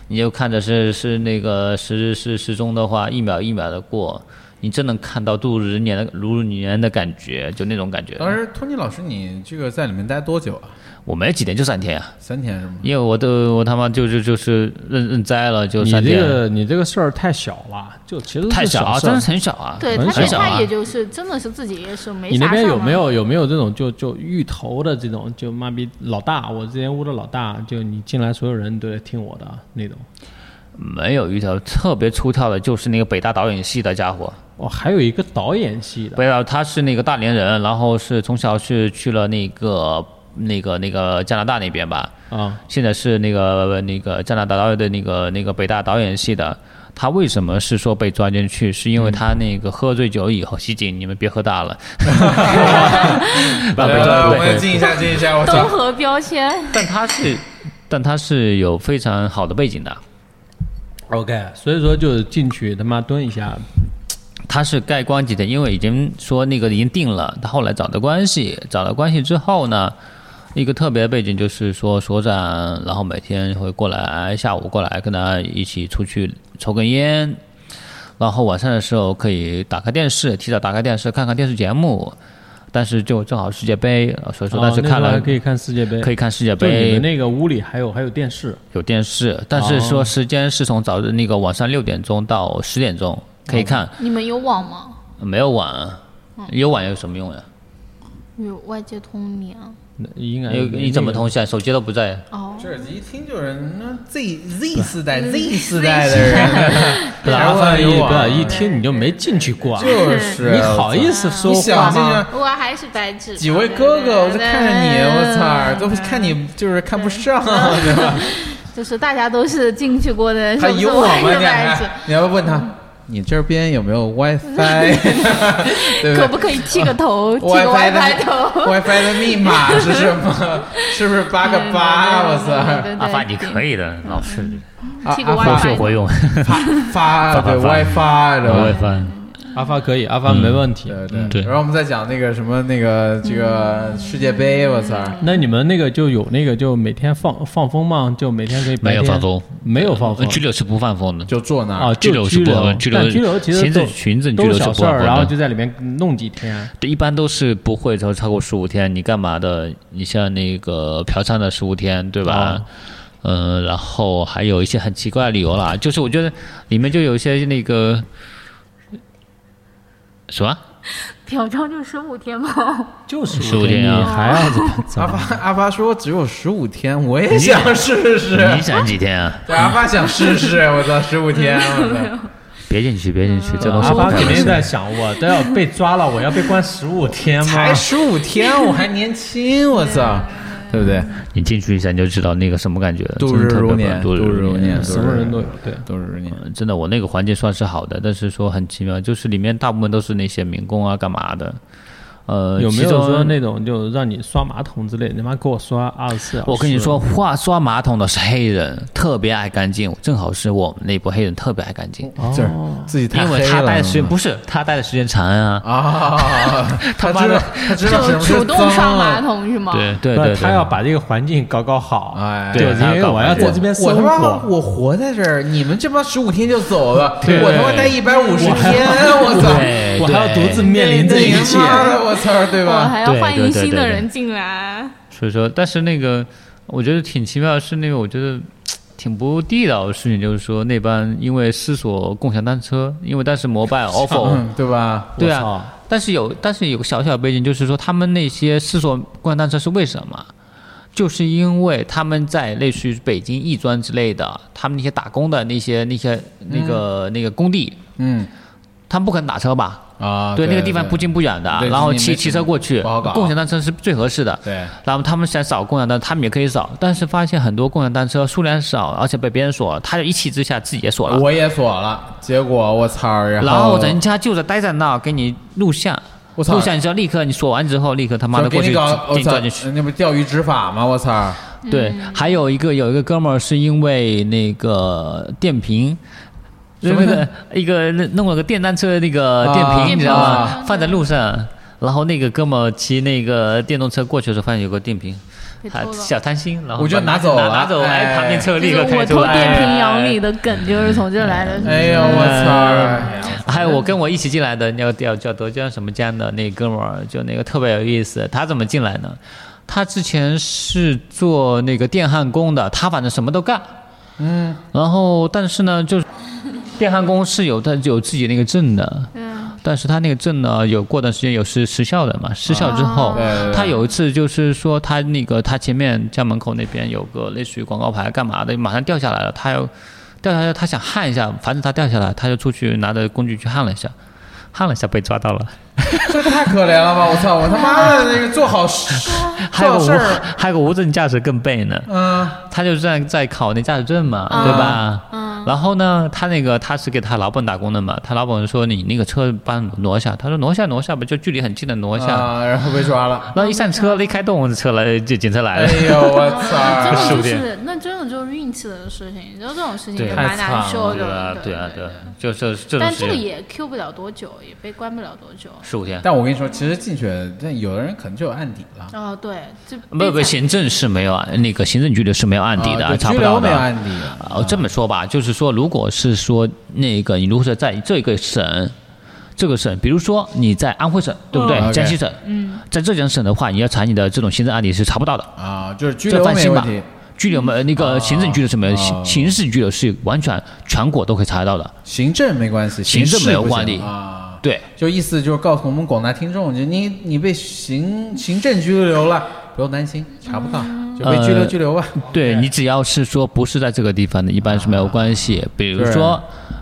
Speaker 4: 你就看着是是那个时时时钟的话，一秒一秒的过，你真能看到度日如年的如日如年的感觉，就那种感觉。
Speaker 2: 当时托尼老师，你这个在里面待多久啊？
Speaker 4: 我没几天就三天啊，
Speaker 2: 三天是吗？
Speaker 4: 因为我都我他妈就就就是认认栽了，就
Speaker 1: 你
Speaker 4: 三
Speaker 1: 这
Speaker 4: 天，
Speaker 1: 个你这个事儿太小了，就其实是
Speaker 4: 太小啊，
Speaker 1: 事儿
Speaker 4: 真是很小啊，
Speaker 3: 对
Speaker 1: 很
Speaker 3: 他
Speaker 1: 少
Speaker 3: 这
Speaker 4: 啊
Speaker 3: 他也就是真的是自己也是没
Speaker 1: 你
Speaker 3: 啥
Speaker 1: 那边
Speaker 3: 事儿
Speaker 1: 有
Speaker 3: 嘛
Speaker 1: 没？有有没有这种就就芋头的这种就妈逼老大，我之前屋的老大，就你进来所有人都得听我的那种。
Speaker 4: 没有一条特别出挑的，就是那个北大导演系的家伙。
Speaker 1: 哦，还有一个导演系的
Speaker 4: 不，要，他是那个大连人，然后是从小是去了那个那个那个加拿大那边吧，
Speaker 1: 啊、
Speaker 4: 现在是那个那个加拿大导演的那个那个北大导演系的。他为什么是说被抓进去？是因为他那个喝醉酒以后，袭警，你们别喝大了。 把
Speaker 2: 来来
Speaker 4: 北
Speaker 2: 来，
Speaker 4: 大
Speaker 2: 我
Speaker 4: 对
Speaker 2: 们静一下，静一下，我
Speaker 3: 综
Speaker 2: 操！
Speaker 3: 合标 签，
Speaker 4: 但他是，但他是有非常好的背景的。
Speaker 1: o k 所以说就进去他妈蹲一下，
Speaker 4: 他是盖棺几的，因为已经说那个已经定了，他后来找的关系，找到关系之后呢，一个特别背景就是说所长，然后每天会过来，下午过来跟他一起出去抽根烟，然后晚上的时候可以打开电视，提早打开电视看看电视节目，但是就正好世界杯，所呃以说当时
Speaker 1: 哦那
Speaker 4: 看
Speaker 1: 时候
Speaker 4: 了、
Speaker 1: 还可以看世界杯，
Speaker 4: 可以看世界
Speaker 1: 就你
Speaker 4: 杯
Speaker 1: 们，那个屋里还有还有电视，
Speaker 4: 有电视，但是说时间是从早那个晚上六点钟到十点钟可以看，
Speaker 3: 你们有网吗？
Speaker 4: 没有晚，有晚有什么用呀？
Speaker 3: 有外界通联啊
Speaker 1: 那应该
Speaker 4: 你嗯你怎么
Speaker 1: 那个
Speaker 4: 通信？手机都不在，
Speaker 3: 哦，
Speaker 2: 这一听就是那 Z Z 世代 Z 世代的 人，
Speaker 1: 麻烦一
Speaker 2: 有啊
Speaker 1: 不要
Speaker 2: 网
Speaker 1: 一听你就没进去过啊，
Speaker 2: 就是
Speaker 1: 你好意思说
Speaker 2: 你
Speaker 1: 话
Speaker 2: 想进
Speaker 1: 吗？
Speaker 2: 去
Speaker 3: 我还是白纸吧。
Speaker 2: 几位哥哥，我在看着你，我操，都
Speaker 3: 不
Speaker 2: 看你就是看不上，啊 对吧？
Speaker 3: 就是大家都是进去过的，
Speaker 2: 还
Speaker 3: 是不是
Speaker 2: 有我
Speaker 3: 还
Speaker 2: 吗？
Speaker 3: 是
Speaker 2: 你
Speaker 3: 白纸
Speaker 2: 还你要不问他，你这边有没有 WiFi？对
Speaker 3: 可
Speaker 2: 不
Speaker 3: 不可以剃 个头？剃个
Speaker 2: WiFi 的
Speaker 3: WiFi 头？
Speaker 2: ？WiFi 的密码是什么？是不是八个
Speaker 3: 嗯
Speaker 2: 八？我操！
Speaker 3: 对
Speaker 4: 阿
Speaker 3: 对
Speaker 4: 发
Speaker 3: 对
Speaker 4: 你可以的，老师
Speaker 2: 啊
Speaker 3: 嗯剃个
Speaker 2: 啊
Speaker 4: 活
Speaker 3: WiFi
Speaker 4: 学活用，
Speaker 2: 发发对 WiFi 对吧？
Speaker 4: WiFi
Speaker 1: 阿发可以，阿发没问题。
Speaker 2: 对
Speaker 4: 嗯
Speaker 2: 对，
Speaker 4: 对
Speaker 2: 然后我们再讲那个什么那个这个世界杯，我操！
Speaker 1: 那你们那个就有那个就每天放放风吗？就每天可以白
Speaker 4: 没有
Speaker 1: 天
Speaker 4: 放风，
Speaker 1: 没有放风，
Speaker 4: 拘留是不放风的。
Speaker 2: 就坐那
Speaker 1: 啊，
Speaker 2: 儿，
Speaker 1: 就
Speaker 4: 拘留是
Speaker 1: 拘
Speaker 4: 不呃
Speaker 1: 留，
Speaker 4: 拘留
Speaker 1: 但拘留其实
Speaker 4: 行
Speaker 1: 都
Speaker 4: 政行政拘
Speaker 1: 都
Speaker 4: 留
Speaker 1: 是
Speaker 4: 是
Speaker 1: 小
Speaker 4: 不
Speaker 1: 事儿，
Speaker 4: 放
Speaker 1: 然后
Speaker 4: 风
Speaker 1: 就
Speaker 4: 的。
Speaker 1: 在里面弄几天。
Speaker 4: 对，一般都是不会哦超超过十五天。你干嘛的？你像那个嫖娼的十五天，对吧？呃，然后还有一些很奇怪的理由啦，就是我觉得里面就有一些那个什么，
Speaker 6: 表彰就是十五天 吗？
Speaker 1: 就是
Speaker 4: 15天啊
Speaker 1: 你还要怎 么怎
Speaker 2: 阿
Speaker 1: 么？
Speaker 2: 发阿发说只有十五天，我也想试试
Speaker 4: 你。想几天 啊？
Speaker 2: 对，阿发想试试，我操，十五天，我
Speaker 3: 嗯
Speaker 2: 操，
Speaker 4: 别进去，别进去，这东西
Speaker 1: 阿
Speaker 4: 不
Speaker 1: 发
Speaker 4: 太
Speaker 1: 肯
Speaker 4: 合
Speaker 1: 定
Speaker 4: 适。
Speaker 1: 在想，我都要被抓了，我要被关十五天吗？
Speaker 2: 才十五天，我还年轻，我操，
Speaker 3: 嗯
Speaker 2: 对不对？
Speaker 4: 你进去一下你就知道那个什么感觉了，
Speaker 2: 度
Speaker 4: 真
Speaker 2: 日
Speaker 4: 的特别
Speaker 2: 如
Speaker 4: 棒
Speaker 2: 年，
Speaker 4: 度日
Speaker 2: 度日如年，
Speaker 1: 什么人都有，对。
Speaker 2: 都是如年。
Speaker 4: 嗯真的，我那个环节算是好的，但是说很奇妙，就是里面大部分都是那些民工啊，干嘛的？呃，
Speaker 1: 有没有
Speaker 4: 其中
Speaker 1: 说那种就让你刷马桶之类的？你妈给我刷二十四小时！
Speaker 4: 我跟你说，，话刷马桶的是黑人，特别爱干净，正好是我们那波黑人特别爱干净，
Speaker 1: 哦
Speaker 2: 这儿自己太
Speaker 4: 因
Speaker 2: 黑
Speaker 4: 为
Speaker 2: 了
Speaker 4: 他待的时间不是他待的时间长啊，
Speaker 2: 啊，他知道他知道什
Speaker 6: 就
Speaker 2: 么是
Speaker 6: 主动
Speaker 2: 脏
Speaker 6: 刷马
Speaker 2: 了
Speaker 6: 桶是吗？
Speaker 4: 对对
Speaker 1: 不
Speaker 4: 对，
Speaker 1: 是哦他要把这个环境搞搞好，
Speaker 2: 哎
Speaker 1: 对，
Speaker 4: 对他要
Speaker 1: 因为
Speaker 4: 搞
Speaker 1: 我
Speaker 4: 环
Speaker 1: 要
Speaker 4: 境
Speaker 1: 在这边
Speaker 2: 我
Speaker 1: 生
Speaker 2: 他妈
Speaker 1: 活。
Speaker 2: 我活在这儿，你们这帮十五天就走了，
Speaker 1: 对
Speaker 2: 我他妈待一百五十天， 我操！
Speaker 4: 对，
Speaker 1: 我还要
Speaker 4: 对
Speaker 1: 独自面临这
Speaker 2: 你
Speaker 1: 一
Speaker 2: 他
Speaker 1: 切，
Speaker 2: 妈的，我操，对
Speaker 6: 我
Speaker 2: 吧？
Speaker 6: 哦还要
Speaker 4: 对
Speaker 6: 欢
Speaker 4: 对
Speaker 6: 迎
Speaker 4: 对
Speaker 6: 新的
Speaker 4: 对对
Speaker 6: 人进来。
Speaker 4: 所以说，但是那个我觉得挺奇妙的是，那个我觉得挺不地道的事情，就是说那班因为思索共享单车，因为当时摩 拜 offer。
Speaker 2: 嗯，对吧？
Speaker 4: 对
Speaker 1: 我
Speaker 4: 啊
Speaker 1: 操，
Speaker 4: 但是有但是有个小小背景，就是说他们那些思索共享单车是为什么？就是因为他们在类似于北京亦庄之类的，他们那些打工的那些那些那个、那个工地，
Speaker 2: 嗯
Speaker 4: 他们不可能打车吧？
Speaker 2: 啊，
Speaker 4: 对，那个地方不近不远的
Speaker 2: 对，
Speaker 4: 然后
Speaker 2: 你没
Speaker 4: 骑
Speaker 2: 什
Speaker 4: 骑车
Speaker 2: 么
Speaker 4: 过去，
Speaker 2: 不好搞
Speaker 4: 共享单车是最合适的。
Speaker 2: 对，
Speaker 4: 然后他们想扫共享单，他们也可以扫，但是发现很多共享单车数量少，而且被别人锁，他就一气之下自己也锁了。
Speaker 2: 我也锁了，结果我操，然
Speaker 4: 然
Speaker 2: 后
Speaker 4: 后人家就在待在那儿给你录像，
Speaker 2: 我操
Speaker 4: 录像你知道，立刻你锁完之后，立刻他妈的
Speaker 2: 给
Speaker 4: 过
Speaker 2: 你
Speaker 4: 去
Speaker 2: 搞，
Speaker 4: 给
Speaker 2: 我
Speaker 4: 你
Speaker 2: 操
Speaker 4: 抓进，去。
Speaker 2: 那不钓鱼执法吗？我操，
Speaker 6: 嗯
Speaker 4: 对，还有一个有一个哥们儿是因为那个电瓶。
Speaker 2: 什么
Speaker 4: 那个一个弄了个电单车的那个
Speaker 2: 啊
Speaker 4: 电瓶，你知道吗
Speaker 2: 啊？
Speaker 4: 放在路上，然后那个哥们儿骑那个电动车过去的时候，发现有个电瓶，
Speaker 6: 被
Speaker 4: 他
Speaker 6: 偷了
Speaker 4: 小贪心，然后
Speaker 2: 我就
Speaker 4: 把
Speaker 2: 拿走
Speaker 4: 拿
Speaker 2: 了
Speaker 4: 拿走，
Speaker 2: 哎
Speaker 4: 哎，旁边车立
Speaker 6: 就
Speaker 4: 刻
Speaker 6: 是
Speaker 4: 开
Speaker 6: 我
Speaker 4: 出
Speaker 6: 偷电
Speaker 4: 来。
Speaker 6: 瓶养你的梗就是从这来
Speaker 4: 嗯
Speaker 6: 的。
Speaker 2: 哎呦，我操哎呀！
Speaker 1: 嗯
Speaker 4: 还有我跟我一起进来的，叫叫叫德江什么江的那哥们儿，就那个特别有意思，他怎么进来呢？他之前是做那个电焊工的，他反正什么都干，嗯，然后但是呢，就是电焊工是有他有自己那个证的，
Speaker 6: 嗯，
Speaker 4: 但是他那个证呢，有过段时间有失失效的嘛，失效之后，
Speaker 2: 对对对
Speaker 4: 他有一次就是说他那个他前面家门口那边有个类似于广告牌干嘛的，马上掉下来了，他要掉下来，他想焊一下，防止他掉下来，他就出去拿着工具去焊了一下，焊了一下被抓到了。
Speaker 2: 这太可怜了吧！我操，我他妈的那个做好事，
Speaker 4: 还有
Speaker 2: 做好
Speaker 4: 个
Speaker 2: 事
Speaker 4: 无
Speaker 2: 儿，
Speaker 4: 还有个无证驾驶更背呢，
Speaker 2: 嗯，
Speaker 4: 他就是在在考那驾驶证嘛，
Speaker 2: 啊
Speaker 4: 对吧？嗯。然后呢，他那个他是给他老板打工的嘛，他老板说你那个车帮我挪一下，他说挪一下挪一下吧，就距离很近的挪一下。
Speaker 2: 啊，然后被抓了。
Speaker 4: 然后一上车，一开动，车来就警察来
Speaker 2: 哎
Speaker 4: 了。
Speaker 2: 呦，我
Speaker 6: 真
Speaker 2: 操！
Speaker 6: 的
Speaker 4: 15
Speaker 6: 就
Speaker 4: 天
Speaker 6: 是，那真的就是运气的事情，你知道这种事情
Speaker 4: 对
Speaker 6: 也
Speaker 4: 太
Speaker 6: 蛮难受
Speaker 4: 对
Speaker 6: 的
Speaker 4: 啊，。对啊，对啊，就是这种
Speaker 6: 但
Speaker 4: 事
Speaker 6: 这个
Speaker 4: 情。
Speaker 6: 也 Q 不了多久，也被关不了多久。
Speaker 4: 十五天，
Speaker 2: 但我跟你说，其实进去，但有的人可能就有案底了。
Speaker 6: 哦，对，这
Speaker 4: 没有，没有，行政是没有啊那个行政拘留是没有案底的，
Speaker 2: 啊对
Speaker 4: 查不
Speaker 2: 拘留
Speaker 4: 到
Speaker 2: 没
Speaker 4: 的。
Speaker 2: 有案底，
Speaker 4: 哦，这么说吧，就是说，如果是说那个，你如果是在这个省，这个省，比如说你在安徽省，对不对？
Speaker 2: 嗯
Speaker 4: 江西省，嗯，在浙江省的话，你要查你的这种行政案底是查不到的，
Speaker 2: 啊，就是拘
Speaker 4: 这
Speaker 2: 留
Speaker 4: 放
Speaker 2: 没
Speaker 4: 心
Speaker 2: 问
Speaker 4: 吧
Speaker 2: 题，。
Speaker 4: 拘留没那个行政拘留是没有，
Speaker 2: 哦
Speaker 4: 刑刑事拘留是完全全国都可以查得到的。
Speaker 2: 行政没关系，
Speaker 4: 行政
Speaker 2: 事
Speaker 4: 没有
Speaker 2: 不行
Speaker 4: 惯例
Speaker 2: 啊。
Speaker 4: 对，
Speaker 2: 就意思就是告诉我们广大听众，就你你被行行政拘留了，不用担心，查不到，就被拘留
Speaker 4: 呃
Speaker 2: 拘留吧。
Speaker 4: 对你只要是说不是在这个地方的，一般是没
Speaker 2: 啊
Speaker 4: 有关系。比如说，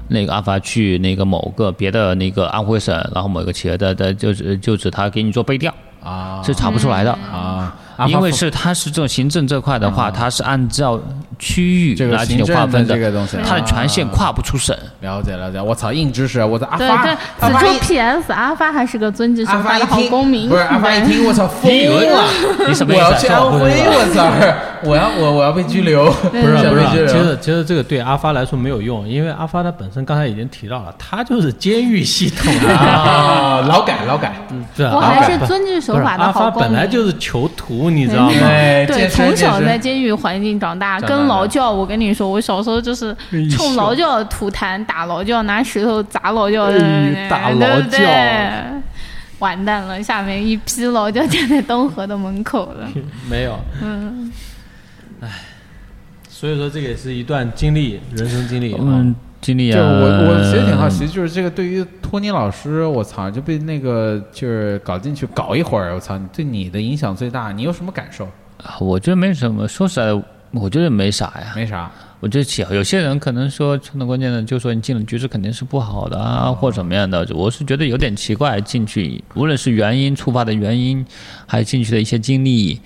Speaker 4: 那个阿发去那个某个别的那个安徽省，然后某个企业的的就职就职，他给你做背调，
Speaker 2: 啊
Speaker 4: 是查不出来的。
Speaker 2: 啊，阿
Speaker 4: 因
Speaker 2: 发
Speaker 4: 为
Speaker 2: 付
Speaker 4: 是它是这种行政这块的话，它是按照区域
Speaker 2: 这个
Speaker 4: 来进
Speaker 2: 行
Speaker 4: 行划
Speaker 2: 政的
Speaker 4: 分
Speaker 2: 这个东西，
Speaker 4: 它的权限
Speaker 2: 啊
Speaker 4: 跨不出省。
Speaker 2: 了解了解，我操，硬知识，啊我操，阿
Speaker 6: 对
Speaker 2: 发，
Speaker 6: 对，
Speaker 2: 阿
Speaker 6: 此
Speaker 2: 发
Speaker 6: 处
Speaker 2: 一
Speaker 6: PS 阿发还是个遵纪
Speaker 2: 阿
Speaker 6: 守
Speaker 2: 发
Speaker 6: 法
Speaker 2: 一
Speaker 6: 的好
Speaker 2: 听
Speaker 6: 公民。
Speaker 2: 不是阿发一听，我操，疯
Speaker 4: 你以为
Speaker 2: 了，
Speaker 4: 你什么
Speaker 2: 我要
Speaker 4: 意思啊？
Speaker 2: 去
Speaker 4: 是
Speaker 2: 安
Speaker 4: 吧
Speaker 2: 徽，我操，我要我我要被拘留， 不
Speaker 1: 不是啊不是
Speaker 2: 被拘，
Speaker 1: 其
Speaker 2: 留。
Speaker 1: 实其实这个对阿发来说没有用，因为阿发他本身刚才已经提到了，他就是监狱系统 啊，
Speaker 2: 啊，劳改劳改，
Speaker 3: 嗯
Speaker 1: 是吧
Speaker 6: 我还是
Speaker 1: 不
Speaker 6: 遵纪守
Speaker 1: 啊不是
Speaker 6: 法的
Speaker 1: 阿
Speaker 6: 好
Speaker 1: 发
Speaker 6: 公民。
Speaker 1: 本来就是囚徒，你知道吗？
Speaker 3: 嗯
Speaker 2: 哎，
Speaker 6: 对，
Speaker 2: 健身
Speaker 6: 从小
Speaker 2: 健身
Speaker 6: 在监狱环境长大，
Speaker 2: 长大
Speaker 6: 跟
Speaker 2: 的
Speaker 6: 劳教。我跟你说，我小时候就是
Speaker 2: 哎
Speaker 6: 冲劳教吐痰、打劳教、拿石头砸劳教的，
Speaker 1: 哎打劳
Speaker 6: 对不对
Speaker 1: 教
Speaker 6: 完蛋了，下面一批劳
Speaker 3: 嗯
Speaker 6: 教站在东河的门口了。
Speaker 1: 没有，所以说这个也是一段经历，人生经历。
Speaker 4: 嗯，经历
Speaker 2: 就
Speaker 4: 啊，
Speaker 2: 我我其实挺好奇，就是这个对于托尼老师，我操就被那个就是搞进去搞一会儿，我操，对你的影响最大，你有什么感受？
Speaker 4: 啊，我觉得没什么，说实在的，我觉得没啥呀。
Speaker 2: 没啥，
Speaker 4: 我觉得起有些人可能说穿的关键的，就说你进了局势肯定是不好的啊，或怎么样的。我是觉得有点奇怪，进去无论是原因触发的原因，还有进去的一些经历，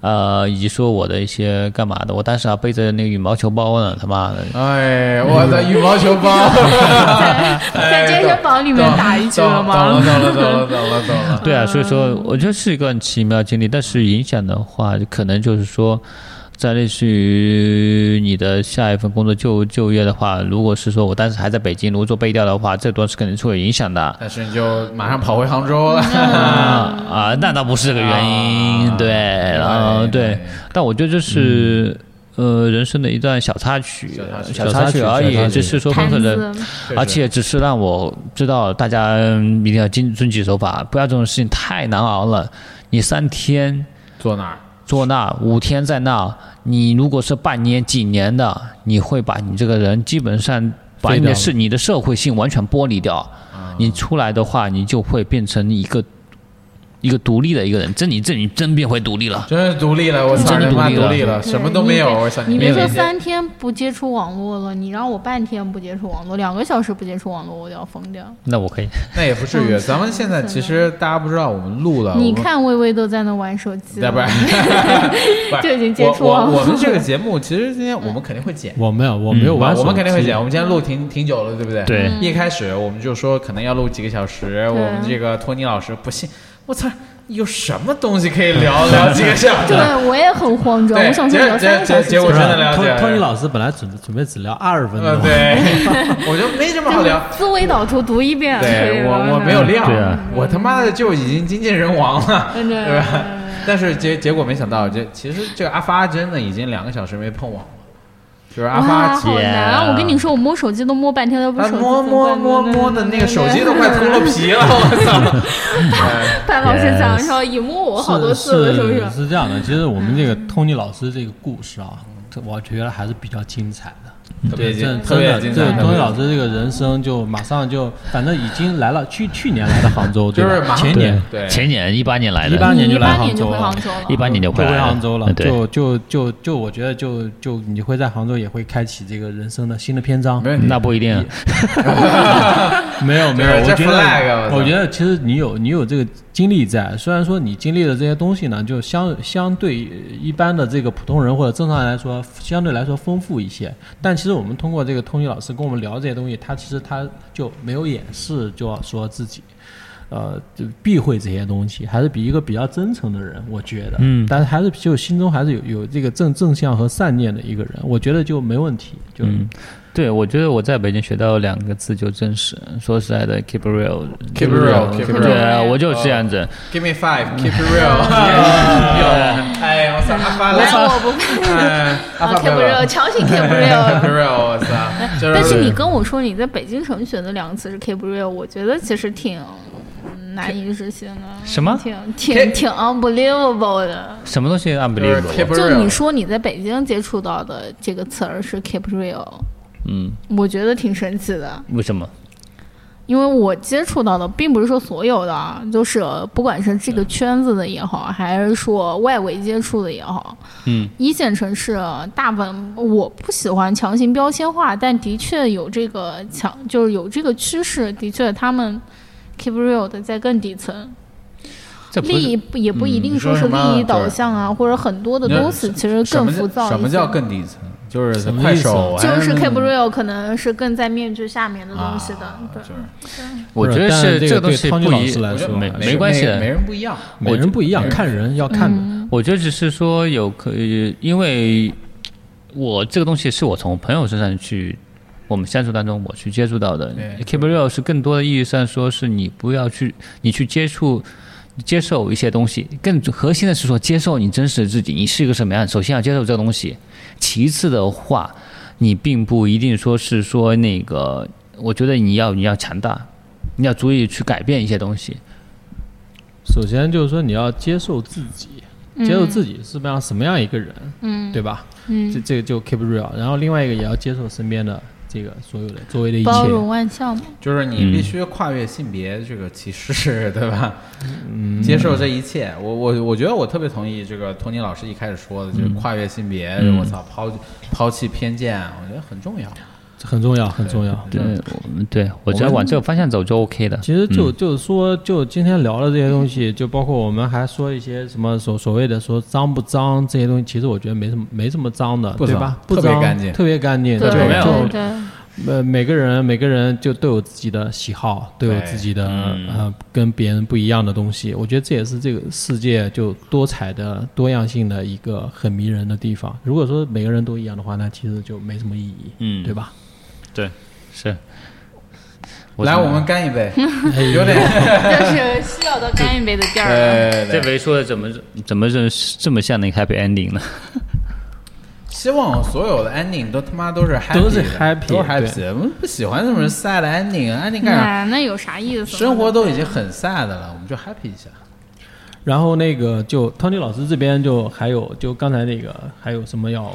Speaker 4: 呃，以及说我的一些干嘛的，我当时还背着那个羽毛球包呢，他妈的，
Speaker 2: 哎，我的羽毛球 包，
Speaker 1: 哎
Speaker 3: 在健身房里面打一局
Speaker 2: 懂
Speaker 3: 了
Speaker 2: 了，懂了，
Speaker 3: 吗？
Speaker 2: 懂了，懂了，懂了，懂了。
Speaker 4: 对啊，所以说
Speaker 3: 嗯
Speaker 4: 我觉得是一个很奇妙的经历，但是影响的话，可能就是说，在类似于你的下一份工作就就业的话，如果是说我当时还在北京，如果做背调的话，这段是肯定是会有影响的。
Speaker 2: 但是你就马上跑回杭州了，
Speaker 3: 嗯
Speaker 4: 啊啊，那倒不是这个原因，
Speaker 2: 啊
Speaker 4: 对，然
Speaker 2: 哎
Speaker 4: 后对，但我觉得这是、呃人生的一段小插曲，
Speaker 2: 小
Speaker 4: 小
Speaker 10: 插曲嗯
Speaker 4: 插曲而
Speaker 10: 小插
Speaker 4: 已，
Speaker 10: 曲
Speaker 4: 只是说
Speaker 3: 谈
Speaker 4: 很可能。
Speaker 3: 资
Speaker 2: 确实
Speaker 4: 而且只是让我知道大家嗯一定要遵遵纪守法，不要这种事情太难熬了。你三天
Speaker 2: 坐那儿，
Speaker 4: 坐那，五天在那，你如果是半年、几年的，你会把你这个人基本上把
Speaker 1: 废
Speaker 4: 你
Speaker 1: 掉
Speaker 4: 的是你的社会性完全剥离掉。你出来的话，你就会变成一个一个独立的一个人。这你这你真变回独立了。
Speaker 2: 真是独立了，我操，
Speaker 4: 真的
Speaker 2: 他妈
Speaker 4: 独立了
Speaker 2: 独立了，什么都没有，我操，
Speaker 3: 你
Speaker 2: 没
Speaker 3: 别
Speaker 2: 有
Speaker 3: 说
Speaker 2: 连接
Speaker 3: 三天不接触网络了，你让我半天不接触网络，两个小时不接触网络，我都要疯掉。
Speaker 4: 那我可以，
Speaker 2: 那也不至于。咱们现在其实大家不知道，我们录了，
Speaker 3: 嗯你
Speaker 2: 我们
Speaker 3: 看薇薇都在那玩手机
Speaker 2: 对
Speaker 3: 了，
Speaker 2: 不是 不是
Speaker 3: 就已经接触
Speaker 2: 我
Speaker 3: 网
Speaker 2: 我
Speaker 3: 络
Speaker 2: 我们这个节目其实今天我们肯定会剪，啊
Speaker 1: 我没有，我没有玩手机、
Speaker 2: 嗯我们肯定会剪。我们今天录挺挺久了，对不对？
Speaker 4: 对
Speaker 3: 嗯
Speaker 2: 一开始我们就说可能要录几个小时，我们这个托尼老师不信，我操，有什么东西可以聊聊几个小时？
Speaker 3: 对，我也很慌张，
Speaker 2: 对
Speaker 3: 我想说聊三个小时
Speaker 2: 结
Speaker 1: 不
Speaker 2: 果
Speaker 1: 是
Speaker 2: 真的了解
Speaker 1: 托托尼老师本来准准备只聊二十分
Speaker 2: 呃，
Speaker 1: 钟，，啊
Speaker 2: 对， 我就没什么好聊。
Speaker 3: 思维导图读一 遍，
Speaker 2: 对我我没有料，
Speaker 4: 对啊
Speaker 2: 我他妈的就已经精尽人亡了，
Speaker 3: 对对
Speaker 2: 对吧？
Speaker 3: 嗯
Speaker 2: 但是结结果没想到，这其实这个阿发真的已经两个小时没碰网了，就是阿
Speaker 3: 哇，
Speaker 2: 发
Speaker 3: 好难啊！
Speaker 4: 姐
Speaker 3: 我跟你说，我摸手机都摸半天都不
Speaker 2: 他
Speaker 3: 是手机，
Speaker 2: 摸摸摸摸的那个手机都快秃了皮了，我 操！哎
Speaker 3: 潘老师讲
Speaker 4: Yes
Speaker 3: 说，已摸我
Speaker 1: 是
Speaker 3: 好多次了，是不是
Speaker 1: 是？是这样的，其实我们这个托尼老师这个故事啊，这我觉得还是比较精彩的。
Speaker 2: 特别
Speaker 1: 对，
Speaker 2: 精
Speaker 1: 真
Speaker 2: 特
Speaker 1: 真
Speaker 2: 别
Speaker 1: 的，
Speaker 2: 精
Speaker 1: 对
Speaker 2: 彩，
Speaker 1: 托尼老师这个人生就马上就，反正已经来了，去去年来的杭州，
Speaker 2: 就
Speaker 1: 对
Speaker 2: 是
Speaker 1: 吧
Speaker 2: 马上
Speaker 1: 前年
Speaker 2: 对
Speaker 4: 前年一八年来
Speaker 1: 一
Speaker 4: 的，
Speaker 1: 八年就来
Speaker 3: 你一八年
Speaker 1: 杭
Speaker 3: 就
Speaker 1: 州
Speaker 3: 回
Speaker 1: 了
Speaker 3: 杭州了，
Speaker 4: 一八年就
Speaker 1: 回
Speaker 4: 回来了
Speaker 1: 杭州了，
Speaker 4: 嗯对，
Speaker 1: 就就就就我觉得就就你会在杭州也会开启这个人生的新的篇章
Speaker 2: 没。问题。
Speaker 4: 那不一定。
Speaker 1: 没有没有，
Speaker 2: 这
Speaker 1: 我
Speaker 2: 这
Speaker 1: 觉
Speaker 2: flag，我操
Speaker 1: 得我觉得其实你有你有这个经历在，虽然说你经历的这些东西呢，就相相对一般的这个普通人或者正常人来说，相对来说丰富一些。但其实我们通过这个通宇老师跟我们聊这些东西，他其实他就没有掩饰，就要说自己。呃，就避讳这些东西，还是比一个比较真诚的人，我觉得，
Speaker 4: 嗯
Speaker 1: 但是还是就心中还是有有这个正正向和善念的一个人，我觉得就没问题，就、
Speaker 4: 嗯，对，我觉得我在北京学到两个字就真实。说实在的，keep it real，keep
Speaker 2: Keep it real，keep it real
Speaker 4: 对，我就是这样子。
Speaker 2: Give me five, keep it real 哎。哎呀，我操，阿发来，
Speaker 3: 来我不看。
Speaker 2: 哎阿发
Speaker 3: 啊，keep real，强行 keep
Speaker 2: ，keep
Speaker 3: real。
Speaker 2: real，我 操！就
Speaker 3: 但是你跟我说你在北京城学的两个词是 keep real，我觉得其实挺嗯难以置信的，
Speaker 4: 什么
Speaker 3: 挺
Speaker 2: Keep-
Speaker 3: 挺挺 unbelievable 的。
Speaker 4: 什么东西
Speaker 2: 就是
Speaker 4: unbelievable？啊
Speaker 2: keep
Speaker 3: 就你
Speaker 2: real，
Speaker 3: 说你在北京接触到的这个词儿是 keep real，
Speaker 4: 嗯，
Speaker 3: 哦我觉得挺神奇的，
Speaker 4: 为什么？
Speaker 3: 因为我接触到的并不是说所有的，啊，就是不管是
Speaker 2: 嗯
Speaker 3: 这个圈子的也好，还是说外围接触的也好，
Speaker 4: 嗯，
Speaker 3: 一线城市大部分我不喜欢强行标签化，但的确有这个强，就是有这个趋势，的确他们 keep real 的在更底层。
Speaker 4: 这不
Speaker 3: 利
Speaker 4: 是
Speaker 3: 益不也不一定
Speaker 2: 嗯你说
Speaker 3: 说是
Speaker 2: 什么
Speaker 3: 利益导
Speaker 2: 对
Speaker 3: 向啊，或者很多的
Speaker 2: 你说
Speaker 3: 东西其实
Speaker 2: 什
Speaker 3: 更
Speaker 2: 么
Speaker 3: 浮躁
Speaker 2: 叫
Speaker 3: 一
Speaker 2: 什么
Speaker 3: 些
Speaker 2: 叫更底层？就是
Speaker 1: 什么
Speaker 2: 快
Speaker 1: 意思啊
Speaker 2: 手，
Speaker 3: 就是 keep
Speaker 2: real
Speaker 3: real 可能是更在面具下面的东西的，对
Speaker 2: 啊就。是
Speaker 4: 我觉得
Speaker 1: 但
Speaker 4: 是
Speaker 1: 这
Speaker 4: 这
Speaker 1: 个
Speaker 4: 东
Speaker 1: 对
Speaker 4: 西
Speaker 1: 汤
Speaker 4: 不
Speaker 1: 尼老
Speaker 4: 一
Speaker 1: 师来
Speaker 2: 我觉
Speaker 1: 说啊
Speaker 2: 得
Speaker 4: 没
Speaker 2: 每
Speaker 4: 没关系
Speaker 2: 每每
Speaker 4: 的。
Speaker 2: 人不一样。
Speaker 1: 每人不一样，看人要看的。
Speaker 2: 嗯
Speaker 4: 我觉得只是说有可，因为我这个东西是我从朋友身上去。我们相处当中，我去接触到的
Speaker 2: 对
Speaker 4: keep it real 是更多的意义上说是你不要去，你去接触、接受一些东西，更核心的是说接受你真实的自己，你是一个什么样，首先要接受这个东西，其次的话，你并不一定说是说那个，我觉得你要你要强大，你要足以去改变一些东西，
Speaker 1: 首先就是说你要接受自己，接受自己是不上什么样一个人，
Speaker 3: 嗯，
Speaker 1: 对吧？这
Speaker 3: 嗯，
Speaker 1: 这个就 keep real，然后另外一个也要接受身边的这个所有的周围的一
Speaker 3: 包
Speaker 1: 切。
Speaker 3: 容万象嘛，
Speaker 2: 就是你
Speaker 1: 嗯
Speaker 2: 必须跨越性别这个歧视， 对吧？
Speaker 1: 嗯
Speaker 2: 接受这一切。我我我觉得我特别同意这个托尼老师一开始说的，就是跨越性别，
Speaker 4: 嗯
Speaker 2: 我操，抛抛弃偏见，啊我觉得很重要。
Speaker 1: 这很重要，很重要。
Speaker 4: 对，我们对我觉得往这个方向走就 OK 的。
Speaker 1: 其实就
Speaker 4: 嗯
Speaker 1: 就是说，就今天聊的这些东西，就包括我们还说一些什么所所谓的说脏不脏这些东西，其实我觉得没什么没什么脏的，
Speaker 2: 不
Speaker 1: 对
Speaker 2: 脏
Speaker 1: 吧？不
Speaker 2: 特别
Speaker 1: 脏
Speaker 2: 干净
Speaker 1: 特别干净。
Speaker 3: 对
Speaker 1: 就
Speaker 2: 没有
Speaker 1: 就
Speaker 3: 对对，
Speaker 1: 呃，每个人每个人就都有自己的喜好，都有
Speaker 2: 对
Speaker 1: 自己的
Speaker 4: 嗯
Speaker 1: 呃跟别人不一样的东西。我觉得这也是这个世界就多彩的多样性的一个很迷人的地方。如果说每个人都一样的话，那其实就没什么意义，
Speaker 4: 嗯
Speaker 1: 对吧？
Speaker 4: 是。
Speaker 2: 来，我们干一 杯，有点
Speaker 3: 就是需要到干一杯的地儿了。
Speaker 2: 对
Speaker 4: 这
Speaker 2: 对对。
Speaker 4: 回说的怎么怎么这这么像那个 happy ending 呢？
Speaker 2: 希望所有的 ending 都他妈都是 happy，
Speaker 1: 都是
Speaker 2: 的
Speaker 1: happy，
Speaker 2: 都是
Speaker 1: 对
Speaker 2: happy 的。我们不喜欢这种 sad ending，ending 干啥？
Speaker 3: 哎那那有啥意思呢？
Speaker 2: 生活都已经很 sad 了，我们就 happy 一下。
Speaker 1: 然后那个就汤尼老师这边就还有就刚才那个还有什么要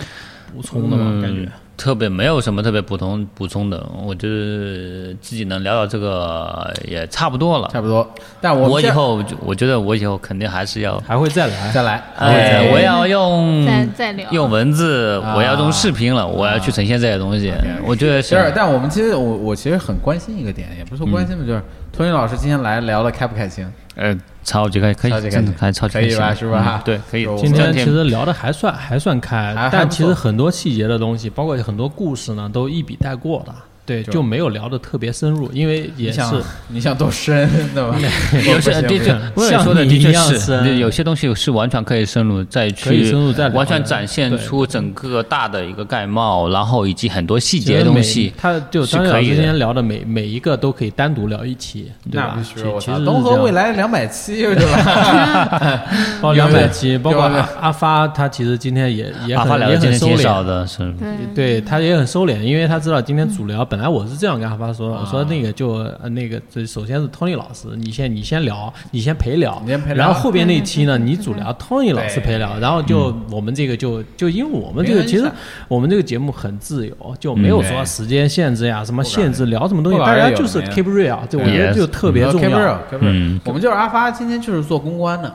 Speaker 1: 补充的吗？
Speaker 4: 嗯
Speaker 1: 感觉
Speaker 4: 特别没有什么特别补充补充的，我就是自己能聊到这个也差不多了。
Speaker 2: 差不多，但
Speaker 4: 我
Speaker 2: 们
Speaker 4: 以
Speaker 2: 这
Speaker 4: 后就我觉得我以后肯定还是要，
Speaker 1: 还会再来。
Speaker 2: 再来，
Speaker 4: 哎，我要
Speaker 3: 再
Speaker 4: 用
Speaker 3: 再聊
Speaker 4: 用文字，
Speaker 2: 啊
Speaker 4: 我要用视频了，我要去呈现这些东西。我觉得
Speaker 2: 其实，
Speaker 4: 是，
Speaker 2: 但我们其实我我其实很关心一个点，也不是说关心吧，就是托尼老师今天来聊的开不开心？
Speaker 4: 呃，超级开可以
Speaker 2: 超级，开
Speaker 4: 真的
Speaker 2: 心
Speaker 4: 还超级
Speaker 2: 可
Speaker 4: 开
Speaker 2: 以
Speaker 4: 心
Speaker 2: 吧
Speaker 4: 的
Speaker 2: 是吧
Speaker 4: 嗯对，可以
Speaker 2: 有。
Speaker 1: 今天
Speaker 4: 整
Speaker 1: 其
Speaker 4: 体
Speaker 1: 实聊的还算还算开
Speaker 2: 还，还
Speaker 1: 但
Speaker 2: 不
Speaker 1: 其
Speaker 2: 错
Speaker 1: 实很多细节的东西，包括很多故事呢，都一笔带过了。对，
Speaker 2: 就
Speaker 1: 就没有聊的特别深入，因为也
Speaker 2: 你
Speaker 1: 是
Speaker 2: 想你想多深，对吧？
Speaker 4: 有些的确，我也说的
Speaker 1: 像你
Speaker 4: 的确
Speaker 1: 一样
Speaker 4: 是，
Speaker 1: 深
Speaker 4: 对有些东西是完全可以深入再
Speaker 1: 可以
Speaker 4: 去，
Speaker 1: 深入再聊的
Speaker 4: 完全展现
Speaker 1: 对
Speaker 4: 出整个大的一个概貌，然后以及很多细
Speaker 1: 其
Speaker 4: 节
Speaker 1: 实
Speaker 4: 的东
Speaker 1: 每
Speaker 4: 西。
Speaker 1: 他就是张毅
Speaker 4: 可
Speaker 1: 老师
Speaker 4: 以的
Speaker 1: 今天聊的每每一个都可以单独聊一期，对
Speaker 2: 那
Speaker 1: 吧
Speaker 2: 必？
Speaker 1: 其
Speaker 2: 须，我
Speaker 1: 其
Speaker 2: 操！
Speaker 1: 实
Speaker 2: 东
Speaker 1: 是这
Speaker 2: 河
Speaker 1: 样
Speaker 2: 未来两百七是吧？
Speaker 1: 包
Speaker 2: 有
Speaker 1: 两百期，包括
Speaker 2: 有
Speaker 1: 阿阿发，他其实今天也也
Speaker 4: 阿啊发
Speaker 1: 很
Speaker 4: 聊
Speaker 1: 也
Speaker 4: 的今
Speaker 1: 很
Speaker 4: 天
Speaker 1: 收
Speaker 4: 挺少
Speaker 1: 敛，
Speaker 4: 的，是
Speaker 2: 嗯
Speaker 3: 对
Speaker 1: 对他也很收敛，因为他知道今天主聊。本来我是这样跟阿发说的，我说
Speaker 2: 啊
Speaker 1: 那个就呃那个，这首先是 Tony 老师，你先你先聊，你先陪聊
Speaker 2: 你先陪，聊嗯
Speaker 1: 然后后边那一期呢，你主聊 Tony 老师
Speaker 2: 对嗯
Speaker 1: 陪聊，然后就我们这个就就因为我们这个
Speaker 2: 没人啊
Speaker 1: 其实
Speaker 2: 想
Speaker 1: 我们这个节目很自由，就没有说
Speaker 2: 对
Speaker 1: 时间限制呀，什么限制聊什么东西，
Speaker 2: 不
Speaker 1: 大
Speaker 2: 敢
Speaker 1: 家
Speaker 2: 有
Speaker 1: 就是
Speaker 2: 没有
Speaker 1: keep real，对，我觉得
Speaker 4: Yes
Speaker 1: 就特别重
Speaker 2: Keep
Speaker 1: 要
Speaker 2: real，。keep real
Speaker 4: 嗯
Speaker 2: 我们就是阿发，今天就是做公关的，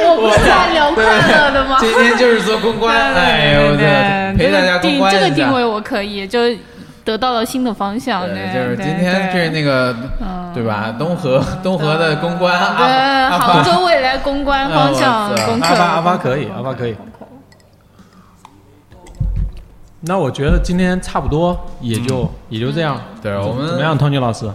Speaker 3: 我不是在聊快乐的吗？
Speaker 2: 今天就是做公关，哎呦我
Speaker 3: 对
Speaker 2: 操，
Speaker 3: 对
Speaker 2: 陪大家
Speaker 3: 这个
Speaker 2: 公
Speaker 3: 定
Speaker 2: 关
Speaker 3: 这个
Speaker 2: 一
Speaker 3: 定
Speaker 2: 下
Speaker 3: 位我可以，就得到了新的方向。
Speaker 2: 对，
Speaker 3: 对，
Speaker 2: 就是今
Speaker 3: 对嗯
Speaker 2: 天就是那个，对吧？东河东河的公关，阿
Speaker 3: 对
Speaker 2: 阿
Speaker 3: 杭
Speaker 2: 发
Speaker 3: 州未来公关方向
Speaker 2: 嗯我知道
Speaker 3: 功课。
Speaker 1: 阿发阿发可以，阿发可以。那我觉得今天差不多，也就、
Speaker 2: 嗯
Speaker 1: 也就这样。
Speaker 2: 对我们
Speaker 1: 怎么样，汤尼老师？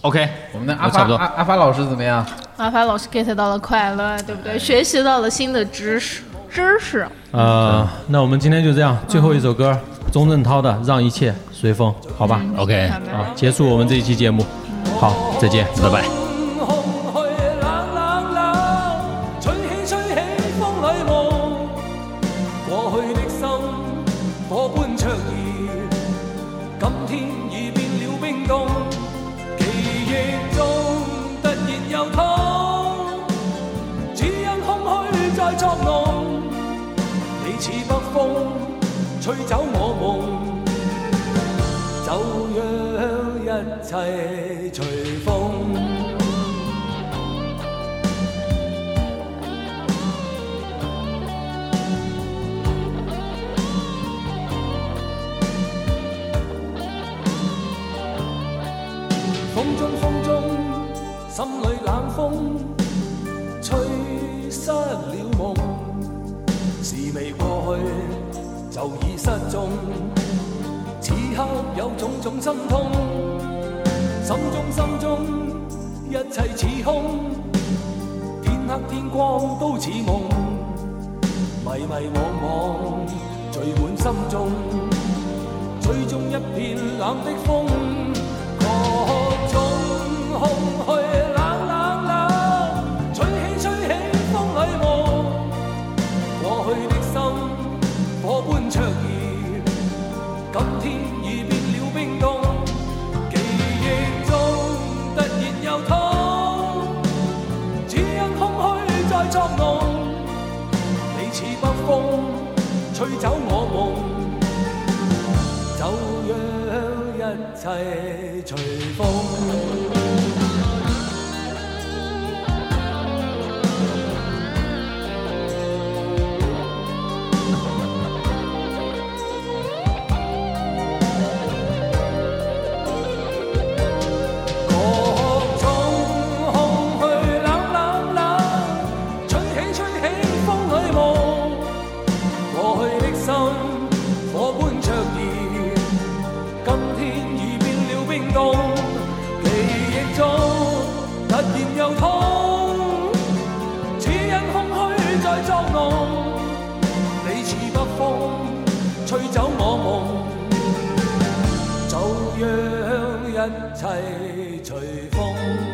Speaker 4: OK，
Speaker 2: 我们的阿
Speaker 4: 我
Speaker 2: 发
Speaker 4: 差不多
Speaker 2: 阿阿发老师怎么样？
Speaker 3: 阿发老师 get 到了快乐，对不对？学习到了新的知识，知识。
Speaker 1: 呃，那我们今天就这样，最后一首歌，钟镇涛的《让一切随风》，好吧？
Speaker 3: 嗯
Speaker 4: OK，
Speaker 1: 啊，结束我们这一期节目，好，再见。
Speaker 4: 拜拜。
Speaker 11: 空去冷冷冷，吹起吹起风里雾。過去的心火般灼熱，今天已變了冰凍。記憶中突然又痛，只因空虛在作弄。你似北風吹走我夢。就讓一切隨風。風中風中，心裏冷風，吹失了夢。事未過去，就已失蹤。此刻有種種心痛，心中心中一切似空，天黑天光都似夢，迷迷惘惘聚滿心中，追蹤一片冷的風，各種空虛冷冷冷，吹起吹起風裏霧，過去的心火般灼熱。今天已變了冰凍，記憶中突然又痛，只因空虛似北風，吹走我夢。就讓一切隨風。各種空虛冷冷冷，吹起吹起風裏霧。過去的心火般灼熱，今天已變了冰凍。記憶中突然又痛，只因空虛在作弄。你似北風，吹走我夢。就讓一切隨風。